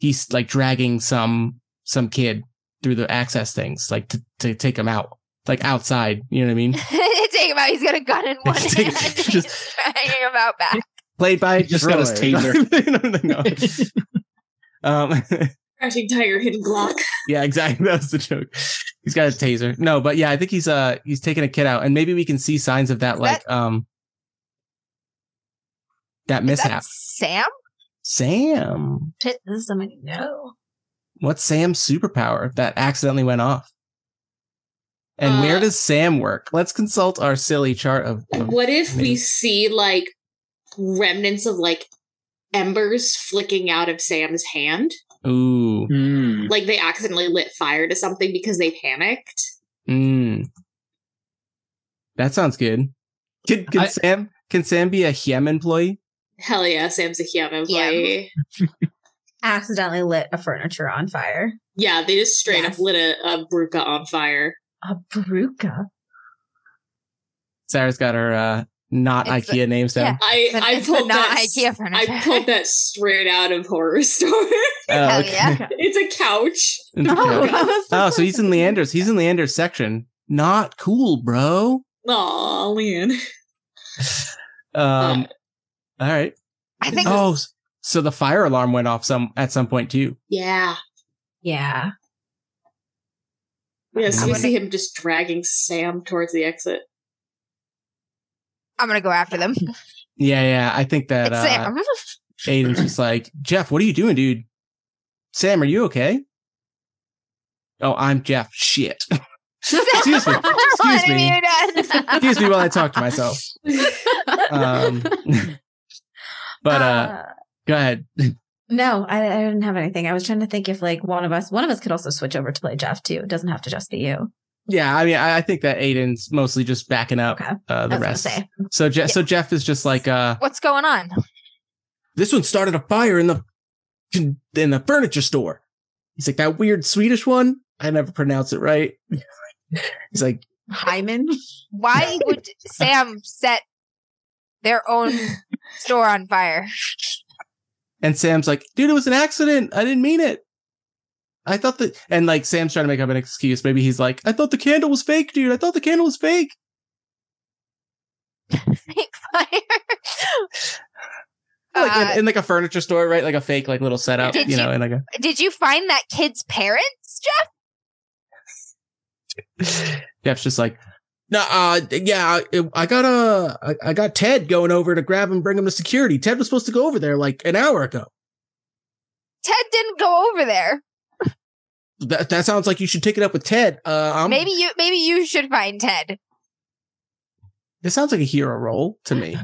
He's like dragging some some kid through the access things, like to to take him out, like outside. You know what I mean? Take him out. He's got a gun in one hand. Just take- and just- He's dragging him out back. played by He just got his Troy. No, no, no. um, Crashing Tiger, hidden Glock. yeah, exactly. That was the joke. He's got a taser. No, but yeah, I think he's uh he's taking a kid out, and maybe we can see signs of that, Is like um that Is that mishap. Sam? Sam, This is something no. what's Sam's superpower that accidentally went off? And where Uh, does Sam work? Let's consult our silly chart of. of- What if we Maybe. see like remnants of like embers flicking out of Sam's hand? Ooh, Hmm. Like they accidentally lit fire to something because they panicked. mm. that sounds good. Can, can I- Sam can Sam be a HEM employee? Hell yeah, Sam's a Hyam employee. Accidentally lit a furniture on fire. Yeah, they just straight Yes. up lit a, a burka on fire. A bruca. Sarah's got her uh, not It's the- IKEA names down. I But I it's the pulled not that. IKEA I furniture. pulled that straight out of horror story. Oh, Hell okay. yeah. it's a couch. It's No, okay. that was the Oh, so he's in first- Leander's. He's in Leander's section. Not cool, bro. Aw, Leanne. Um, all right. I think Oh, s- so the fire alarm went off some at some point too. Yeah. Yeah. Yes, I we wonder- see him just dragging Sam towards the exit. I'm gonna go after them. Yeah, yeah. I think that It's uh, Sam. Aiden's just like Jeff. What are you doing, dude? Sam, are you okay? Oh, I'm Jeff. Shit. Excuse me. Excuse Let him me. eat it. Excuse me while I talk to myself. Um, but uh, go ahead. no, I, I didn't have anything. I was trying to think if like one of us, one of us could also switch over to play Jeff too. It doesn't have to just be you. Yeah, I mean, I, I think that Aiden's mostly just backing up Okay. uh, the I was gonna rest. say. So, Je- Yeah. so Jeff is just like, uh, What's going on? this one started a fire in the in the furniture store. He's like that weird Swedish one. I never pronounce it right. He's like, Hyman. Why would Sam set their own store on fire? and Sam's like, dude, it was an accident. I didn't mean it. I thought that, and like Sam's trying to make up an excuse. Maybe he's like, I thought the candle was fake, dude. I thought the candle was fake. Fake fire. Like Uh, in, in like a furniture store, right? Like a fake, like little setup, Did you know, you- and like a did you find that kid's parents, Jeff? Jeff's just like, no, uh, yeah, I, I got uh, I, I got Ted going over to grab him, bring him to security. Ted was supposed to go over there like an hour ago. Ted didn't go over there. That that sounds like you should take it up with Ted. Uh, I'm, Maybe you maybe you should find Ted. this sounds like a hero role to me.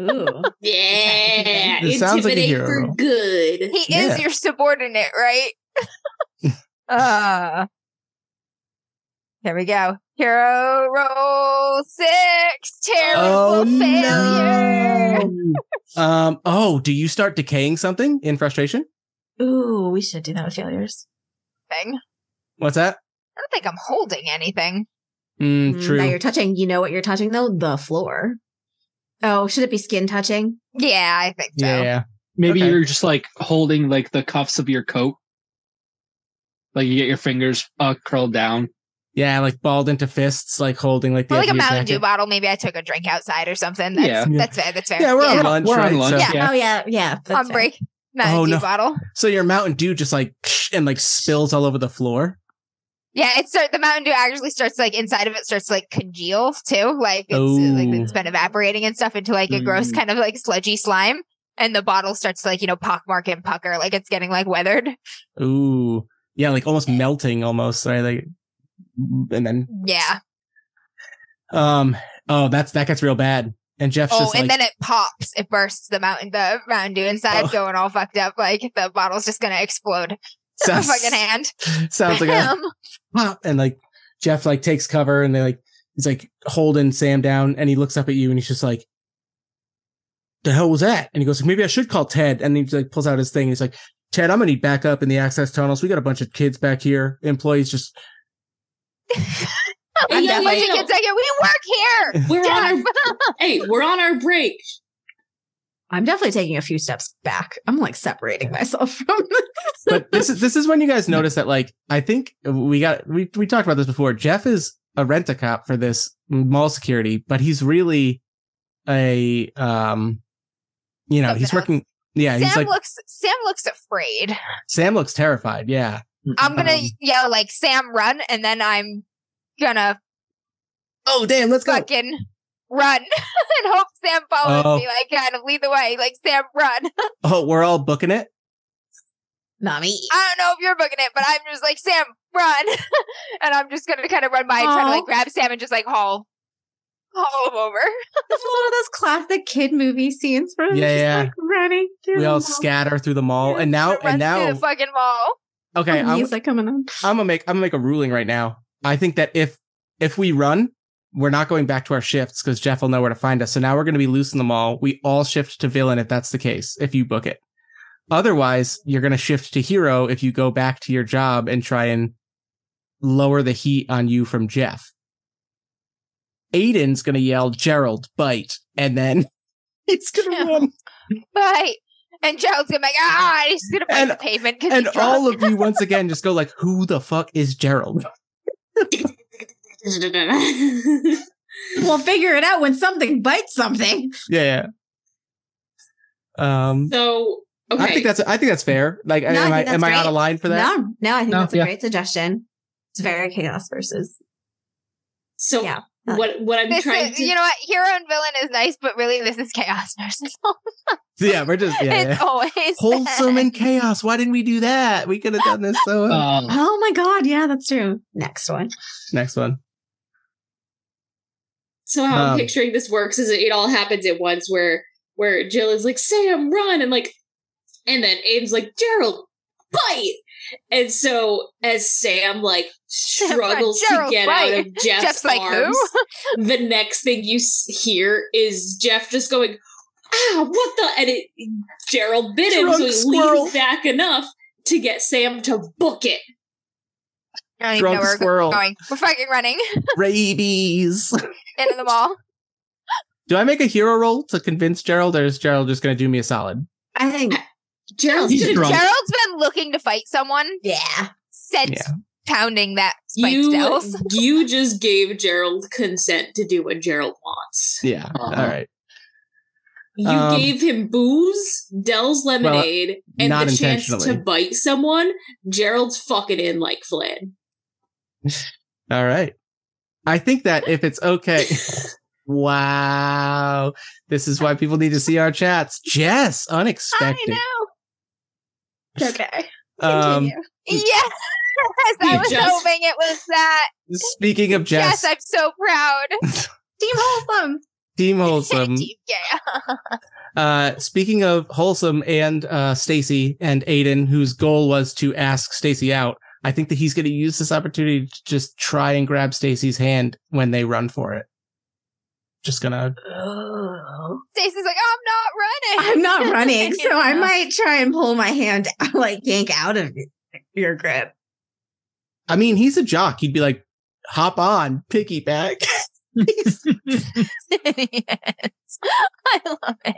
Ooh. Yeah, This sounds like intimidate a hero. for good. He Yeah. is your subordinate, right? uh here we go. Hero roll six. Terrible Oh, failure. um, oh, do you start decaying something in frustration? Ooh, we should do that with failures. Thing. What's that? I don't think I'm holding anything. Mm, Mm, true. Now you're touching. You know what you're touching though? The floor. Oh, should it be skin touching? Yeah, I think so. yeah. Maybe Okay. you're just like holding like the cuffs of your coat. Like you get your fingers uh, curled down. Yeah, like balled into fists, like holding like the Or edge like a of your Mountain Dew jacket. bottle. Maybe I took a drink outside or something. That's, Yeah. Yeah. that's fair. That's fair. Yeah, we're on Yeah. lunch, We're on right? lunch, So- yeah. Oh yeah, yeah. that's on it. break. Mountain Oh, Dew no. bottle. So your Mountain Dew just like and like spills all over the floor. Yeah, it start the Mountain Dew actually starts like inside of it starts to, like congeal too, like it's uh, like Oh. it's been evaporating and stuff into like a gross Mm. kind of like sludgy slime, and the bottle starts to, like you know pockmark and pucker, like it's getting like weathered. Ooh, yeah, like almost melting, almost right. Like, and then Yeah. um, oh, that's that gets real bad. And Jeff's Oh, just and like, then it pops. It bursts the mountain the Mountain Dew inside, Oh. going all fucked up. Like the bottle's just gonna explode. sounds, fucking hand. sounds like a Um, pop, and like Jeff like takes cover, and they like he's like holding Sam down, and he looks up at you, and he's just like, "The hell was that?" And he goes, "Maybe I should call Ted." And he like pulls out his thing. And he's like, "Ted, I'm gonna need backup in the access tunnels. We got a bunch of kids back here. Employees just Hey, I'm yo, yo, definitely yo, taking a second. We work here. We're on Jeff. our hey, we're on our break. I'm definitely taking a few steps back. I'm like separating myself from. but this is this is when you guys notice that like I think we got we we talked about this before. Jeff is a rent a cop for this mall security, but he's really a um you know, he's Something else. working yeah, he's Sam like looks Sam looks afraid. Sam looks terrified, yeah. I'm gonna Um, yell like Sam run, and then I'm gonna Oh damn, let's go. fucking run and hope Sam follows Oh. me, like kind of lead the way, like Sam run. I Oh, we're all booking it. Not me. don't know if you're booking it, but I'm just like Sam run, and I'm just gonna kind of run by and try to Aw. like grab Sam and just like haul, haul him over. This is one of those classic kid movie scenes where Yeah, yeah, yeah. like running. through We the all mall. scatter through the mall Oh, and I'm now gonna and run through now the fucking mall. okay, Oh, I'm, I'm music coming on. gonna make I'm gonna make a ruling right now. I think that if if we run we're not going back to our shifts because Jeff will know where to find us. So now we're going to be loose in the mall. We all shift to villain if that's the case, if you book it. Otherwise, you're going to shift to hero if you go back to your job and try and lower the heat on you from Jeff. Aiden's going to yell, Gerald, bite. And then he's going to run. Bye. And Gerald's gonna be like, ah, and he's gonna bite And- the pavement because And he's drunk. all of you, once again, just go like, who the fuck is Gerald? We'll figure it out when something bites something. Yeah. Um, so okay. I think that's I think that's fair. Like, No, I am think I, that's am I out of great. line for that? No, no, I think No, that's a yeah. great suggestion. It's very chaos versus. so yeah. what what I'm This trying is, to you know what? Hero and villain is nice, but really, this is chaos versus Yeah, we're just yeah, it's yeah. always wholesome that. and chaos. Why didn't we do that? We could have done this so. well. um, Oh my god, yeah, that's true. Next one. Next one. so how Um, I'm picturing this works is it, it all happens at once where where Jill is like Sam run and like and then Aiden's like Gerald bite and so as Sam like Sam run, struggles to Gerald, get out bite. of Jeff's Jeff's like, who? arms the next thing you s- hear is Jeff just going ah what the and it Gerald bit him so Drunk he squirrel. leans back enough to get Sam to book it I don't even know where Drunk we're squirrel, going. We're fucking running rabies. into the mall. Do I make a hero roll to convince Gerald, or is Gerald just going to do me a solid? I think Gerald's He's gonna drunk. Gerald's been looking to fight someone yeah. since Yeah. pounding that spiked you, Dells. you just gave Gerald consent to do what Gerald wants. Yeah. Uh-huh. All right. You Um, gave him booze, Dell's lemonade, and not the chance to intentionally. bite someone. Gerald's fucking in like Flynn. All right. I think that if it's okay. wow. This is why people need to see our chats. Jess, I unexpected. know. Okay. Um, Yes, I You was just- hoping it was that. speaking of Jess, Yes, I'm so proud. Team Wholesome. team wholesome. yeah. Uh, speaking of wholesome and uh, Stacy and Aiden, whose goal was to ask Stacy out, I think that he's going to use this opportunity to just try and grab Stacy's hand when they run for it. Just gonna. Stacey's like, I'm not running. I'm not running, so I Yeah. might try and pull my hand, like yank out of your grip. I mean, he's a jock. He'd be like, "Hop on, piggyback." yes. I love it.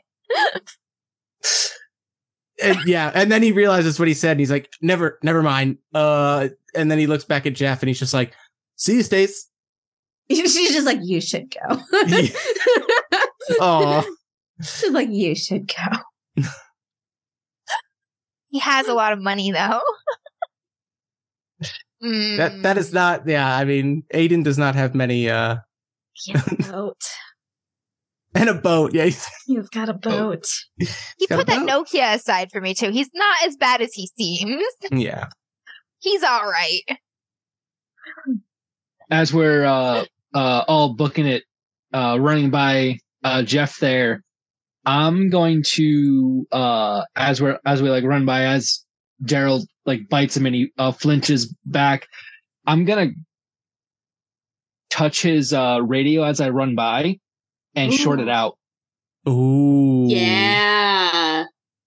and, yeah, and then he realizes what he said, and he's like, "Never, never mind." Uh, and then he looks back at Jeff, and he's just like, "See you, Stace." She's just like, you should go. Aw. She's like, you should go. He has a lot of money though. Mm. That that is not. Yeah, I mean, Aiden does not have many. uh He has a boat. And a boat. Yeah, he's He's got Oh. a boat. He Gotta put that Nokia aside for me too. He's not as bad as he seems. Yeah. He's all right. as we're uh, uh, all booking it, uh, running by uh, Jeff there, I'm going to uh, as we're as we like run by as Gerald like bites him and he uh, flinches back. I'm gonna touch his uh, radio as I run by and short it Ooh. out. Ooh. Yeah.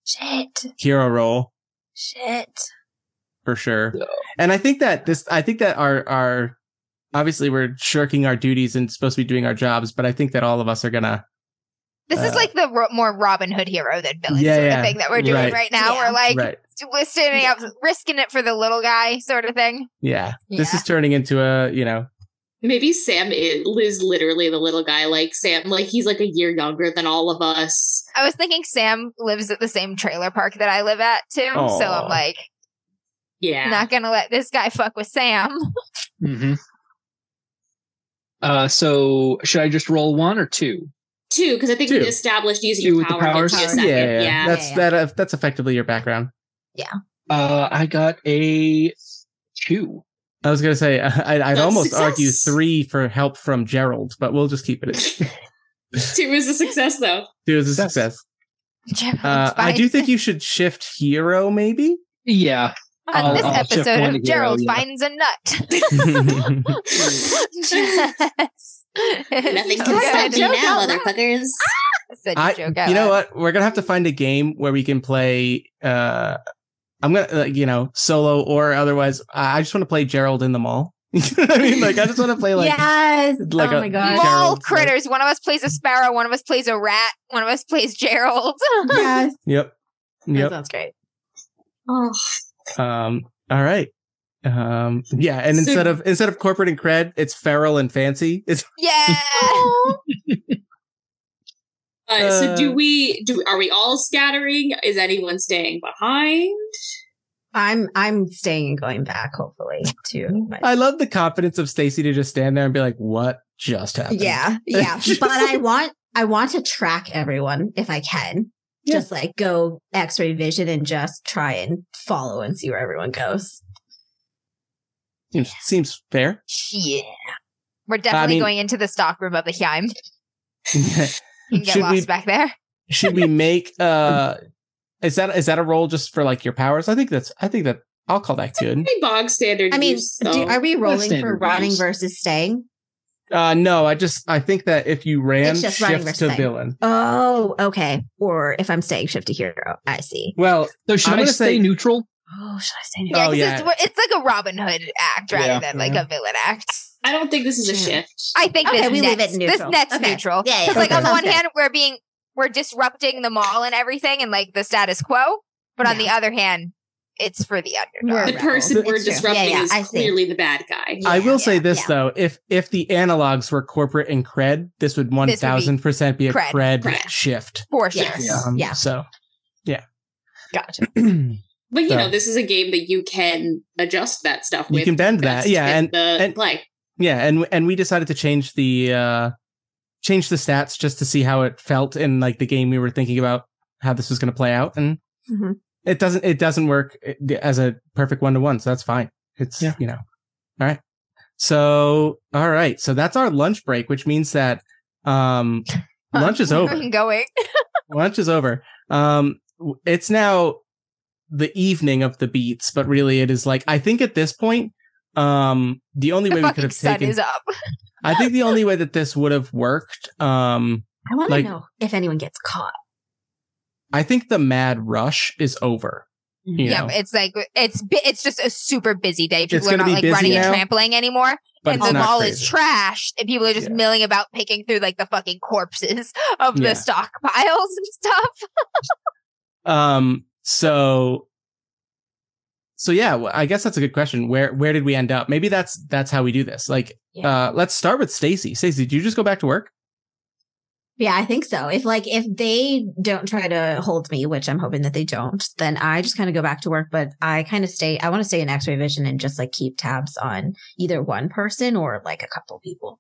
Shit. Hero roll Shit. for sure. Yeah. And I think that this, I think that our, our, obviously we're shirking our duties and supposed to be doing our jobs, but I think that all of us are gonna, This is Uh, like the ro- more Robin Hood hero than villain Yeah, sort yeah. of thing that we're doing Right. right, now. Yeah. We're like right. we're standing up, risking it for the little guy sort of thing. Yeah. This Yeah. is turning into a, you know, Maybe Sam is, is literally the little guy. Like Sam, like he's like a year younger than all of us. I was thinking Sam lives at the same trailer park that I live at too, so Aw. I'm like Yeah. not gonna let this guy fuck with Sam. Mm-hmm. Uh, so should I just roll one or two? Two, because I think Two. we established using Two your with the power gives powers? you a second. yeah, Power. yeah, Yeah. That's Yeah, that, uh, that's effectively your background. Uh, I got a two. I was gonna say, I, I'd That's almost success. argue three for help from Gerald, but we'll just keep it. at- Two is a success though. Two is a Success. success. Gerald's Uh, I do finds- think you should shift hero, maybe. Yeah, on I'll- this I'll shift episode one of to hero, Gerald yeah. finds a nut. yes. Nothing Nothing can good. stop me Joke now, out loud. motherfuckers. Said I, joke out you know loud. what? We're gonna have to find a game where we can play. uh I'm gonna, uh, you know, solo or otherwise. I I just want to play Gerald in the mall. I mean, like, I just want to play like yes. like oh a my gosh. Mall Mom. Gerald's critters. One of us plays a sparrow. One of us plays a rat. One of us plays Gerald. yes. yep, That yep. sounds great. Oh, Um, all right. Um, yeah, and So- instead of instead of corporate and cred, it's feral and fancy. It's yeah. Uh, so Uh, do we do are we all scattering? Is anyone staying behind? I'm I'm staying and going back, hopefully, to my I love the confidence of Stacy to just stand there and be like, "What just happened?" Yeah, yeah. but I want I want to track everyone if I can. Yeah. Just like go X-ray vision and just try and follow and see where everyone goes. seems, seems fair. yeah. We're definitely mean- going into the stock room of the Heim. You can get Should lost we- back there. should we make uh is that is that a roll just for like your powers i think that's i think that i'll call that good Pretty bog standard. I mean, use, do, though. are we rolling for standard running use. versus staying? uh no i just i think that if you ran It's just running shift versus to staying. villain Oh, okay. Or if I'm staying shift to hero, I see. well So should I'm i gonna stay say- neutral? Oh, should I say Yeah, Oh, 'cause yeah. It's, we're- it's like a Robin Hood act rather Yeah. than like Yeah. a villain act. I don't think this is a Yeah. shift. I think Okay, this we leave nets- it neutral. This net's Okay. neutral. Yeah, yeah, Because like okay. on the one Sounds hand, we're being we're disrupting the mall and everything and like the status quo, but on Yeah. the other hand, it's for the We're- underdog. The person It's we're true. disrupting Yeah, yeah, is I see. clearly the bad guy. i Yeah, will say this yeah. though if if the analogs were corporate and cred this would 1000% be a cred. cred, Cred. shift For sure. Yes. Yeah. um, Yeah. so Gotcha. you But you So- know, this is a game that you can adjust that stuff with. can bend that best yeah fit and the and- play. yeah, and and we decided to change the uh change the stats just to see how it felt in like the game we were thinking about how this was going to play out, and Mm-hmm. Mhm. it doesn't it doesn't work eh, as a perfect one to one, so that's fine. It's Yeah. you know, all right. So all right, so that's our lunch break, which means that um lunch is over I'm going. lunch is over. Um, w- it's now the evening of the beats, but really it is like I think at this point, um, the only The way we could fucking have sun taken, is up. I think the only way that this would have worked, um, I want to Like- know if anyone gets caught. I think the mad rush is over. You Yeah, know, but it's like it's bu- it's just a super busy day. People It's are gonna not be like busy running and now, trampling anymore, but and it's the not mall crazy. is trashed, and people are just Yeah. milling about, picking through like the fucking corpses of Yeah. the stockpiles and stuff. Um, so, so yeah, well, I guess that's a good question. Where where did we end up? Maybe that's that's how we do this. Like, uh, let's start with Stacy. Stacy, did you just go back to work? Yeah, I think so. If like if they don't try to hold me, which I'm hoping that they don't, then I just kind of go back to work. But I kind of stay. I want to stay in X-ray vision and just like keep tabs on either one person or like a couple people.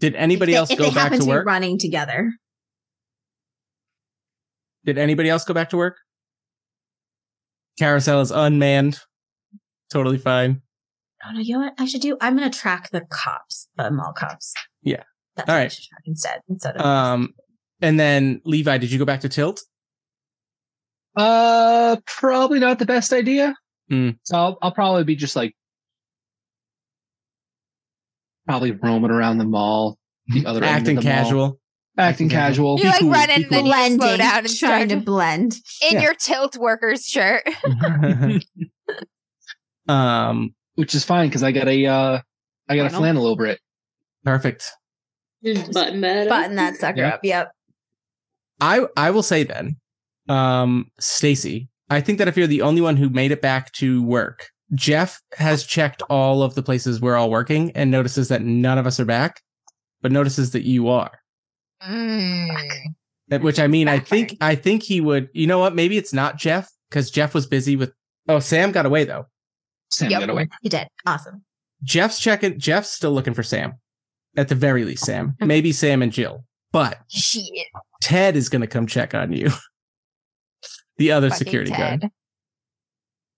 Did anybody If they- else if go they back happen to to work? Be running together. Did anybody else go back to work? Carousel is unmanned. Totally fine. Oh no, you know what I should do? I'm gonna track the cops, the mall cops. Yeah. That's All what I right. should track instead. Instead of Um, and then Levi, did you go back to Tilt? Uh, probably not the best idea. Hmm. So I'll, I'll probably be just like probably roaming around the mall, the other end of Acting the mall. casual. acting Acting casual. casual. You like cool, run be in, then cool. you slow blending, down and start trying to blend. in Yeah. your tilt workers shirt. um, which is fine because I got a uh, I got a Flannel. flannel over it. perfect. Just button that. up. Mm. Button that sucker Yeah. up. Yep. I I will say then, um, Stacy, I think that if you're the only one who made it back to work, Jeff has checked all of the places we're all working and notices that none of us are back, but notices that you are. Mm. That- Which I mean, I backfiring. think I think he would. You know what? Maybe it's not Jeff because Jeff was busy with. Oh, Sam got away though. Sam Yep. got away. You did. Awesome. Jeff's checking. Jeff's still looking for Sam. At the very least, Sam. Maybe Sam and Jill. But Shit, Ted is going to come check on you. the other fucking security Ted. guard,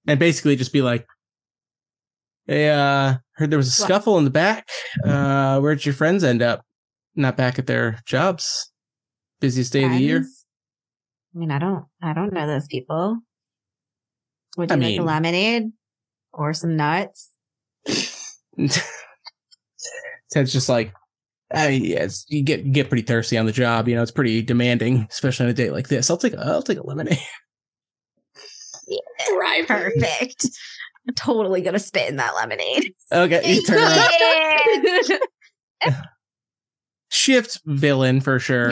and basically just be like, "Hey, uh, heard there was a What? scuffle in the back. Uh, where'd your friends end up? Not back at their jobs. Busiest day of the year. Friends? I mean, I don't, I don't know those people. Would I you like a mean- lemonade or some nuts? Ted's just like, I yes, you get you get pretty thirsty on the job. You know, it's pretty demanding, especially on a day like this. I'll take a I'll take a lemonade. Driver. Perfect. I'm totally gonna spit in that lemonade. Okay, you turn around. Yeah. shift Mm-hmm. villain for sure.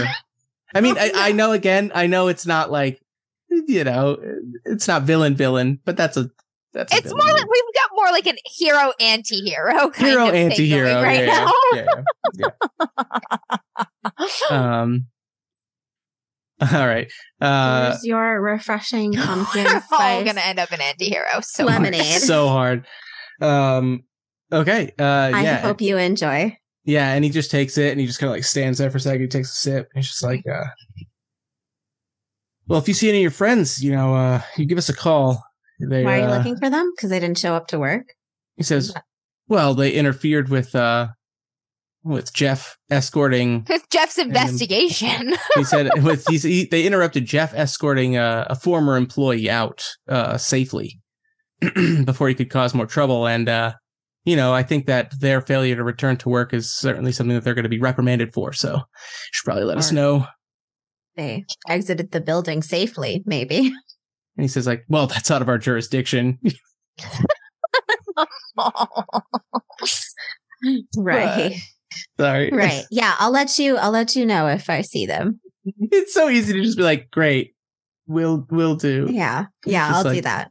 I mean, I, I know again, I know it's not like you know, it's not villain villain, but that's a that's a It's more villain like we've got more like an hero anti-hero kind hero of thing anti-hero going right yeah, now. yeah, yeah, yeah. Um. All right. Uh. Here's your refreshing pumpkin We're all spice gonna end up an anti-hero. So lemonade. so hard. Um. Okay. Uh. I yeah. hope you enjoy. Yeah, and he just takes it and he just kind of like stands there for a second. He takes a sip. And he's just like, uh, "Well, if you see any of your friends, you know, uh, you give us a call." They, Why are you uh, looking for them? Because they didn't show up to work. He says, "Well, they interfered with uh, with Jeff escorting." With Jeff's um, investigation. He said, "With he's, he, they interrupted Jeff escorting uh, a former employee out uh, safely before he could cause more trouble." And uh, you know, I think that their failure to return to work is certainly something that they're going to be reprimanded for. So, you should probably let us Or- know. They exited the building safely, maybe. And he says, like, well, that's out of our jurisdiction. Right. Sorry. Right. Yeah, I'll let you I'll let you know if I see them. it's so easy to just be like, great, we'll we'll do. Yeah. Yeah, Just I'll do like- that.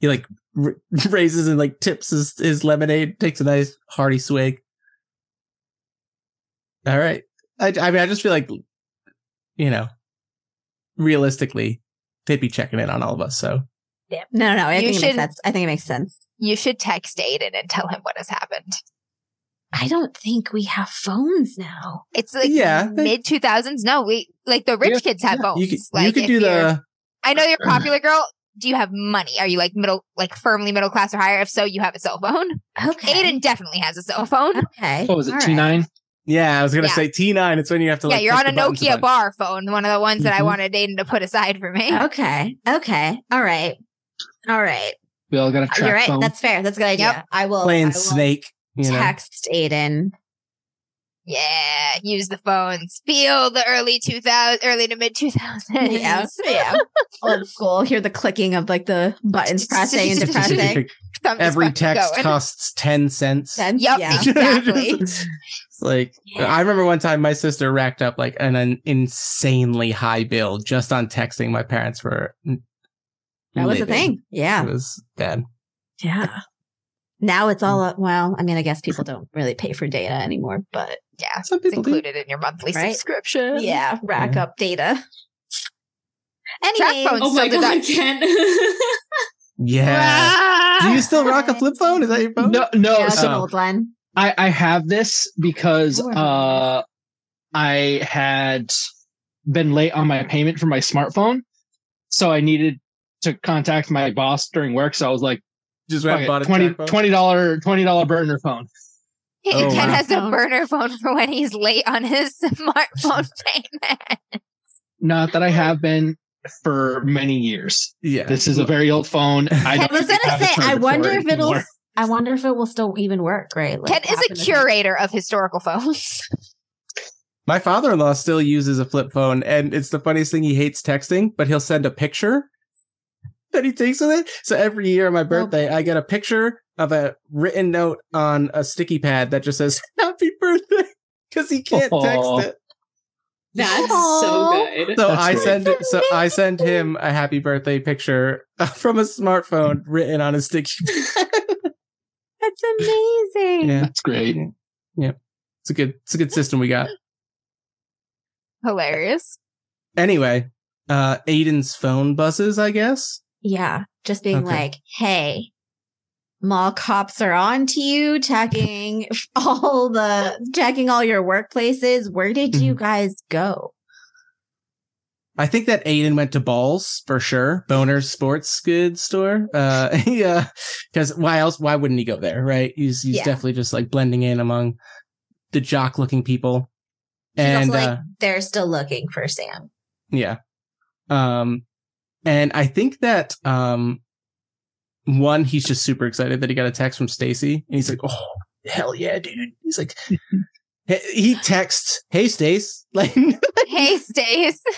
He like r- raises and like tips his, his lemonade, takes a nice hearty swig. All right. I, I mean, I just feel like, you know, realistically, they'd be checking in on all of us. So No, no, no. I You think it should- makes sense. I think it makes sense. you should text Aiden and tell him what has happened. I don't think we have phones now. It's like Yeah, they- mid two thousands. No, we like the rich Yeah, kids have phones. You could, Oh, like you could if do you're- the I know you're a popular girl. Do you have money? Are you like middle, like firmly middle class or higher? If so, you have a cell phone. Okay. Aiden definitely has a cell phone. Okay. What was All it? right. T nine. yeah. I was gonna Yeah. say T nine. It's when you have to yeah, like you're push on a the buttons Nokia bunch. bar phone, one of the ones that I Mhm. wanted Aiden to put aside for me. Oh. Okay. Okay. All right. All right. We all got a You're track right. phone. That's fair. That's a good idea. Yep. I will I playing will Snake. You know. text Aiden. Yeah, use the phones. Feel the early 2000, early to mid 2000s. Yeah. yeah. Old school. Hear the clicking of like the buttons pressing and depressing. Something's Every fucking text going. costs ten cents. Then- Yep, Yeah. exactly. It's like I remember one time my sister racked up like an, an insanely high bill just on texting my parents for That was a living. thing. Yeah. It was bad. Yeah. Now it's all up. Well, I mean, I guess people don't really pay for data anymore, but yeah, Some it's people do. included in your monthly Right? subscription. yeah, rack Yeah. up data. Track Anyway, phones. Oh my So did god, that- Ken. Yeah. Do you still rock a flip phone? Is that your phone? no, no. uh, yeah, it's so Oh. an old one. I, I have this because Ooh, I uh, I had been late on my payment for my smartphone, so I needed to contact my boss during work. So I was like, Just "Fuck went it, and bought a track phone? $20 twenty dollar twenty dollar burner phone. Oh, Ken wow. has a Phone. burner phone for when he's late on his smartphone payment. Not that I have been for many years. Yeah. This is a very old phone. I Ken I don't was even gonna have a say, I charger for wonder if it'll. anymore. I wonder if it will still even work. Right? Like, Ken is a happened to- curator of historical phones. My father in law still uses a flip phone, and it's the funniest thing. He hates texting, but he'll send a picture that he takes with it. So every year Oh. on my birthday, I get a picture of a written note on a sticky pad that just says "Happy Birthday" because he can't Aw. text it. That's Aw. so good. So That's I great. send so I send him a happy birthday picture from a smartphone written on a sticky. That's amazing. Yeah, That's great. yeah. It's a good it's a good system we got. Hilarious. Anyway, uh Aiden's phone buzzes, I guess. Yeah. Just being Okay. like, hey, mall cops are on to you, checking all the checking all your workplaces. Where did you Mm-hmm. guys go? I think that Aiden went to Balls for sure. Boner's sports goods store. Uh, yeah. Cause why else? Why wouldn't he go there? Right. He's, he's Yeah. definitely just like blending in among the jock looking people. She's And, also like, uh, they're still looking for Sam. yeah. Um, and I think that, um, one, he's just super excited that he got a text from Stacy and he's like, Oh, hell yeah, dude. He's like, he, he texts, Hey, Stace, like, hey, Stace.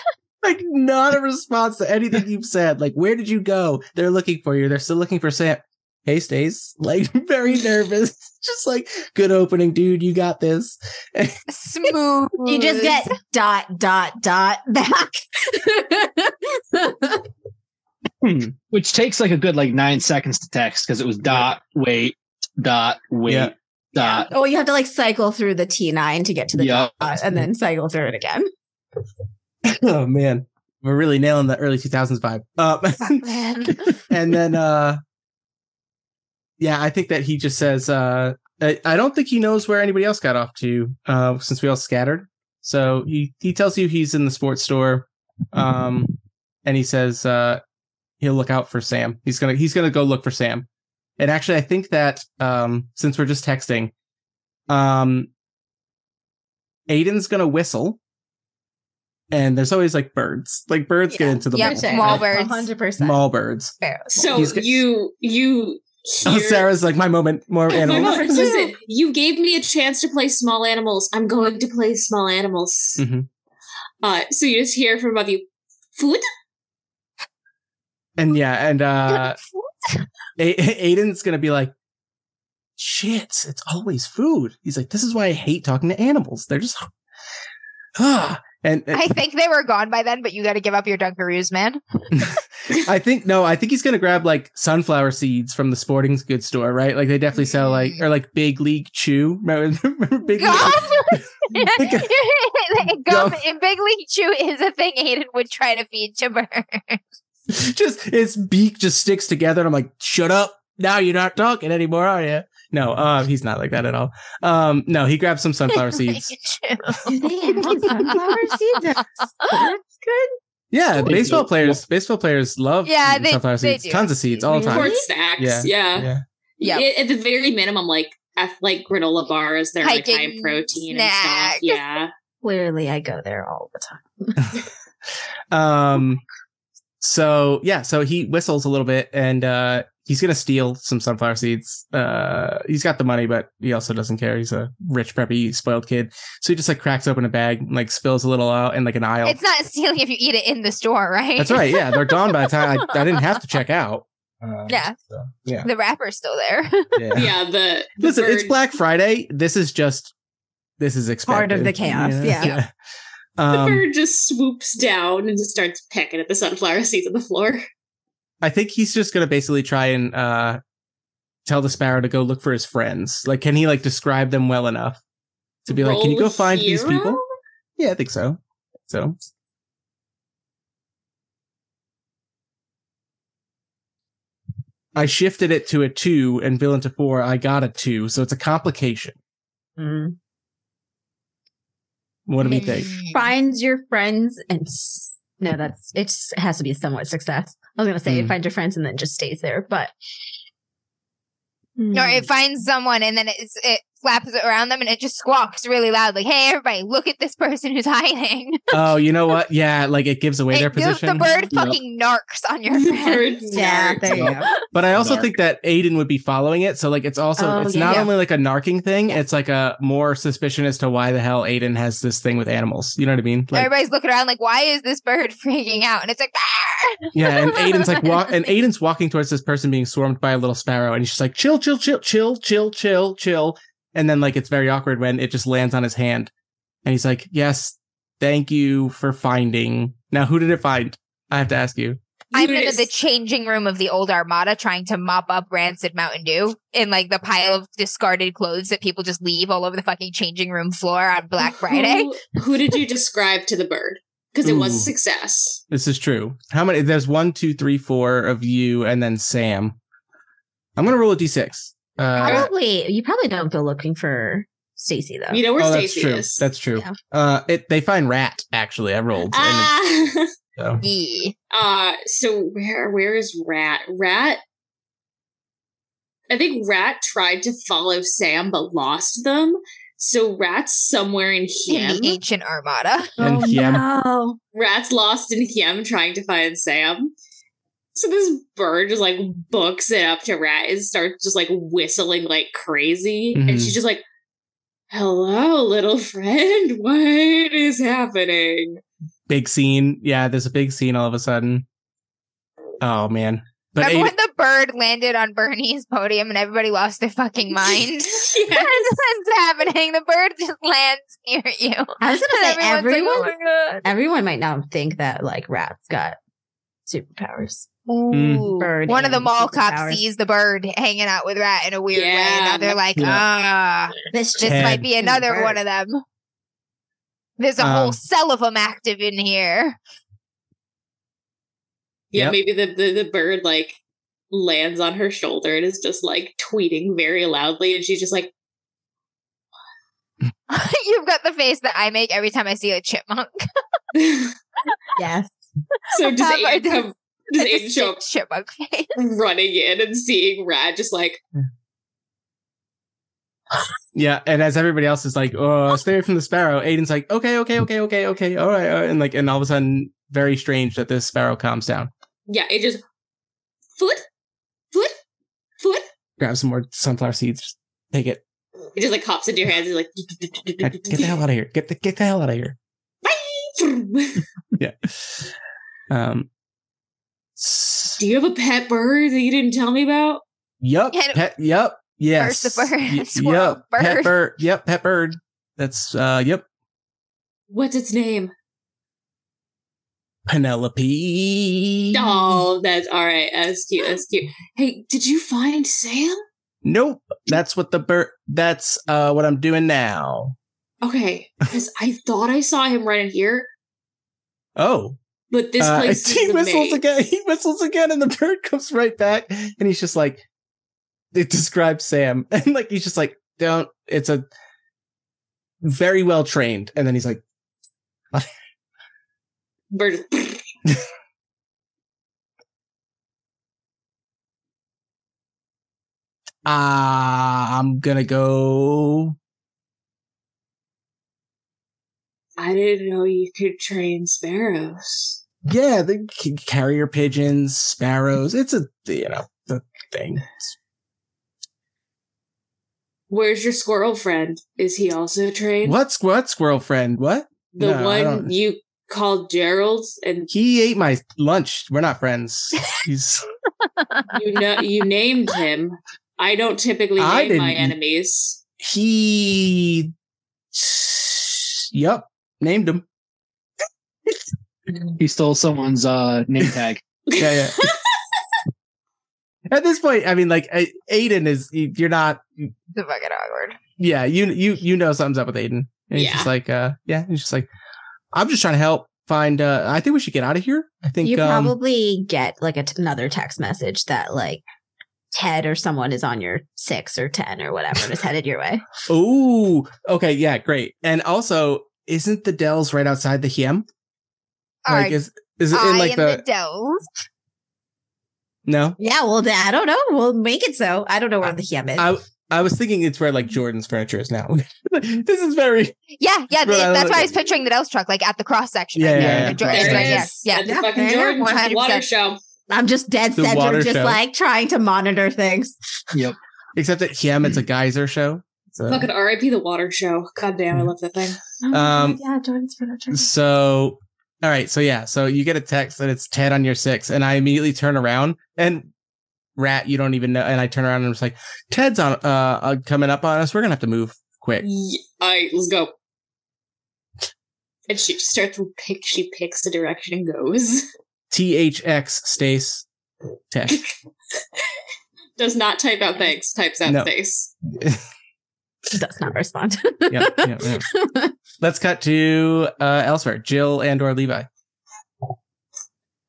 like not a response to anything you've said. Like, where did you go? They're looking for you. They're still looking for Sam. Hey, Stace. Like, very nervous. Just like, good opening, dude. You got this. Smooth. You just get dot dot dot back. Which takes like a good like nine seconds to text because it was dot wait dot wait Yeah. dot. well, Oh, you have to like cycle through the T nine to get to the Yeah. dot, and then cycle through it again. oh man, we're really nailing the early two thousands vibe. Um, Man. and then, uh, yeah, I think that he just says, uh, I, I don't think he knows where anybody else got off to, uh, since we all scattered. So he, he tells you he's in the sports store. Um, and he says, uh, he'll look out for Sam. He's gonna he's gonna go look for Sam. And actually, I think that um, since we're just texting, um, Aiden's gonna whistle, and there's always like birds, like birds get Yeah. into the Yeah, middle, sure. Small birds. hundred percent. small birds. So He's g- you you Oh, hear- Sarah's like my moment, more My animal. mom- Listen, you gave me a chance to play small animals. I'm going to play small animals. Mhm. Uh, so you just hear from above you, food. and yeah, and uh, A- Aiden's gonna be like, "Shit, it's always food." He's like, "This is why I hate talking to animals. They're just." Ah. And, and I think they were gone by then, but you got to give up your Dunkaroos, man. I think no, I think he's gonna grab like sunflower seeds from the sporting goods store, right? Like they definitely sell like or like Big League Chew. Remember, remember Big Gum? League? Big- Gum in Big League Chew is a thing Aiden would try to feed to birds. just its beak just sticks together, and I'm like, shut up! Now you're not talking anymore, are you? No, uh, he's not like that at all. Um, no, he grabs some sunflower seeds. Do they have sunflower seeds? That's good. Yeah, They baseball do. players, baseball players love Yeah, eating they- sunflower they seeds. do. Tons of seeds all the time. Corn stacks. Yeah. Yeah. Yeah. Yeah. Yeah. At- At the very minimum, like ath- like granola bars, they're like high Hiking in protein and snacks. stuff. Yeah. Clearly, I go there all the time. Um, so yeah, so he whistles a little bit and uh, he's gonna steal some sunflower seeds. Uh, he's got the money, but he also doesn't care. He's a rich, preppy, spoiled kid. So he just like cracks open a bag, and, like spills a little out in like an aisle. It's not stealing if you eat it in the store, right? That's right. Yeah, they're gone by the time I, I didn't have to check out. Uh, Yeah. so, yeah. The wrapper's still there. Yeah. Yeah. The, the Listen, it's bird- Black Friday. This is just this is expected. Part of the chaos, yeah. The Um, bird just swoops down and just starts pecking at the sunflower seeds on the floor. I think he's just gonna basically try and uh tell the sparrow to go look for his friends. Like, can he like describe them well enough to be like, can you Roll go find these hero? people? Yeah, I think so. So I shifted it to a two and Bill into four. I got a two, so it's a complication. Mm. What do we think? Hmm. Find your friends and s- no, that's it. s- Has to be somewhat success. I was gonna say Mm. find your friends and then just stays there, but Mm. Or it finds someone and then it's, it flaps it around them and it just squawks really loud, like, hey, everybody, look at this person who's hiding. oh, you know what? Yeah, like it gives away their It gives the position. bird Yep. fucking narcs on your The friend. bird yeah, snarks. there you go. But I also Narc. think that Aiden would be following it. So like it's also Oh, it's yeah. not Yeah. only like a narking thing, Yeah. it's like a more suspicion as to why the hell Aiden has this thing with animals. You know what I mean? Like Everybody's looking around like, why is this bird freaking out? And it's like, "Ah!" yeah, and Aiden's like walk and Aiden's walking towards this person being swarmed by a little sparrow and he's just like chill, chill, chill, chill, chill, chill, chill. And then like it's very awkward when it just lands on his hand. And he's like, Yes, thank you for finding. Now who did it find? I have to ask you. I'm Dude, in it's- the changing room of the old Armada trying to mop up rancid Mountain Dew in like the pile of discarded clothes that people just leave all over the fucking changing room floor on Black Friday. Who, who did you describe to the bird? Because it was Ooh. a success. This is true. How many? There's one, two, three, four of you, and then Sam. I'm gonna roll a d6. Uh, Probably you probably don't go looking for Stacy though. You know where oh, that's Stacy true. is. That's true. Yeah. Uh, it, they find Rat. Actually, I rolled. and Ah. it- so- Yeah. Uh so where where is Rat? Rat I think Rat tried to follow Sam but lost them. So Rat's somewhere in In the Hiem. ancient Armada. and Hiem. no. Rat's lost in Hiem trying to find Sam. So this bird just like books it up to Rat and starts just like whistling like crazy. Mhm. And she's just like, Hello, little friend. What is happening? Big scene. Yeah, there's a big scene all of a sudden. Oh man. But Remember Aiden, when the bird landed on Bernie's podium and everybody lost their fucking mind? yes. That's happening. The bird just lands near you. I was gonna And say everyone's like, everyone. oh my god. everyone might not think that like rats got superpowers. Mm. Bird One of the and mall cops superpowers. sees the bird hanging out with Rat in a weird way. Yeah. Now they're like, Yeah. ah, This this Ted. might be another Bird. one of them. There's a Um, whole cell of them active in here. Yeah, Yep. maybe the, the the bird like lands on her shoulder and is just like tweeting very loudly, and she's just like, You've got the face that I make every time I see a chipmunk. yes. so does Um, I Aiden come? Does It's a Aiden show up chipmunk face. running in and seeing Rad just like yeah, and as everybody else is like, "Oh, stay away from the sparrow," Aiden's like, "Okay, okay, okay, okay, okay, all right," all right," and like, and all of a sudden, very strange that this sparrow calms down, yeah, it just foot, foot, foot. grabs some more sunflower seeds, just take it, It just like hops into your hands and like get the hell out of here, get the get the hell out of here. yeah. Um. s- Do you have a pet bird that you didn't tell me about? Yup. Yeah, Pet, yup. Yes. Where's the bird? Y- Squirrel, yup, Pet bird. bird. Yep. Pet bird. That's uh. Yep. What's its name? Penelope. Oh, that's all right. That's cute. That's cute. Hey, did you find Sam? Nope. That's what the bird. That's uh what I'm doing now. Okay, because I thought I saw him right in here, Oh. but this uh, place he is a whistles maze. again. He whistles again, and the bird comes right back, and he's just like, it describes Sam, and like he's just like, don't. It's a very well trained, and then he's like, Bird. ah, I'm gonna go. I didn't know you could train sparrows. Yeah, the c- carrier pigeons, sparrows. It's a you know the thing. Where's your squirrel friend? Is he also trained? What what squirrel friend? What The No, one I don't- you called Gerald and he ate my lunch. We're not friends. He's you know you named him. I don't typically I name my didn't. enemies. he. Yep, named him. He stole someone's uh, name tag. yeah, yeah. At this point, I mean, like I- Aiden is you're not. the fucking awkward. Yeah, you you you know something's up with Aiden. And he's Yeah. just like, uh, yeah, he's just like, I'm just trying to help find. uh I think we should get out of here. I think you um, probably get like a t- another text message that like Ted or someone is on your six or ten or whatever and is headed your way. Oh, okay, yeah, great. And also, isn't the Dells right outside the Hiem? All like right, is is it in I like am the, the, Dells. no? Yeah, well, th- I don't know. We'll make it so. I don't know where the hem is. I I was thinking it's where like Jordan's furniture is now. this is very Yeah, yeah. Bro, I that's why I don't- was picturing the Dells truck, like at the cross section. Yeah, right there. yeah, The Jor- yeah. it's There right it there. is. Yeah, At the Yeah, fucking there you are, Jordan 100%. water show. I'm just dead The center, water just show. like trying to monitor things. yep. except at Hiem it's a geyser show. So, Fucking R.I.P. the water show. God damn, I love that thing. Um, yeah, Jordan's furniture. so all right, so yeah, so you get a text that it's Ted on your six, and I immediately turn around and rat, you don't even know. And I turn around and I'm just like, Ted's on uh, uh coming up on us. We're gonna have to move quick. Ye- All right, let's go. And she starts to pick. She picks the direction and goes. T H X Stace Tech. Does not type out thanks. Types out No. face. Does not respond. yeah, yeah, yeah. Let's cut to uh, elsewhere. Jill and or Levi.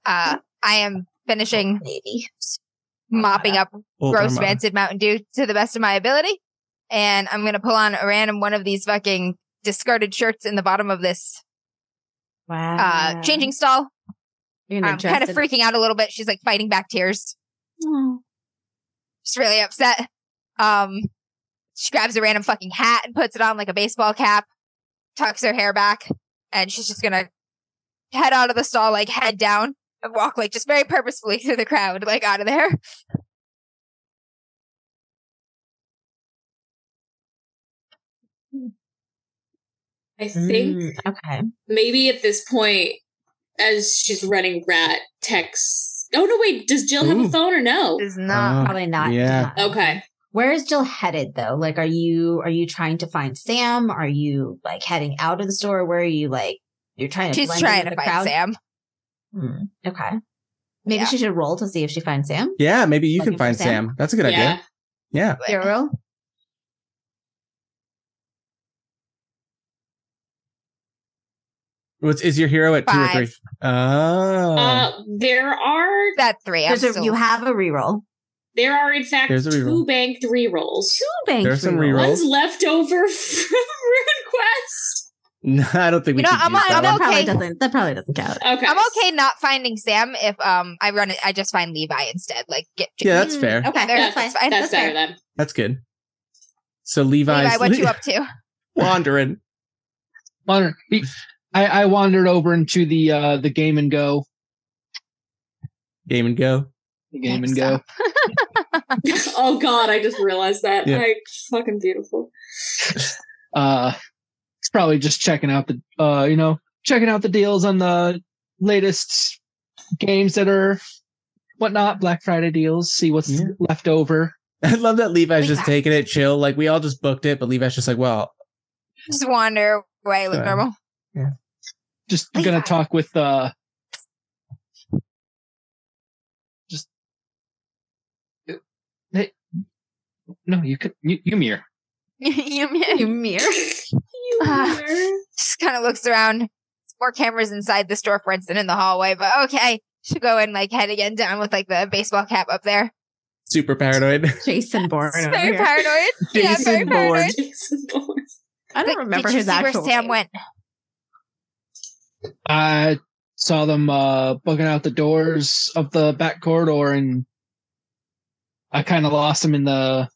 Uh, I am finishing Maybe. mopping up Old gross Armada. rancid Mountain Dew to the best of my ability, and I'm gonna pull on a random one of these fucking discarded shirts in the bottom of this Wow. uh changing stall. You're I'm kind of freaking out a little bit. She's like fighting back tears. She's really upset. Um, she grabs a random fucking hat and puts it on like a baseball cap, tucks her hair back, and she's just gonna head out of the stall, like head down and walk like just very purposefully through the crowd, like out of there. I think Mm. Mm, okay. maybe at this point, as she's running, Rat texts. Oh no! Wait, does Jill have a Ooh. phone or no? Is not. Oh, Probably not. yeah. Uh, Okay. Where is Jill headed though? Like, are you are you trying to find Sam? Are you like heading out of the store? Where are you like? You're trying to. She's blend in trying to with the find crowd? Sam. Hmm, Okay. Maybe Yeah. she should roll to see if she finds Sam. Yeah, maybe you Looking can for find Sam? Sam. That's a good idea. Yeah. But- Your roll. What's is your hero at two or Five. three? Oh, Uh, there are That three. I'm There's a, still- you have a reroll. there are in fact There's a two reroll. banked rerolls. Two banks. There's some reroll. Roll. One's left over from Rune Quest. no, I don't think You we know, should I'm use on- that I'm That one. on- probably Okay. doesn't. That probably doesn't count. Okay. I'm okay not finding Sam if um I run it. I just find Levi instead. Like get Yeah, that's Mm, fair. Okay, There, That's, that's fine, That's, that's fine. better then. That's good. So Levi, Levi's what you up to? wandering. Wander- he- I, I wandered over into the uh, the game and go. Game and go. The game Next and go. oh god, I just realized that. Yeah. Like fucking beautiful. Uh, it's probably just checking out the uh, you know, checking out the deals on the latest games that are whatnot Black Friday deals. See what's Yeah. left over. I love that Levi's just Levi. taking it chill. Like we all just booked it, but Levi's just like, well, Just wander away, look Yeah. normal. Just Levi. gonna talk with uh, just uh, Hey, no, you could you, you mirror. you mirror. You Ah. were- just kind of looks around. There's more cameras inside the store for instance in the hallway, but okay. She'll go and like head again down with like the baseball cap up there. Super paranoid. Jason Bourne. It's over very here. paranoid. yeah, very Jason Bourne. paranoid. Jason Bourne. I don't Like, remember did you his see actual where Sam name. went. I saw them uh, bugging out the doors of the back corridor, and I kind of lost them in the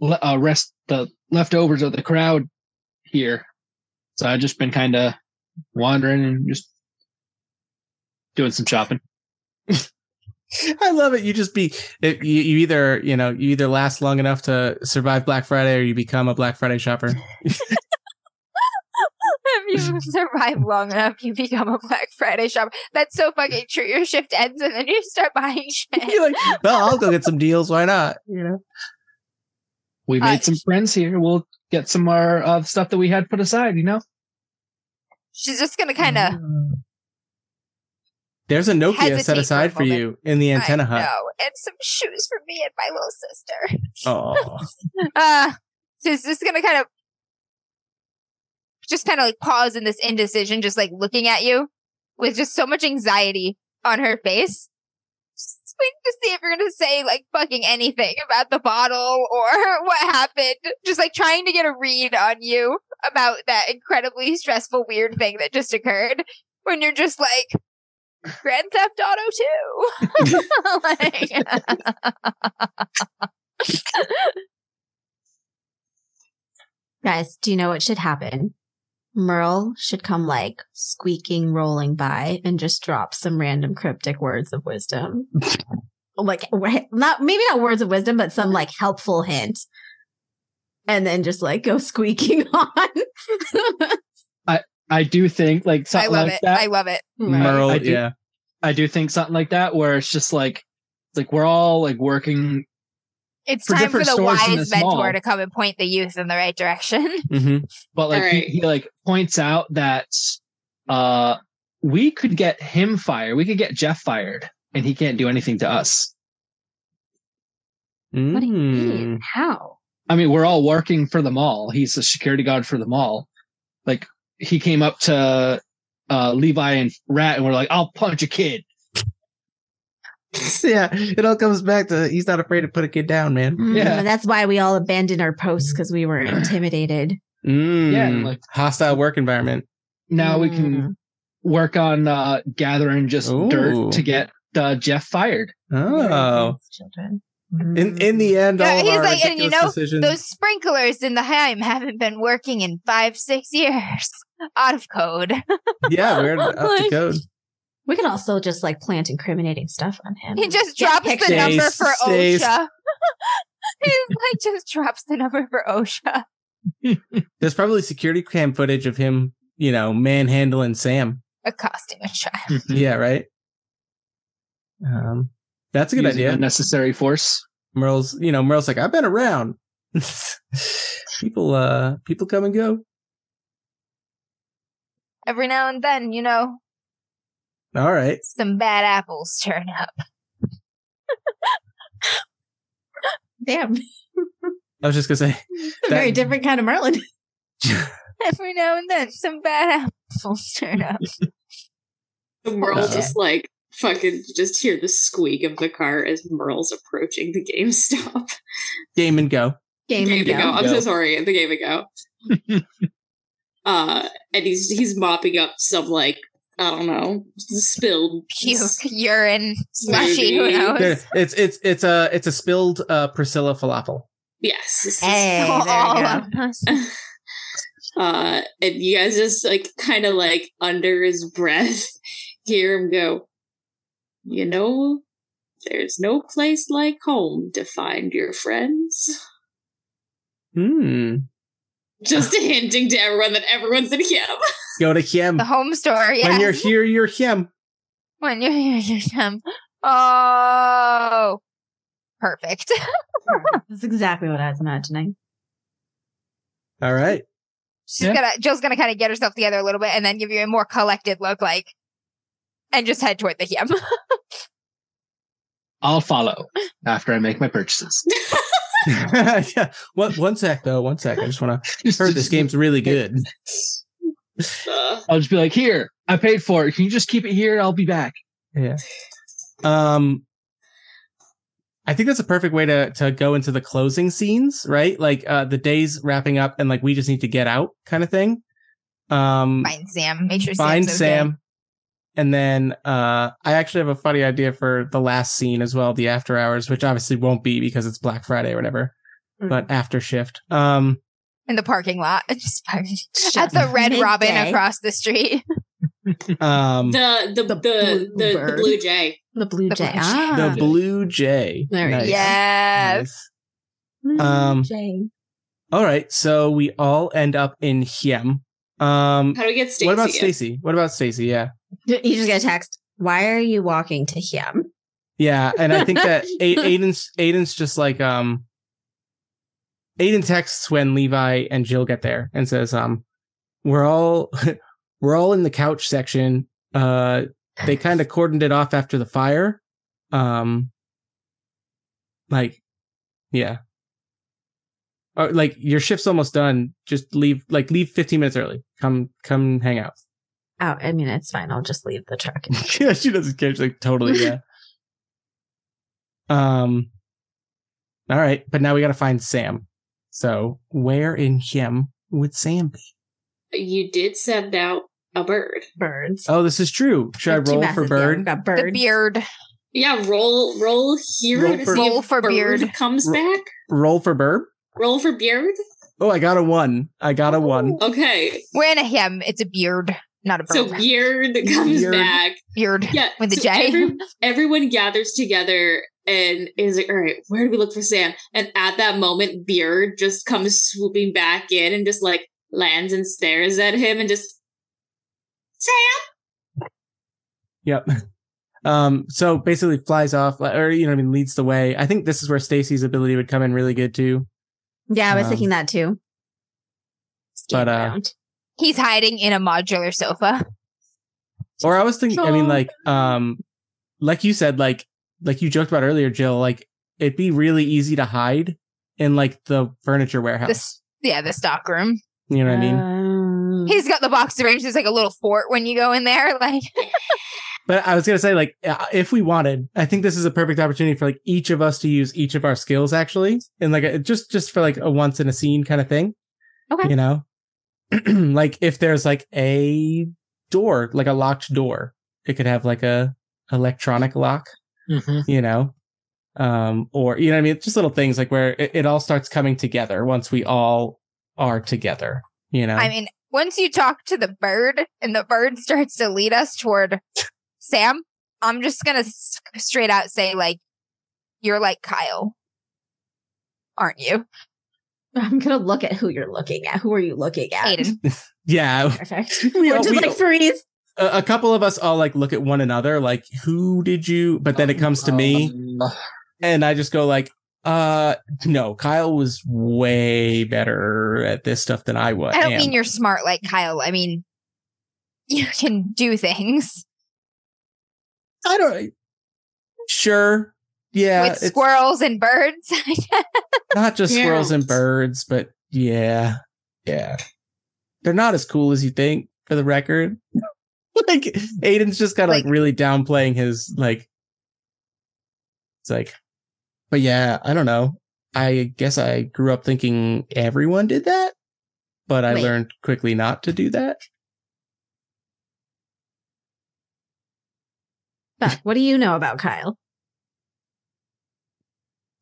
le- uh, rest, the leftovers of the crowd here. So I've just been kind of wandering and just doing some shopping. I love it. You just be it, you, you either you know you either last long enough to survive Black Friday or you become a Black Friday shopper. if you survive long enough, you become a Black Friday shopper. That's so fucking true. Your shift ends and then you start buying shit. You're like, well, I'll go get some deals. Why not? You know. We Uh, made some friends here. We'll get some more uh, stuff that we had put aside. You know, She's just gonna kind of Hmm. There's a Nokia Hesitate for set a aside for, moment. you in the Mm-hmm. antenna I hut. know, and some shoes for me and my little sister. Oh, Uh, she's just gonna kind of just kind of like pause in this indecision, just like looking at you with just so much anxiety on her face. Just waiting to see if you're gonna say like fucking anything about the bottle or what happened. Just like trying to get a read on you about that incredibly stressful, weird thing that just occurred when you're just like Grand Theft Auto 2. like, Guys, do you know what should happen? Merle should come like squeaking, rolling by and just drop some random cryptic words of wisdom. like, wh- not maybe not words of wisdom, but some like helpful hint. And then just like go squeaking on. I do think like I something love like it. that. I love it. Merle, I do- yeah. I do think something like that, where it's just like, like we're all like working It's For time for different the stores in wise this mentor mall. to come and point the youth in the right direction. hmm but like Alright. he, he like points out that uh we could get him fired we could get jeff fired and he can't do anything to us What do you mean? How? i mean we're all working for the mall he's a security guard for the mall like he came up to uh levi and rat and we're like i'll punch a kid Mm. Yeah, it all comes back to he's not afraid to put a kid down, man. Mm, Yeah. That's why we all abandoned our posts because we were intimidated. Mm. Yeah, and like- hostile work environment. now we can Mm. work on uh gathering just Ooh. dirt to get uh jeff fired Hmm. Oh, Children. in in the end, Yeah, all of he's our like, and ridiculous you know, decisions. Those sprinklers in the Heim haven't been working in five, six years. Out of code. yeah, we're up to Like- code. We could also just like plant incriminating stuff on him. He just Get drops the pictures. number Stays- for stays. OSHA. He's like, just drops the number for OSHA. There's probably security cam footage of him, you know, manhandling Sam. Accosting a child. Mm-hmm. Yeah, right. Um, that's a good Using idea. unnecessary force Merle's, you know, Merle's like, I've been around. people, uh, people come and go. Every now and then, you know, All right. some bad apples turn up. Damn. I was just gonna say, A very That- different kind of Merlin. Every now and then, some bad apples turn up. The Merle Uh, just like fucking just hear the squeak of the car as Merle's approaching the GameStop. game and go. Game and Game ago. go. I'm so Go. sorry. The game ago. uh, and he's he's mopping up some like I don't know spilled Puke, s- urine, slushy, who Maybe. There- knows? it's it's it's a it's a spilled uh, Priscilla falafel. Yes. Hey, All there of you go. Uh, and you guys just like kind of like under his breath hear him go. You know, there's no place like home to find your friends. Hmm. Just hinting to everyone that everyone's in camp. Go to Hiem. The home store, yes. When you're here, you're Hiem. When you hear them. Oh. Perfect. That's exactly what I was imagining. All right. She's Yeah. gonna Jill's gonna kinda get herself together a little bit and then give you a more collected look like and just head toward the hem. I'll follow after I make my purchases. yeah. What? One sec though. One sec. I just want to. Heard this game's really good. Uh, Um, I'll just be like, here, I paid for it. Can you just keep it here? I'll be back. Yeah. Um. I think that's a perfect way to to go into the closing scenes, right? Like uh the day's wrapping up and like we just need to get out kind of thing. Um Find Sam. Make sure find Sam's Sam. Okay. And then uh I actually have a funny idea for the last scene as well, the after hours, which obviously won't be because it's Black Friday or whatever, but after shift. Um in the parking lot. Just find- Shut at the Red Robin midday. across the street. um the, The the the the, The blue the, bird. blue jay. the blue The jay. blue jay. Ah, blue jay. There we go. Yes. Nice. blue um, jay. All right, so we all end up in Hiem. Um How do we get Stacy? what about in? Stacy? What about Stacy? Yeah. You just get a text. Why are you walking to him? Yeah, and I think that A- Aiden's Aiden's just like um Aiden texts when Levi and Jill get there and says um we're all we're all in the couch section. Uh they kind of cordoned it off after the fire. Um like yeah. Or, like your shift's almost done. Just leave like leave 15 minutes early. Come come hang out. Oh, I mean, it's fine. I'll just leave the truck. yeah, she doesn't care. She's like, totally, yeah. um. All right, but now we got to find Sam. So where in him would Sam be? You did send out a bird. Birds. Oh, this is true. Should I Two roll for masses, yeah, we bird? got The bird. beard. Yeah, roll roll here Roll to for- see Roll if for bird, beard. comes Ro- back. Roll for bird. Roll for beard. Oh, I got a one. I got a one. Okay, We're in a hem. It's a beard, not a bird. so beard comes Beard. back. beard. Yeah, With the so J. every- everyone gathers together and is like, "All right, where do we look for Sam?" And at that moment, Beard just comes swooping back in and just like lands and stares at him and just Sam. Yep. Um. So basically, flies off, or you know, what I mean, leads the way. I think this is where Stacy's ability would come in really good too. Yeah, I was Um, thinking that too. Scan but, uh, around. He's hiding in a modular sofa. or I was thinking, I mean, Sure. like, um, like you said, like, like you joked about earlier, Jill, like it'd be really easy to hide in like the furniture warehouse. This, yeah, the stock room. you know what I mean? mean? He's got the box arranged. There's like a little fort when you go in there. Like But I was gonna say, like, uh, if we wanted, I think this is a perfect opportunity for like each of us to use each of our skills actually, and like a, just just for like a once in a scene kind of thing. Okay. You know, like if there's like a door, like a locked door, it could have like a electronic lock. Mm-hmm. you know um or you know what i mean just little things like where it, it all starts coming together once we all are together you know I mean, once you talk to the bird and the bird starts to lead us toward Sam, I'm just gonna s- straight out say like, "You're like Kyle, aren't you, I'm gonna look at who you're looking at. Who are you looking at? Aiden?" yeah Perfect. we, Or all, just we like freeze. a, a couple of us all like look at one another like who did you but then it comes to Oh, me and i just go like uh no kyle was way better at this stuff than i was I don't mean you're smart like Kyle. I mean you can do things i don't sure yeah with it's squirrels and birds. not just squirrels and Yeah. birds but yeah yeah they're not as cool as you think for the record like aiden's just kind of like, Like- really downplaying his like it's like but yeah i don't know i guess i grew up thinking everyone did that but i Wait. learned quickly not to do that Buck, what do you know about Kyle?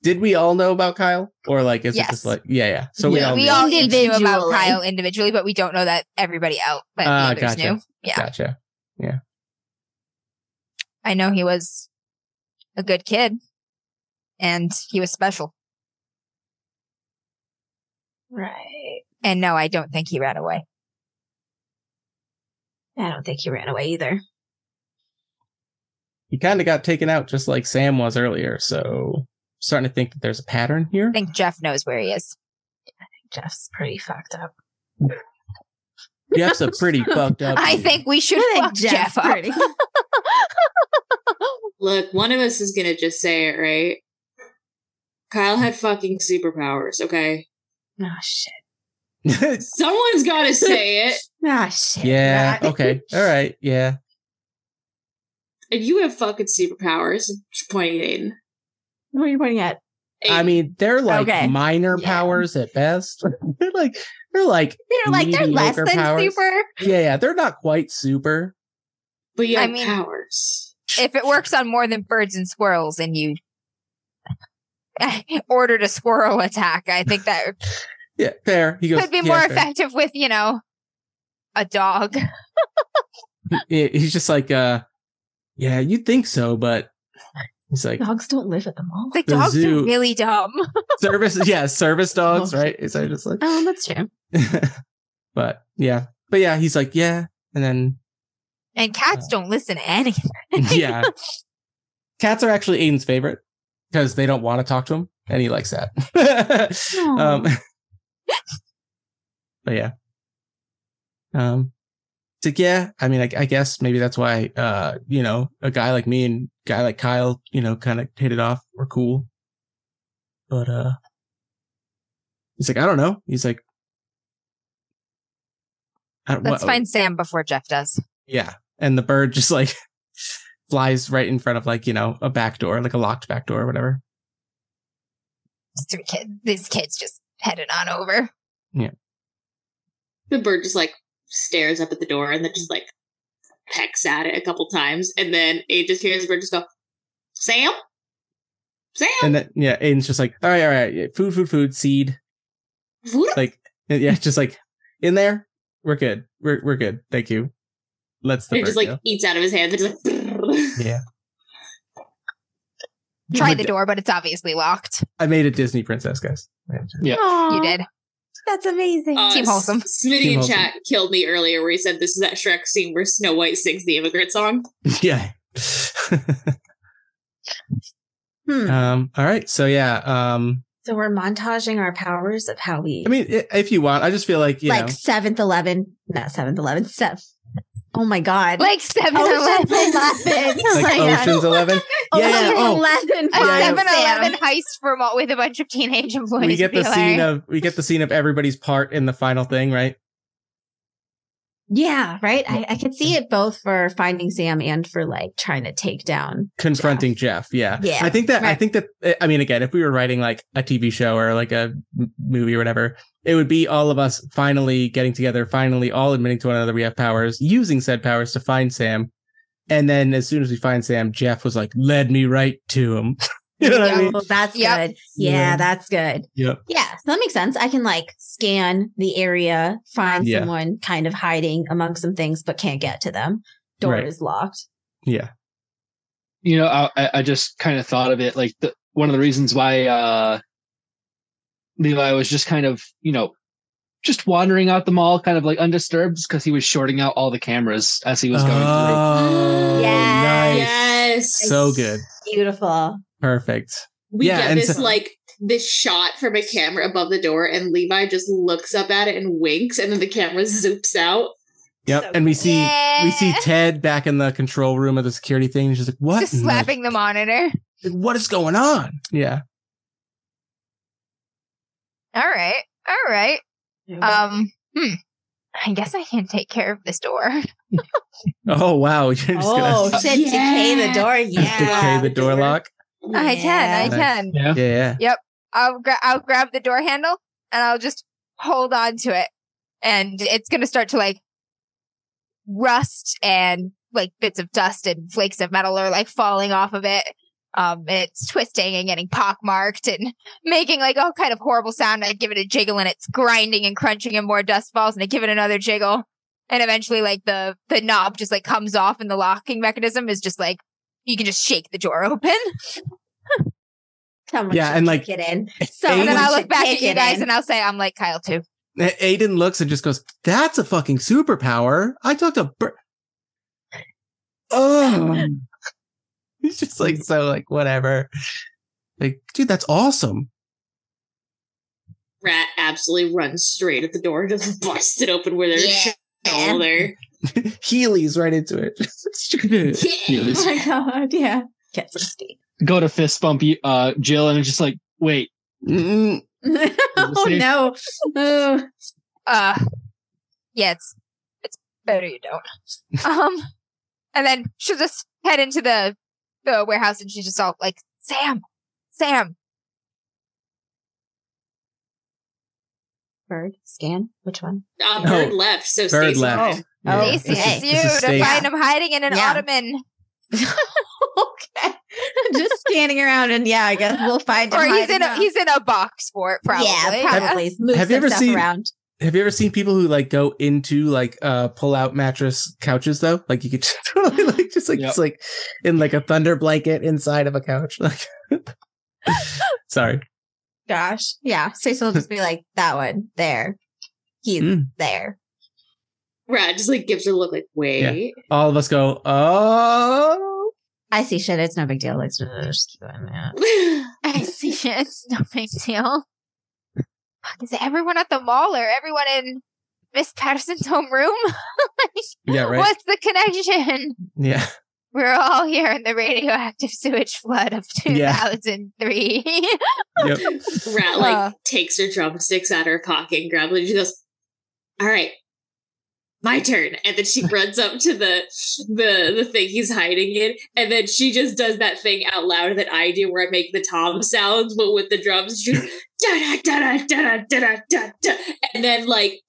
did we all know about kyle or like is it Yes. just like yeah yeah so we Yeah. all we knew. all each knew about Individually. Kyle individually, but we don't know that everybody else that Ah, the others gotcha. knew. Yeah. gotcha I know he was a good kid and he was special. Right. And no, I don't think he ran away. I don't think he ran away either. he kind of got taken out just like sam was earlier so starting to think that there's a pattern here I think Jeff knows where he is. Jeff's pretty fucked up. Jeff's a pretty fucked up. I dude. think we should I fuck think Jeff Jeff's up. pretty. Look, one of us is gonna just say it, right? Kyle had fucking superpowers. Okay, oh shit. someone's got to say it. Oh shit. yeah. Right. Okay. All right. Yeah. If you have fucking superpowers, just pointing. What are you pointing at? I mean, they're like Okay. minor Yeah. powers at best. they're like they're like They're like they're less Mediocre than powers. super. yeah, yeah, they're not quite super. but yeah, I mean- powers. if it works on more than birds and squirrels and you ordered a squirrel attack, I think that Yeah, fair. He goes could be yeah, more fair. effective with, you know, a dog. He- He's just like uh yeah, you'd think so, but he's like Dogs don't live at the mall. It's like The dogs zoo- are really dumb. service yeah, service dogs, right? Is that just like Oh, that's true. but yeah. But yeah, he's like, yeah, and then And Uh, cats don't listen to anything. yeah. Cats are actually Aiden's favorite because they don't want to talk to him, and he likes that. um, but yeah. Um, it's like, yeah, I mean, I, I guess maybe that's why, uh, you know, a guy like me and a guy like Kyle, you know, kind of hit it off. We're cool. But, uh, he's like, I don't know. He's like, I don't, Let's what- find Sam before Jeff does. yeah. And the bird just like flies right in front of like, you know, a back door, like a locked back door or whatever. These three kids, these kids just headed on over. The bird just like stares up at the door and then just like pecks at it a couple times, and then it just hears the bird just go, "Sam, Sam, And then, yeah, Aiden's just like, all right, all right, yeah, food, food, food, seed. food up." Like, yeah, just like in there. We're good. We're, we're good. Thank you. Let's the And it bird just like go. eats out of his hand. And just like, Yeah. Try Like the that. door, but it's obviously locked. I made a Disney princess, guys. Yeah. Aw, You did. That's amazing. Uh, Team Wholesome. S- Smitty Team in Wholesome. chat killed me earlier where he said this is that Shrek scene where Snow White sings the immigrant song. Yeah. Hmm. um, all right. So yeah. Um, So we're montaging our powers of how we I mean, i- if you want, I just feel like, you like know, seventh eleven, not seventh eleven, seventh. Oh my god. Like 7 Ocean's Eleven. Eleven. like Ocean's 11. Yeah, yeah, Ocean's oh. Eleven. A Yeah, yeah. 7 Eleven Eleven. heist from all with a bunch of teenage employees. we get would the be scene hilarious. of we get the scene of everybody's part in the final thing, right? Yeah, right. I, I could see it both for finding Sam and for like trying to take down. Confronting Jeff. Yeah, Yeah, I think that I right. think that eh, I mean, again, if we were writing like a TV show or like a m- movie or whatever, it would be all of us finally getting together, finally all admitting to one another we have powers, using said powers to find Sam, and then as soon as we find Sam, Jeff was like, "Led me right to him." you know what I Yeah, mean? well, Oh, that's Yep. good. Yeah, Yeah. that's good. Yep. Yeah, so that makes sense. I can like scan the area, find Yeah. someone kind of hiding among some things, but can't get to them. Door Right. is locked. Yeah. you know i I- i just kind of thought of it like the, one of the reasons why uh levi was just kind of you know just wandering out the mall kind of like undisturbed because he was shorting out all the cameras as he was going Uh. through Oh, nice. Yes. Yes. So good. Beautiful. Perfect. We Yeah, get and this so- like this shot from a camera above the door, and Levi just looks up at it and winks, and then the camera zoops out. Yep. So and we see yeah. we see Ted back in the control room of the security thing. and She's like, "What? Just in the- slapping the monitor. like, what is going on?" Yeah. All right. All right. Oh, Um, hmm. I guess I can take care of this door. Oh wow, you're just oh gonna shit! Decay the door. Yeah. decay the door lock. I can. I Nice. can. yeah Yeah, yeah. I'll gra- I'll grab the door handle and I'll just hold on to it, and it's gonna start to like rust and like bits of dust and flakes of metal are like falling off of it. Um, and it's twisting and getting pockmarked and making like all kind of horrible sound. I give it a jiggle and it's grinding and crunching and more dust falls and I give it another jiggle. And eventually like the, the knob just like comes off and the locking mechanism is just like, you can just shake the door open. Someone Yeah, should and, like, kick it in. And then Someone I will look back at you guys and I'll say, I'm like Kyle too. A- Aiden looks and just goes, "That's a fucking superpower." I talked to. Bir- oh, he's just like so like whatever. Like, dude, that's awesome. Rat absolutely runs straight at the door, just busts it open with her Yeah. shoulder. Heelys right into it. It's- Yes. oh, my god, yeah. Get some steam. go to fist bump uh jill and it's just like wait Mm, oh safe? no. Oh. Uh, yeah, it's it's better you don't. um, and then she'll just head into the the warehouse, and she's just all like, "Sam, Sam. Bird, scan. Which one? Uh, No. bird left, so Oh. Bird Stacy- left. Oh, Yeah. Stacy, okay. it's This is you to Stacy. find him hiding in an Yeah. ottoman. okay. Just standing around and yeah, I guess we'll find him. Or he's hiding in a out. he's in a box for it, probably. Yeah, probably. Move Have you some ever stuff seen- around. Have you ever seen people who like go into like uh pull out mattress couches though? Like you could just totally like just like Yep. just like in like a thunder blanket inside of a couch. Like sorry. Gosh. Yeah. Stacy will just be like, that one, there. He's Mm. there. Right, just like gives her a look like, wait. All of us go, oh I see shit. It's no big deal. Let's just keep it in there. I see it. It's no big deal. Fuck, is everyone at the mall or everyone in Miss Patterson's home room? Yeah, right. What's the connection? Yeah. We're all here in the radioactive sewage flood of Yeah. 2003. Yep. Rat like Uh. takes her drumsticks out of her pocket and grabs it. And she goes, "All right, my turn." And then she runs up to the the the thing he's hiding in, and then she just does that thing out loud that I do, where I make the tom sounds, but with the drums. She goes, da da da da da da da da, and then like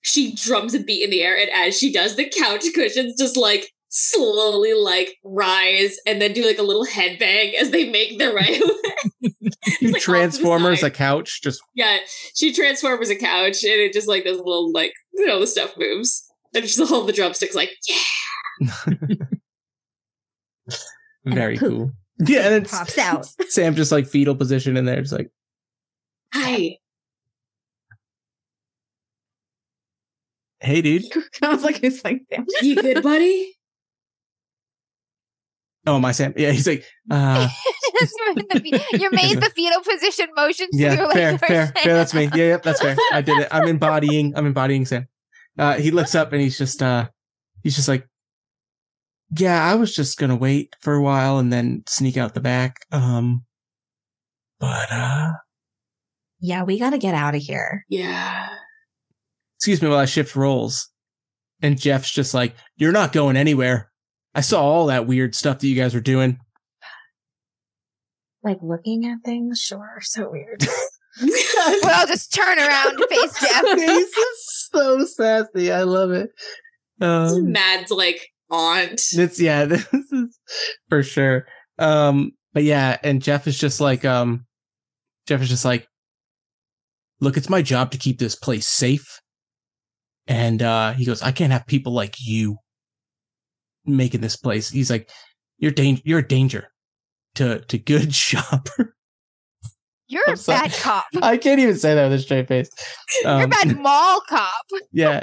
she drums a beat in the air, and as she does, the couch cushions just like slowly like rise and then do like a little headbang as they make their way You Like, off to the Transformers side. a couch just Yeah, she transforms a couch, and it just like this little like you know the stuff moves, and she's holding the drumsticks like yeah. And very poop. cool. Yeah, and it's Pops out. Sam just like fetal position in there, just like Hi. Hey, dude. Sounds like it's like Sam. You good, buddy? Oh, my Sam. Yeah, he's like, uh, Just made the fe- you made the fetal position motion. So yeah, you're like, fair, "You're fair, saying-" fair. That's me. Yeah, yep, that's fair. I did it. I'm embodying. I'm embodying Sam. Uh, he looks up and he's just, uh, he's just like, yeah, I was just gonna wait for a while and then sneak out the back. Um, but uh, Yeah, we gotta get out of here. Yeah. excuse me while I shift roles. And Jeff's just like, you're not going anywhere. I saw all that weird stuff that you guys were doing. Like looking at things, sure. So weird. Well, I'll just turn around and face Jeff. he's just so sassy. I love it. Um, Mad's like aunt. It's yeah, this is for sure. Um, but yeah, and Jeff is just like, um, Jeff is just like, look, it's my job to keep this place safe. And uh, he goes, I can't have people like you making this place. He's like, you're dang- you're a danger to to good shopper. You're I'm a sorry. bad cop. I can't even say that with a straight face. You're a Um, bad mall cop. yeah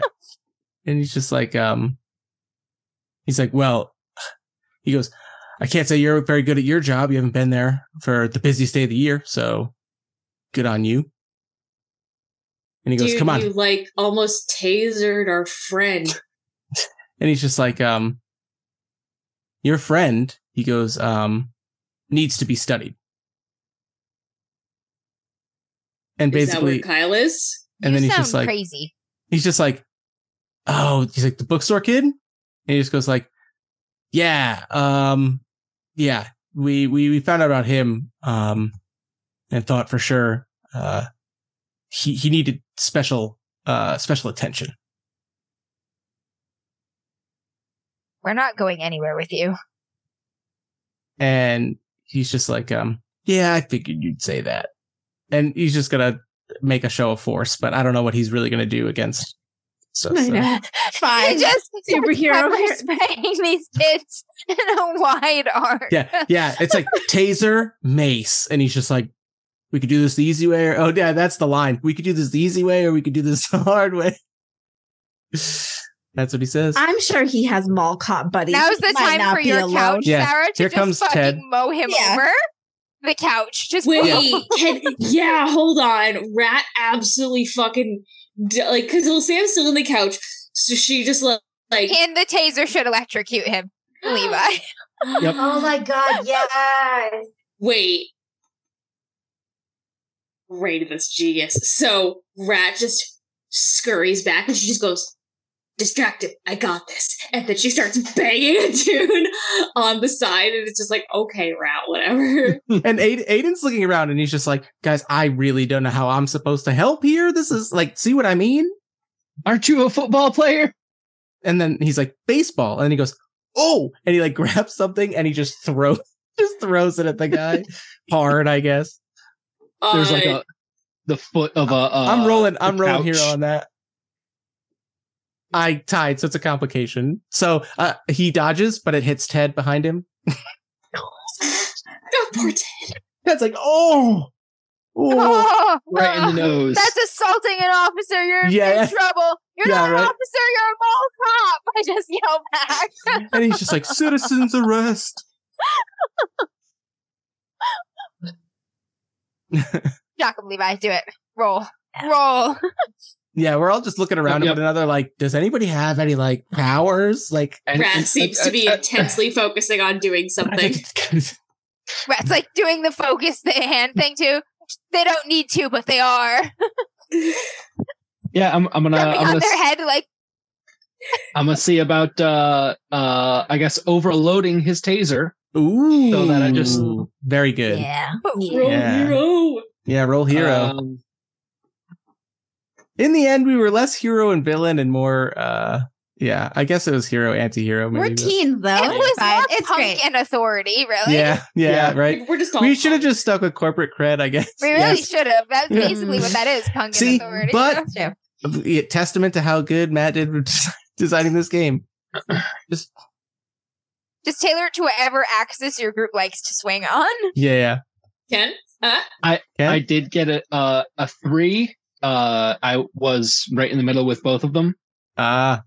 and he's just like um he's like well he goes i can't say you're very good at your job you haven't been there for the busiest day of the year so good on you and he goes Dude, come on you like almost tasered our friend. and he's just like um your friend he goes um needs to be studied and Is that where basically Kyle is? and you then he's sound just like crazy. he's just like, oh, he's like the bookstore kid, and he just goes like, yeah, um, yeah, we we we found out about him, um, and thought for sure, uh, he he needed special uh special attention. We're not going anywhere with you. and he's just like, um, yeah, I figured you'd say that. And he's just gonna make a show of force, but I don't know what he's really gonna do against stuff. I so. know. I Fine. just Superhero pepper here. spraying these kids in a wide arc. Yeah, yeah. It's like taser, mace, and he's just like, we could do this the easy way, or oh yeah, that's the line. We could do this the easy way, or we could do this the hard way. That's what he says. I'm sure he has mall cop buddies. Now's He the might time not for be your alone. couch, Yeah. Sarah, to Here just comes fucking Ted. mow him Yeah. over. The couch. Just Wait, mow. can, yeah, hold on. Rat absolutely fucking d- like because little Sam's still in the couch, so she just like like And the taser should electrocute him. Levi. Yep. Oh my god, yes. Wait. Right, that's genius. So Rat just scurries back and she just goes, distracted. I got this. And then she starts banging a tune on the side, and it's just like, okay, Rat, whatever. And Aiden, Aiden's looking around and he's just like, guys, I really don't know how I'm supposed to help here. This is like, see what I mean? Aren't you a football player? And then he's like, baseball. And he goes, oh, and he like grabs something and he just throws, just throws it at the guy hard, I guess. There's like Uh, a the foot of a. Uh, I'm rolling, I'm the rolling here couch. on that. I tied, so it's a complication. So uh, he dodges, but it hits Ted behind him. oh, poor Ted. Ted's like, oh, oh. Oh, right in the oh, nose. That's assaulting an officer. You're in Yeah. big trouble. You're Yeah, not an right. officer. You're a mall cop. I just yell back. and he's just like, citizens arrest. Jacob Levi, do it. Roll. Roll. Yeah, we're all just looking around Yep. at one another like, does anybody have any like powers? Like, And- Rat and- seems uh, to and- be and- intensely focusing on doing something. Rat's like doing the focus the hand thing too. They don't need to, but they are. yeah, I'm, I'm gonna Jumping on I'm gonna their head like I'm gonna see about uh uh I guess overloading his taser. Ooh. So that I just- Very good. Yeah, Yeah. Roll Yeah. hero. roll hero. Um, In the end, we were less hero and villain and more, uh, yeah, I guess it was hero, anti hero. We're teens though. it was It's fine. more It's punk great. and authority, really. Yeah, yeah, Yeah. right. We're just all We should have just stuck with corporate cred, I guess. We really Yes. should have. That's Yeah. basically what that is, punk See, and authority. but- It's true. Yeah, Testament to how good Matt did with designing this game. just tailor it to whatever axis your group likes to swing on. Yeah, yeah. Ken? Ken? I did get a uh, a three. Uh, I was right in the middle with both of them. Ah,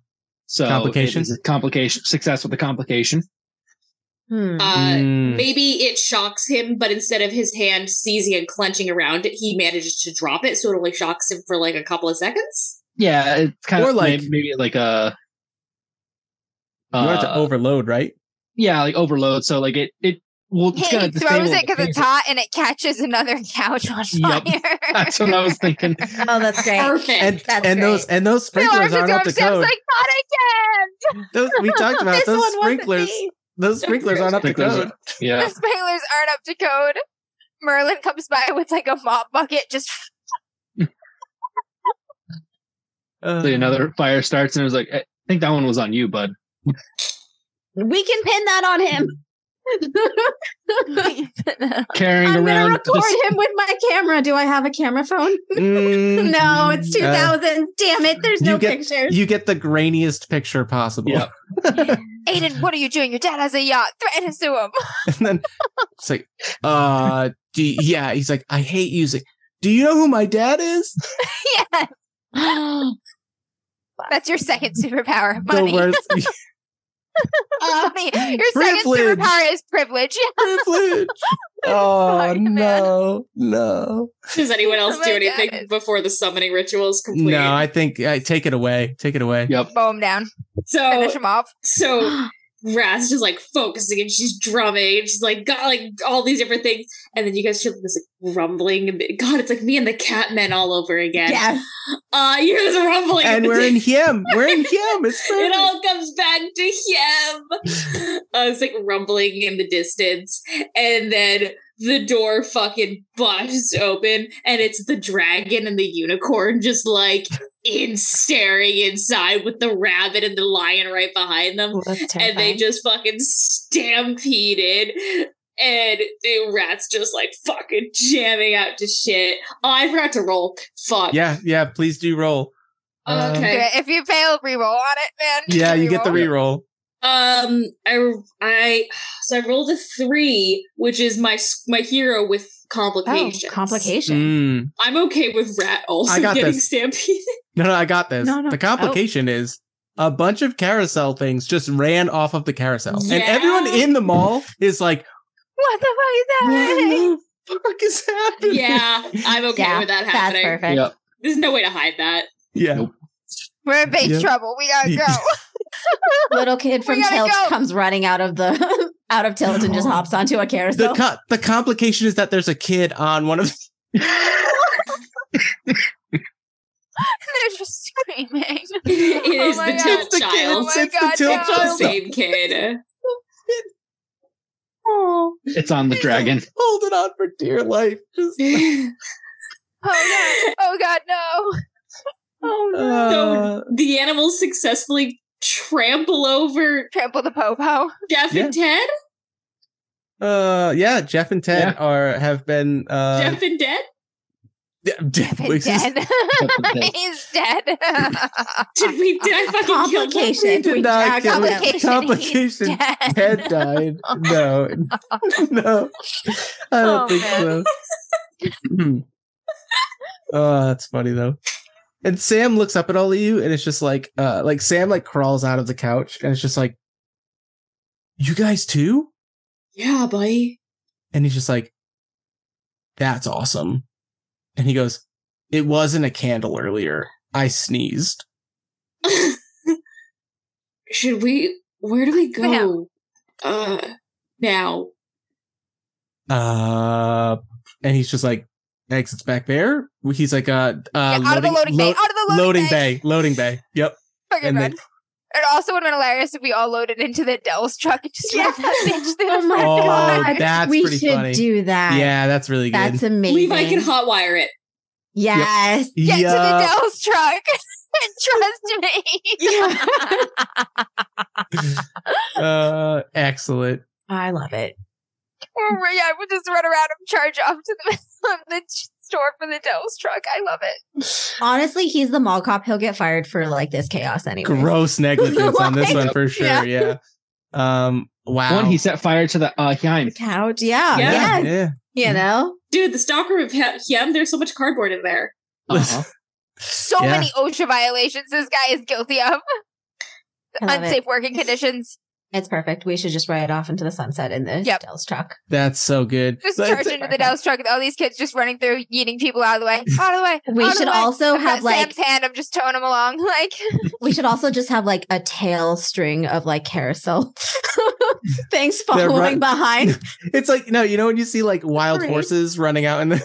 So Complication? it is a complication success with the complication. Hmm. Uh, mm. Maybe it shocks him, but instead of his hand seizing and clenching around it, he manages to drop it, so it only shocks him for like a couple of seconds. Yeah, it's kind Or of like- like maybe like a. you wanted to Uh, overload, right? yeah, like overload. So like it it well He it's gonna throws disable it because the it's taser. hot and it catches another couch on fire. Yup. That's what I was thinking. Oh, that's great. Perfect. And That's and those and those The sprinklers alarms aren't go up to Sam's code. like, not again! Those, we talked about This those one wasn't sprinklers. me. Those sprinklers aren't up to Sprinklers are- code. Yeah. The sprinklers aren't up to code. Merlin comes by with like a mop bucket, just Uh, So another fire starts and it was like I think that one was on you, bud. We can pin that on him. Carrying I'm gonna around record him with my camera. Do I have a camera phone? mm, No, it's uh, 2000. Damn it. There's no you get- pictures. you get the grainiest picture possible. Yep. Aiden, what are you doing? Your dad has a yacht. Threaten us to him. and then it's like, uh, do you- yeah. He's like, I hate using. Do you know who my dad is? yeah. That's your second superpower. Money. The worst Money. Your Privilege. second superpower is privilege. privilege. Oh Sorry, man. no, no, Does anyone else Oh do my anything God. before the summoning ritual is complete? no. I think I take it away. Take it away. Yep. Bow him down. so Finish him off. so Raz is just like focusing and she's drumming and she's like got like all these different things. And then you guys hear this like, rumbling and God, it's like me and the Catmen all over again. yes. Uh you hear this rumbling And we're in him. We're in him. It's it perfect. all comes back to him. Uh, it's like rumbling in the distance, and then the door fucking busts open, and it's the dragon and the unicorn just like in staring inside with the rabbit and the lion right behind them, and they just fucking stampeded. And the rat's just like fucking jamming out to shit. Oh, I forgot to roll. Fuck. Yeah, yeah. Please do roll. Um, Oh, Okay. Do it. If you fail, re-roll on it, man. Yeah, you get the Reroll. reroll. Um, I I so I rolled a three, which is my s- my hero with oh, complications. complication. Mm. I'm okay with Rat also I got getting this. stampeded. No, no, I got this. No, no. The complication is a bunch of carousel things just ran off of the carousel, and Yeah. everyone in the mall is like, What the fuck is happening? "What the fuck is happening?" yeah, I'm okay Yeah, with that That's happening. perfect. Yep. There's no way to hide that. yeah. Nope. We're in big Yep. trouble. We gotta go. Little kid from We gotta Tilt go. comes running out of the out of Tilt and just hops onto a The carousel. co- the complication is that there's a kid on one of They're just screaming. it Oh is my the God. tilt It's the kid. child. my it's the God, tilt no. It's the child. same kid. Oh, It's on the he's dragon. holding on for dear life. Just Oh god. Oh god, no. Oh no. uh, the animals successfully trample over Trample the popo. Jeff and Ted. uh, yeah. Jeff and Ted are have been uh, Jeff and Ted. Jeff, He's dead. He's dead. Did we die fucking kill them? Complication. We did We- not kill complication. him. Complication. He's dead. Ted died. No, no, I don't Oh, think man. so. oh, that's funny though. And Sam looks up at all of you, and it's just like, uh, like Sam like crawls out of the couch, and it's just like, you guys too. Yeah, buddy. And he's just like, that's awesome. And he goes, it wasn't a candle earlier. I sneezed. Should we? Where do we go? Uh, now. Uh, and he's just like, exits back there. He's like, uh, Yeah, uh, out of the loading bay. load- Out of the loading, loading bay. bay. Loading bay. Yep. Fucking And run. then, It also would have been hilarious if we all loaded into the Dell's truck and just ran Yeah. that bitch through Oh the my front Oh, door. god, that's we pretty should funny. do that. yeah, that's really good. that's amazing. Levi can hotwire it. yes, Get to the yeah. Dell's truck. Trust me. uh, excellent. I love it. Or we- yeah, we'll just run around and charge off to the, the store for the Dell's truck. I love it. Honestly, he's the mall cop. He'll get fired for like this chaos anyway. Gross negligence on this one Like, for sure. yeah. Yeah. Um. Wow. One, he set fire to the uh, The Hime. couch, yeah, Yeah. yeah. yes, yeah. you know. Dude, the stalker of him, there's so much cardboard in there. Uh-huh. So Yeah. many OSHA violations this guy is guilty of. I love Unsafe It. working conditions. It's perfect. We should just ride it off into the sunset in the Yep. Dell's truck. That's so good. Just But- charge into the Dell's truck with all these kids just running through, eating people out of the way. Out of the way. We out of should the way. also I've got have like Sam's hand. I'm just towing him along. Like we should also just have like a tail string of like carousel things They're following run- behind. It's like no, you know when you see like wild Parade. horses running out and They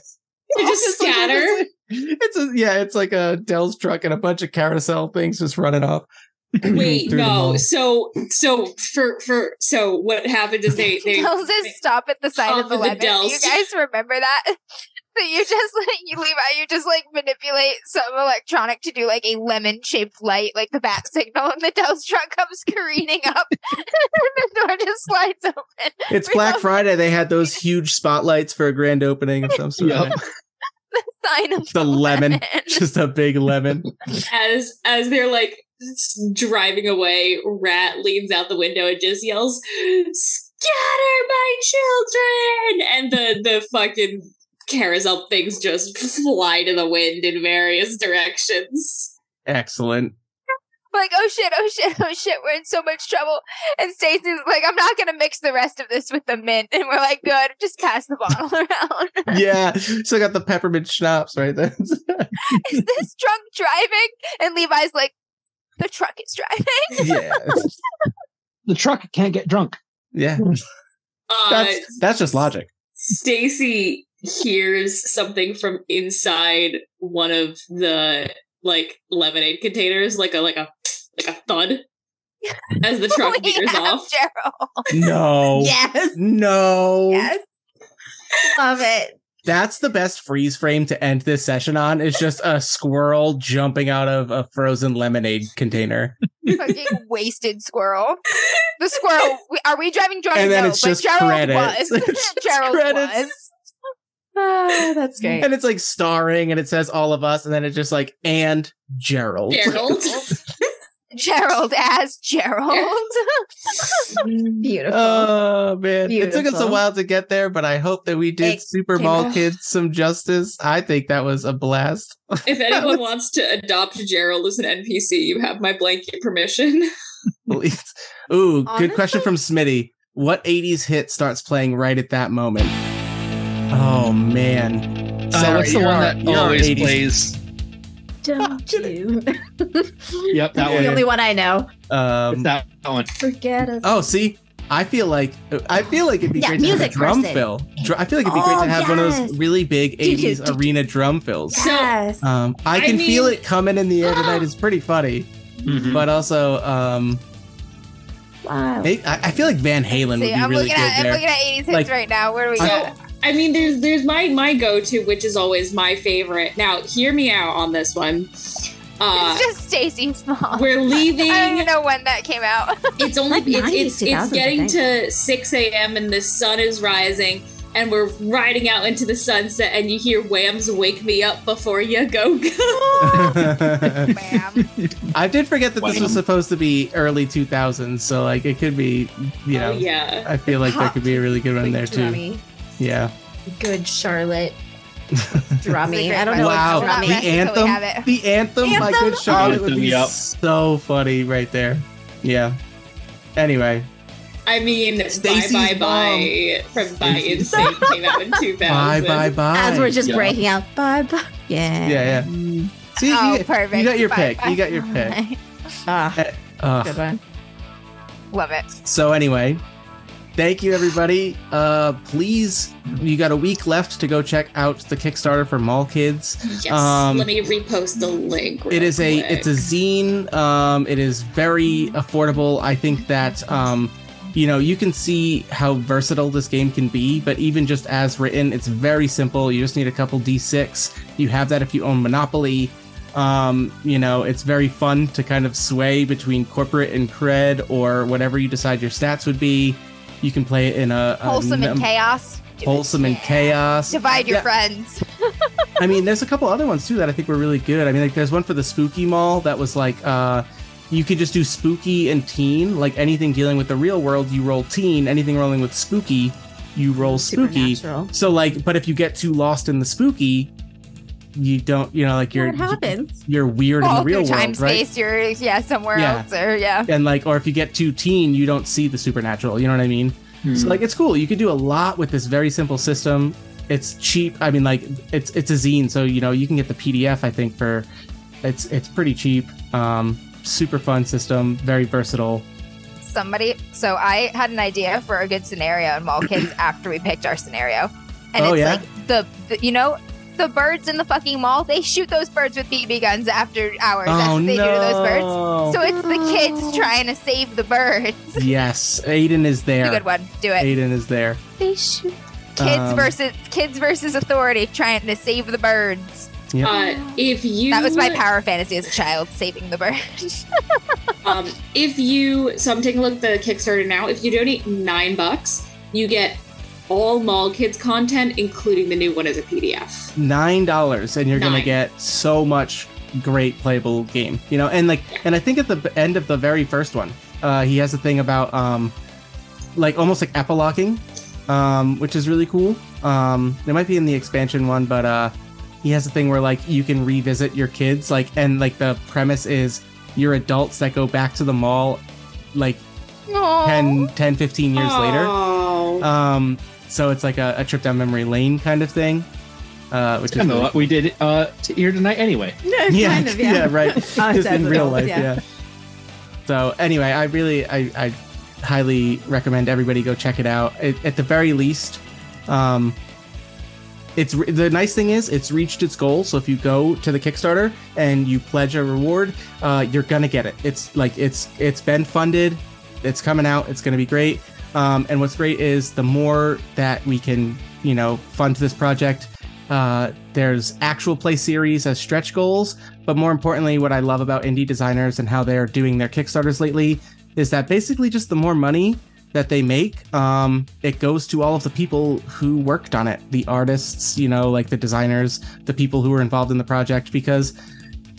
just scatter. It's a yeah, it's like a Dell's truck and a bunch of carousel things just running off. Wait, through the no. mall. So, so for for so what happened is they they Dell's is stop at the side Stop of the at the lemon. you Dell's. guys remember that? That you just like you leave out, you just like manipulate some electronic to do like a lemon shaped light, like the bat signal, and the Dell's truck comes careening up, and the door just slides open. It's We Black love Friday. They had those huge spotlights for a grand opening of some sort. Yep. the sign of The lemon. Just a big lemon. as as they're like s- driving away, Rat leans out the window and just yells, "Scatter my children!" And the the fucking carousel things just fly to the wind in various directions. Excellent. like, oh shit, oh shit, oh shit, we're in so much trouble. And Stacy's like, I'm not gonna mix the rest of this with the mint. And we're like, good, just pass the bottle around. Yeah. So I got the peppermint schnapps right there. is this drunk driving? And Levi's like, the truck is driving. yeah. it's- The truck can't get drunk. Yeah. Uh, That's that's just logic. Stacy hears something from inside one of the like lemonade containers, like a like a like a thud as the truck we veers have off. Gerald. No. Yes, No. yes, love it. That's the best freeze frame to end this session on is just a squirrel jumping out of a frozen lemonade container. Fucking wasted squirrel. The squirrel. we- Are we driving drunk? And then no, it's but just Gerald was. credits. It's just Gerald credits. was. Oh, that's great. And it's like starring and it says all of us and then it's just like and Gerald. Gerald. Gerald as Gerald. Beautiful. Oh man. It took us a Beautiful. while to get there, but I hope that we did It Super came Bowl out. Kids some justice. I think that was a blast. if anyone wants to adopt Gerald as an NPC, you have my blanket permission. Please. Ooh, good question Honestly- from Smitty. What 80s hit starts playing right at that moment? Oh man. Uh, what's the you're one our- that you're our always 80s plays? Don't you? Yep, that That's the Oh, one. only one I know. Um, It's that one. Forget us. oh, see, I feel like I feel like it'd be Yeah, great to have a music drum person. fill. Dr- I feel like it'd be great Oh, to have one of yes. those really big Do, do, '80s do, do. arena drum fills. So- yes. Um, I I can feel mean- it coming in the air tonight. It's pretty funny, Mm-hmm. but also um, Wow. may- I, I feel like Van Halen would See, be I'm really looking good at I'm there. looking at 80s Like- hits right now. Where do we So go? I mean, there's there's my my go to, which is always my favorite. Now, hear me out on this one. Uh, It's just Stacy Small. we're I don't even leaving. know when that came out. It's only Like it's 90s, it's, it's 2000s, I getting think. to six a.m. and the sun is rising, and we're riding out into the sunset, and you hear Wham's "Wake Me Up Before You Go Oh, Go." Bam. I did forget that this was Wow. supposed to be early 2000s, so like it could be, you know. Oh, yeah. I feel like there could be a really good one there too. Drummy. Yeah. Good Charlotte. Drummy. I don't know. Wow, Wow. We're not the resting Drummy. till anthem? We have it. The anthem, by Anthem? Good Charlotte would be Yep. so funny right there. Yeah. Anyway, I mean, Stacey's bye bye bye from Bye Stacey's- Insane came out in two bye, thousand. bye, bye. As we're just Yeah. breaking out. Bye bye. Yeah. Yeah, yeah. See, you- oh, you, perfect. got your Bye, pick. bye. You got your pick. Ah, Ugh. good one. Love it. So anyway, thank you everybody. Uh, please, you got a week left to go check out the Kickstarter for Mall Kids. Yes. Um, Let me repost the link. it is a real it's a quick. zine um it is very affordable i think that um you know you can see how versatile this game can be but even just as written it's very simple you just need a couple d6 you have that if you own monopoly um you know it's very fun to kind of sway between corporate and cred or whatever you decide your stats would be you can play it in a, a Wholesome and num- chaos. Do it. wholesome and Yeah. chaos Divide your Yeah. friends. I mean, there's a couple other ones too that I think were really good. I mean, like there's one for the spooky mall that was like uh you could just do spooky and teen, like anything dealing with the real world, you roll teen, anything rolling with spooky, you roll spooky. Supernatural. So like, but if you get too lost in the spooky, you don't, you know, like you're What happens? you're weird in All the real through time world, right? space. You're yeah somewhere Yeah. else or yeah. And like, or if you get too teen, you don't see the supernatural. You know what I mean? Mm-hmm. Hmm. So like it's cool. You can do a lot with this very simple system. It's cheap. I mean like it's it's a zine, so you know you can get the PDF I think for it's it's pretty cheap. Um super fun system, very versatile. Somebody. So I had an idea for a good scenario in Mall Kids after we picked our scenario, and Oh, it's yeah? like the, the you know. The birds in the fucking mall, they shoot those birds with BB guns after hours. That's oh what they no. do to those birds. So it's the kids trying to save the birds. yes, Aiden is It's a there. good one. Do it. Aiden is there. They shoot. Kids Um, versus kids versus authority trying to save the birds. Yep. Uh, if you That was my power fantasy as a child, saving the birds. Um, if you so I'm taking a look at the Kickstarter now. If you donate nine bucks, you get all Mall Kids content, including the new one as a PDF. nine dollars and you're going Nine. gonna get so much great playable game you know and like and i think at the b- end of the very first one uh he has a thing about um like almost like epiloguing um which is really cool um it might be in the expansion one but uh he has a thing where like you can revisit your kids like and like the premise is you're adults that go back to the mall like Aw. 10 10 15 years later Oh. um, so it's like a, a trip down memory lane kind of thing, uh, which is Kind of really- what we did uh, to here tonight anyway. yeah, yeah, right, just in exactly. real life, yeah. Yeah. So anyway, I really, I, I highly recommend everybody go check it out. It, at the very least, um, it's re- the nice thing is it's reached its goal. So if you go to the Kickstarter and you pledge a reward, uh, you're gonna get it. It's like it's it's been funded, it's coming out, it's gonna be great. Um, and what's great is the more that we can, you know, fund this project. Uh, there's actual play series as stretch goals, but more importantly, what I love about indie designers and how they're doing their kickstarters lately is that basically just the more money that they make, um, it goes to all of the people who worked on it, the artists, you know, like the designers, the people who were involved in the project, because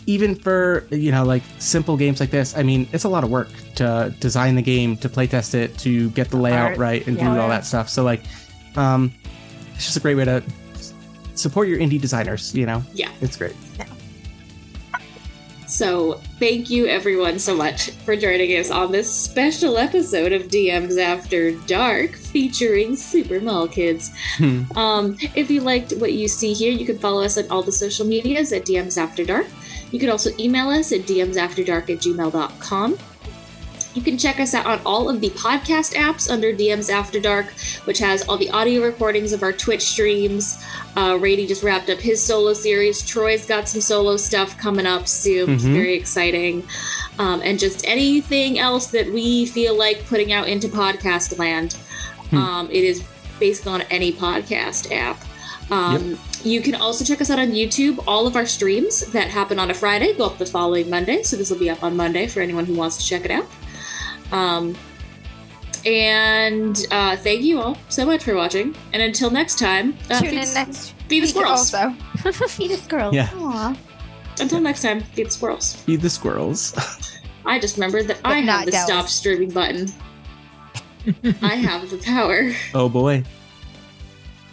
even for you know like simple games like this i mean it's a lot of work to design the game to playtest it to get the layout Art. right and do Yeah. all that stuff so like um it's just a great way to support your indie designers you know Yeah. it's great So thank you everyone so much for joining us on this special episode of DMs After Dark featuring Super Mall Kids. Hmm. Um, if you liked what you see here, you can follow us on all the social medias at DMs After Dark. You can also email us at dmsafterdark at gmail.com. You can check us out on all of the podcast apps under DMs After Dark, which has all the audio recordings of our Twitch streams. Uh, Rady just wrapped up his solo series. Troy's got some solo stuff coming up soon, which is Mhm. very exciting. Um, and just anything else that we feel like putting out into podcast land. Hmm. Um, it is based on any podcast app. Um, You can also check us out on YouTube. All of our streams that happen on a Friday go up the following Monday. So this will be up on Monday for anyone who wants to check it out. Um, and uh, thank you all so much for watching. And until next time, uh, Tune feed in the- next Feed the week squirrels. also. Feed a squirrel. Yeah. Aw. Until next time, feed the squirrels. Feed the squirrels. I just remembered that I not have the Dallas. stop streaming button. I have the power. Oh boy.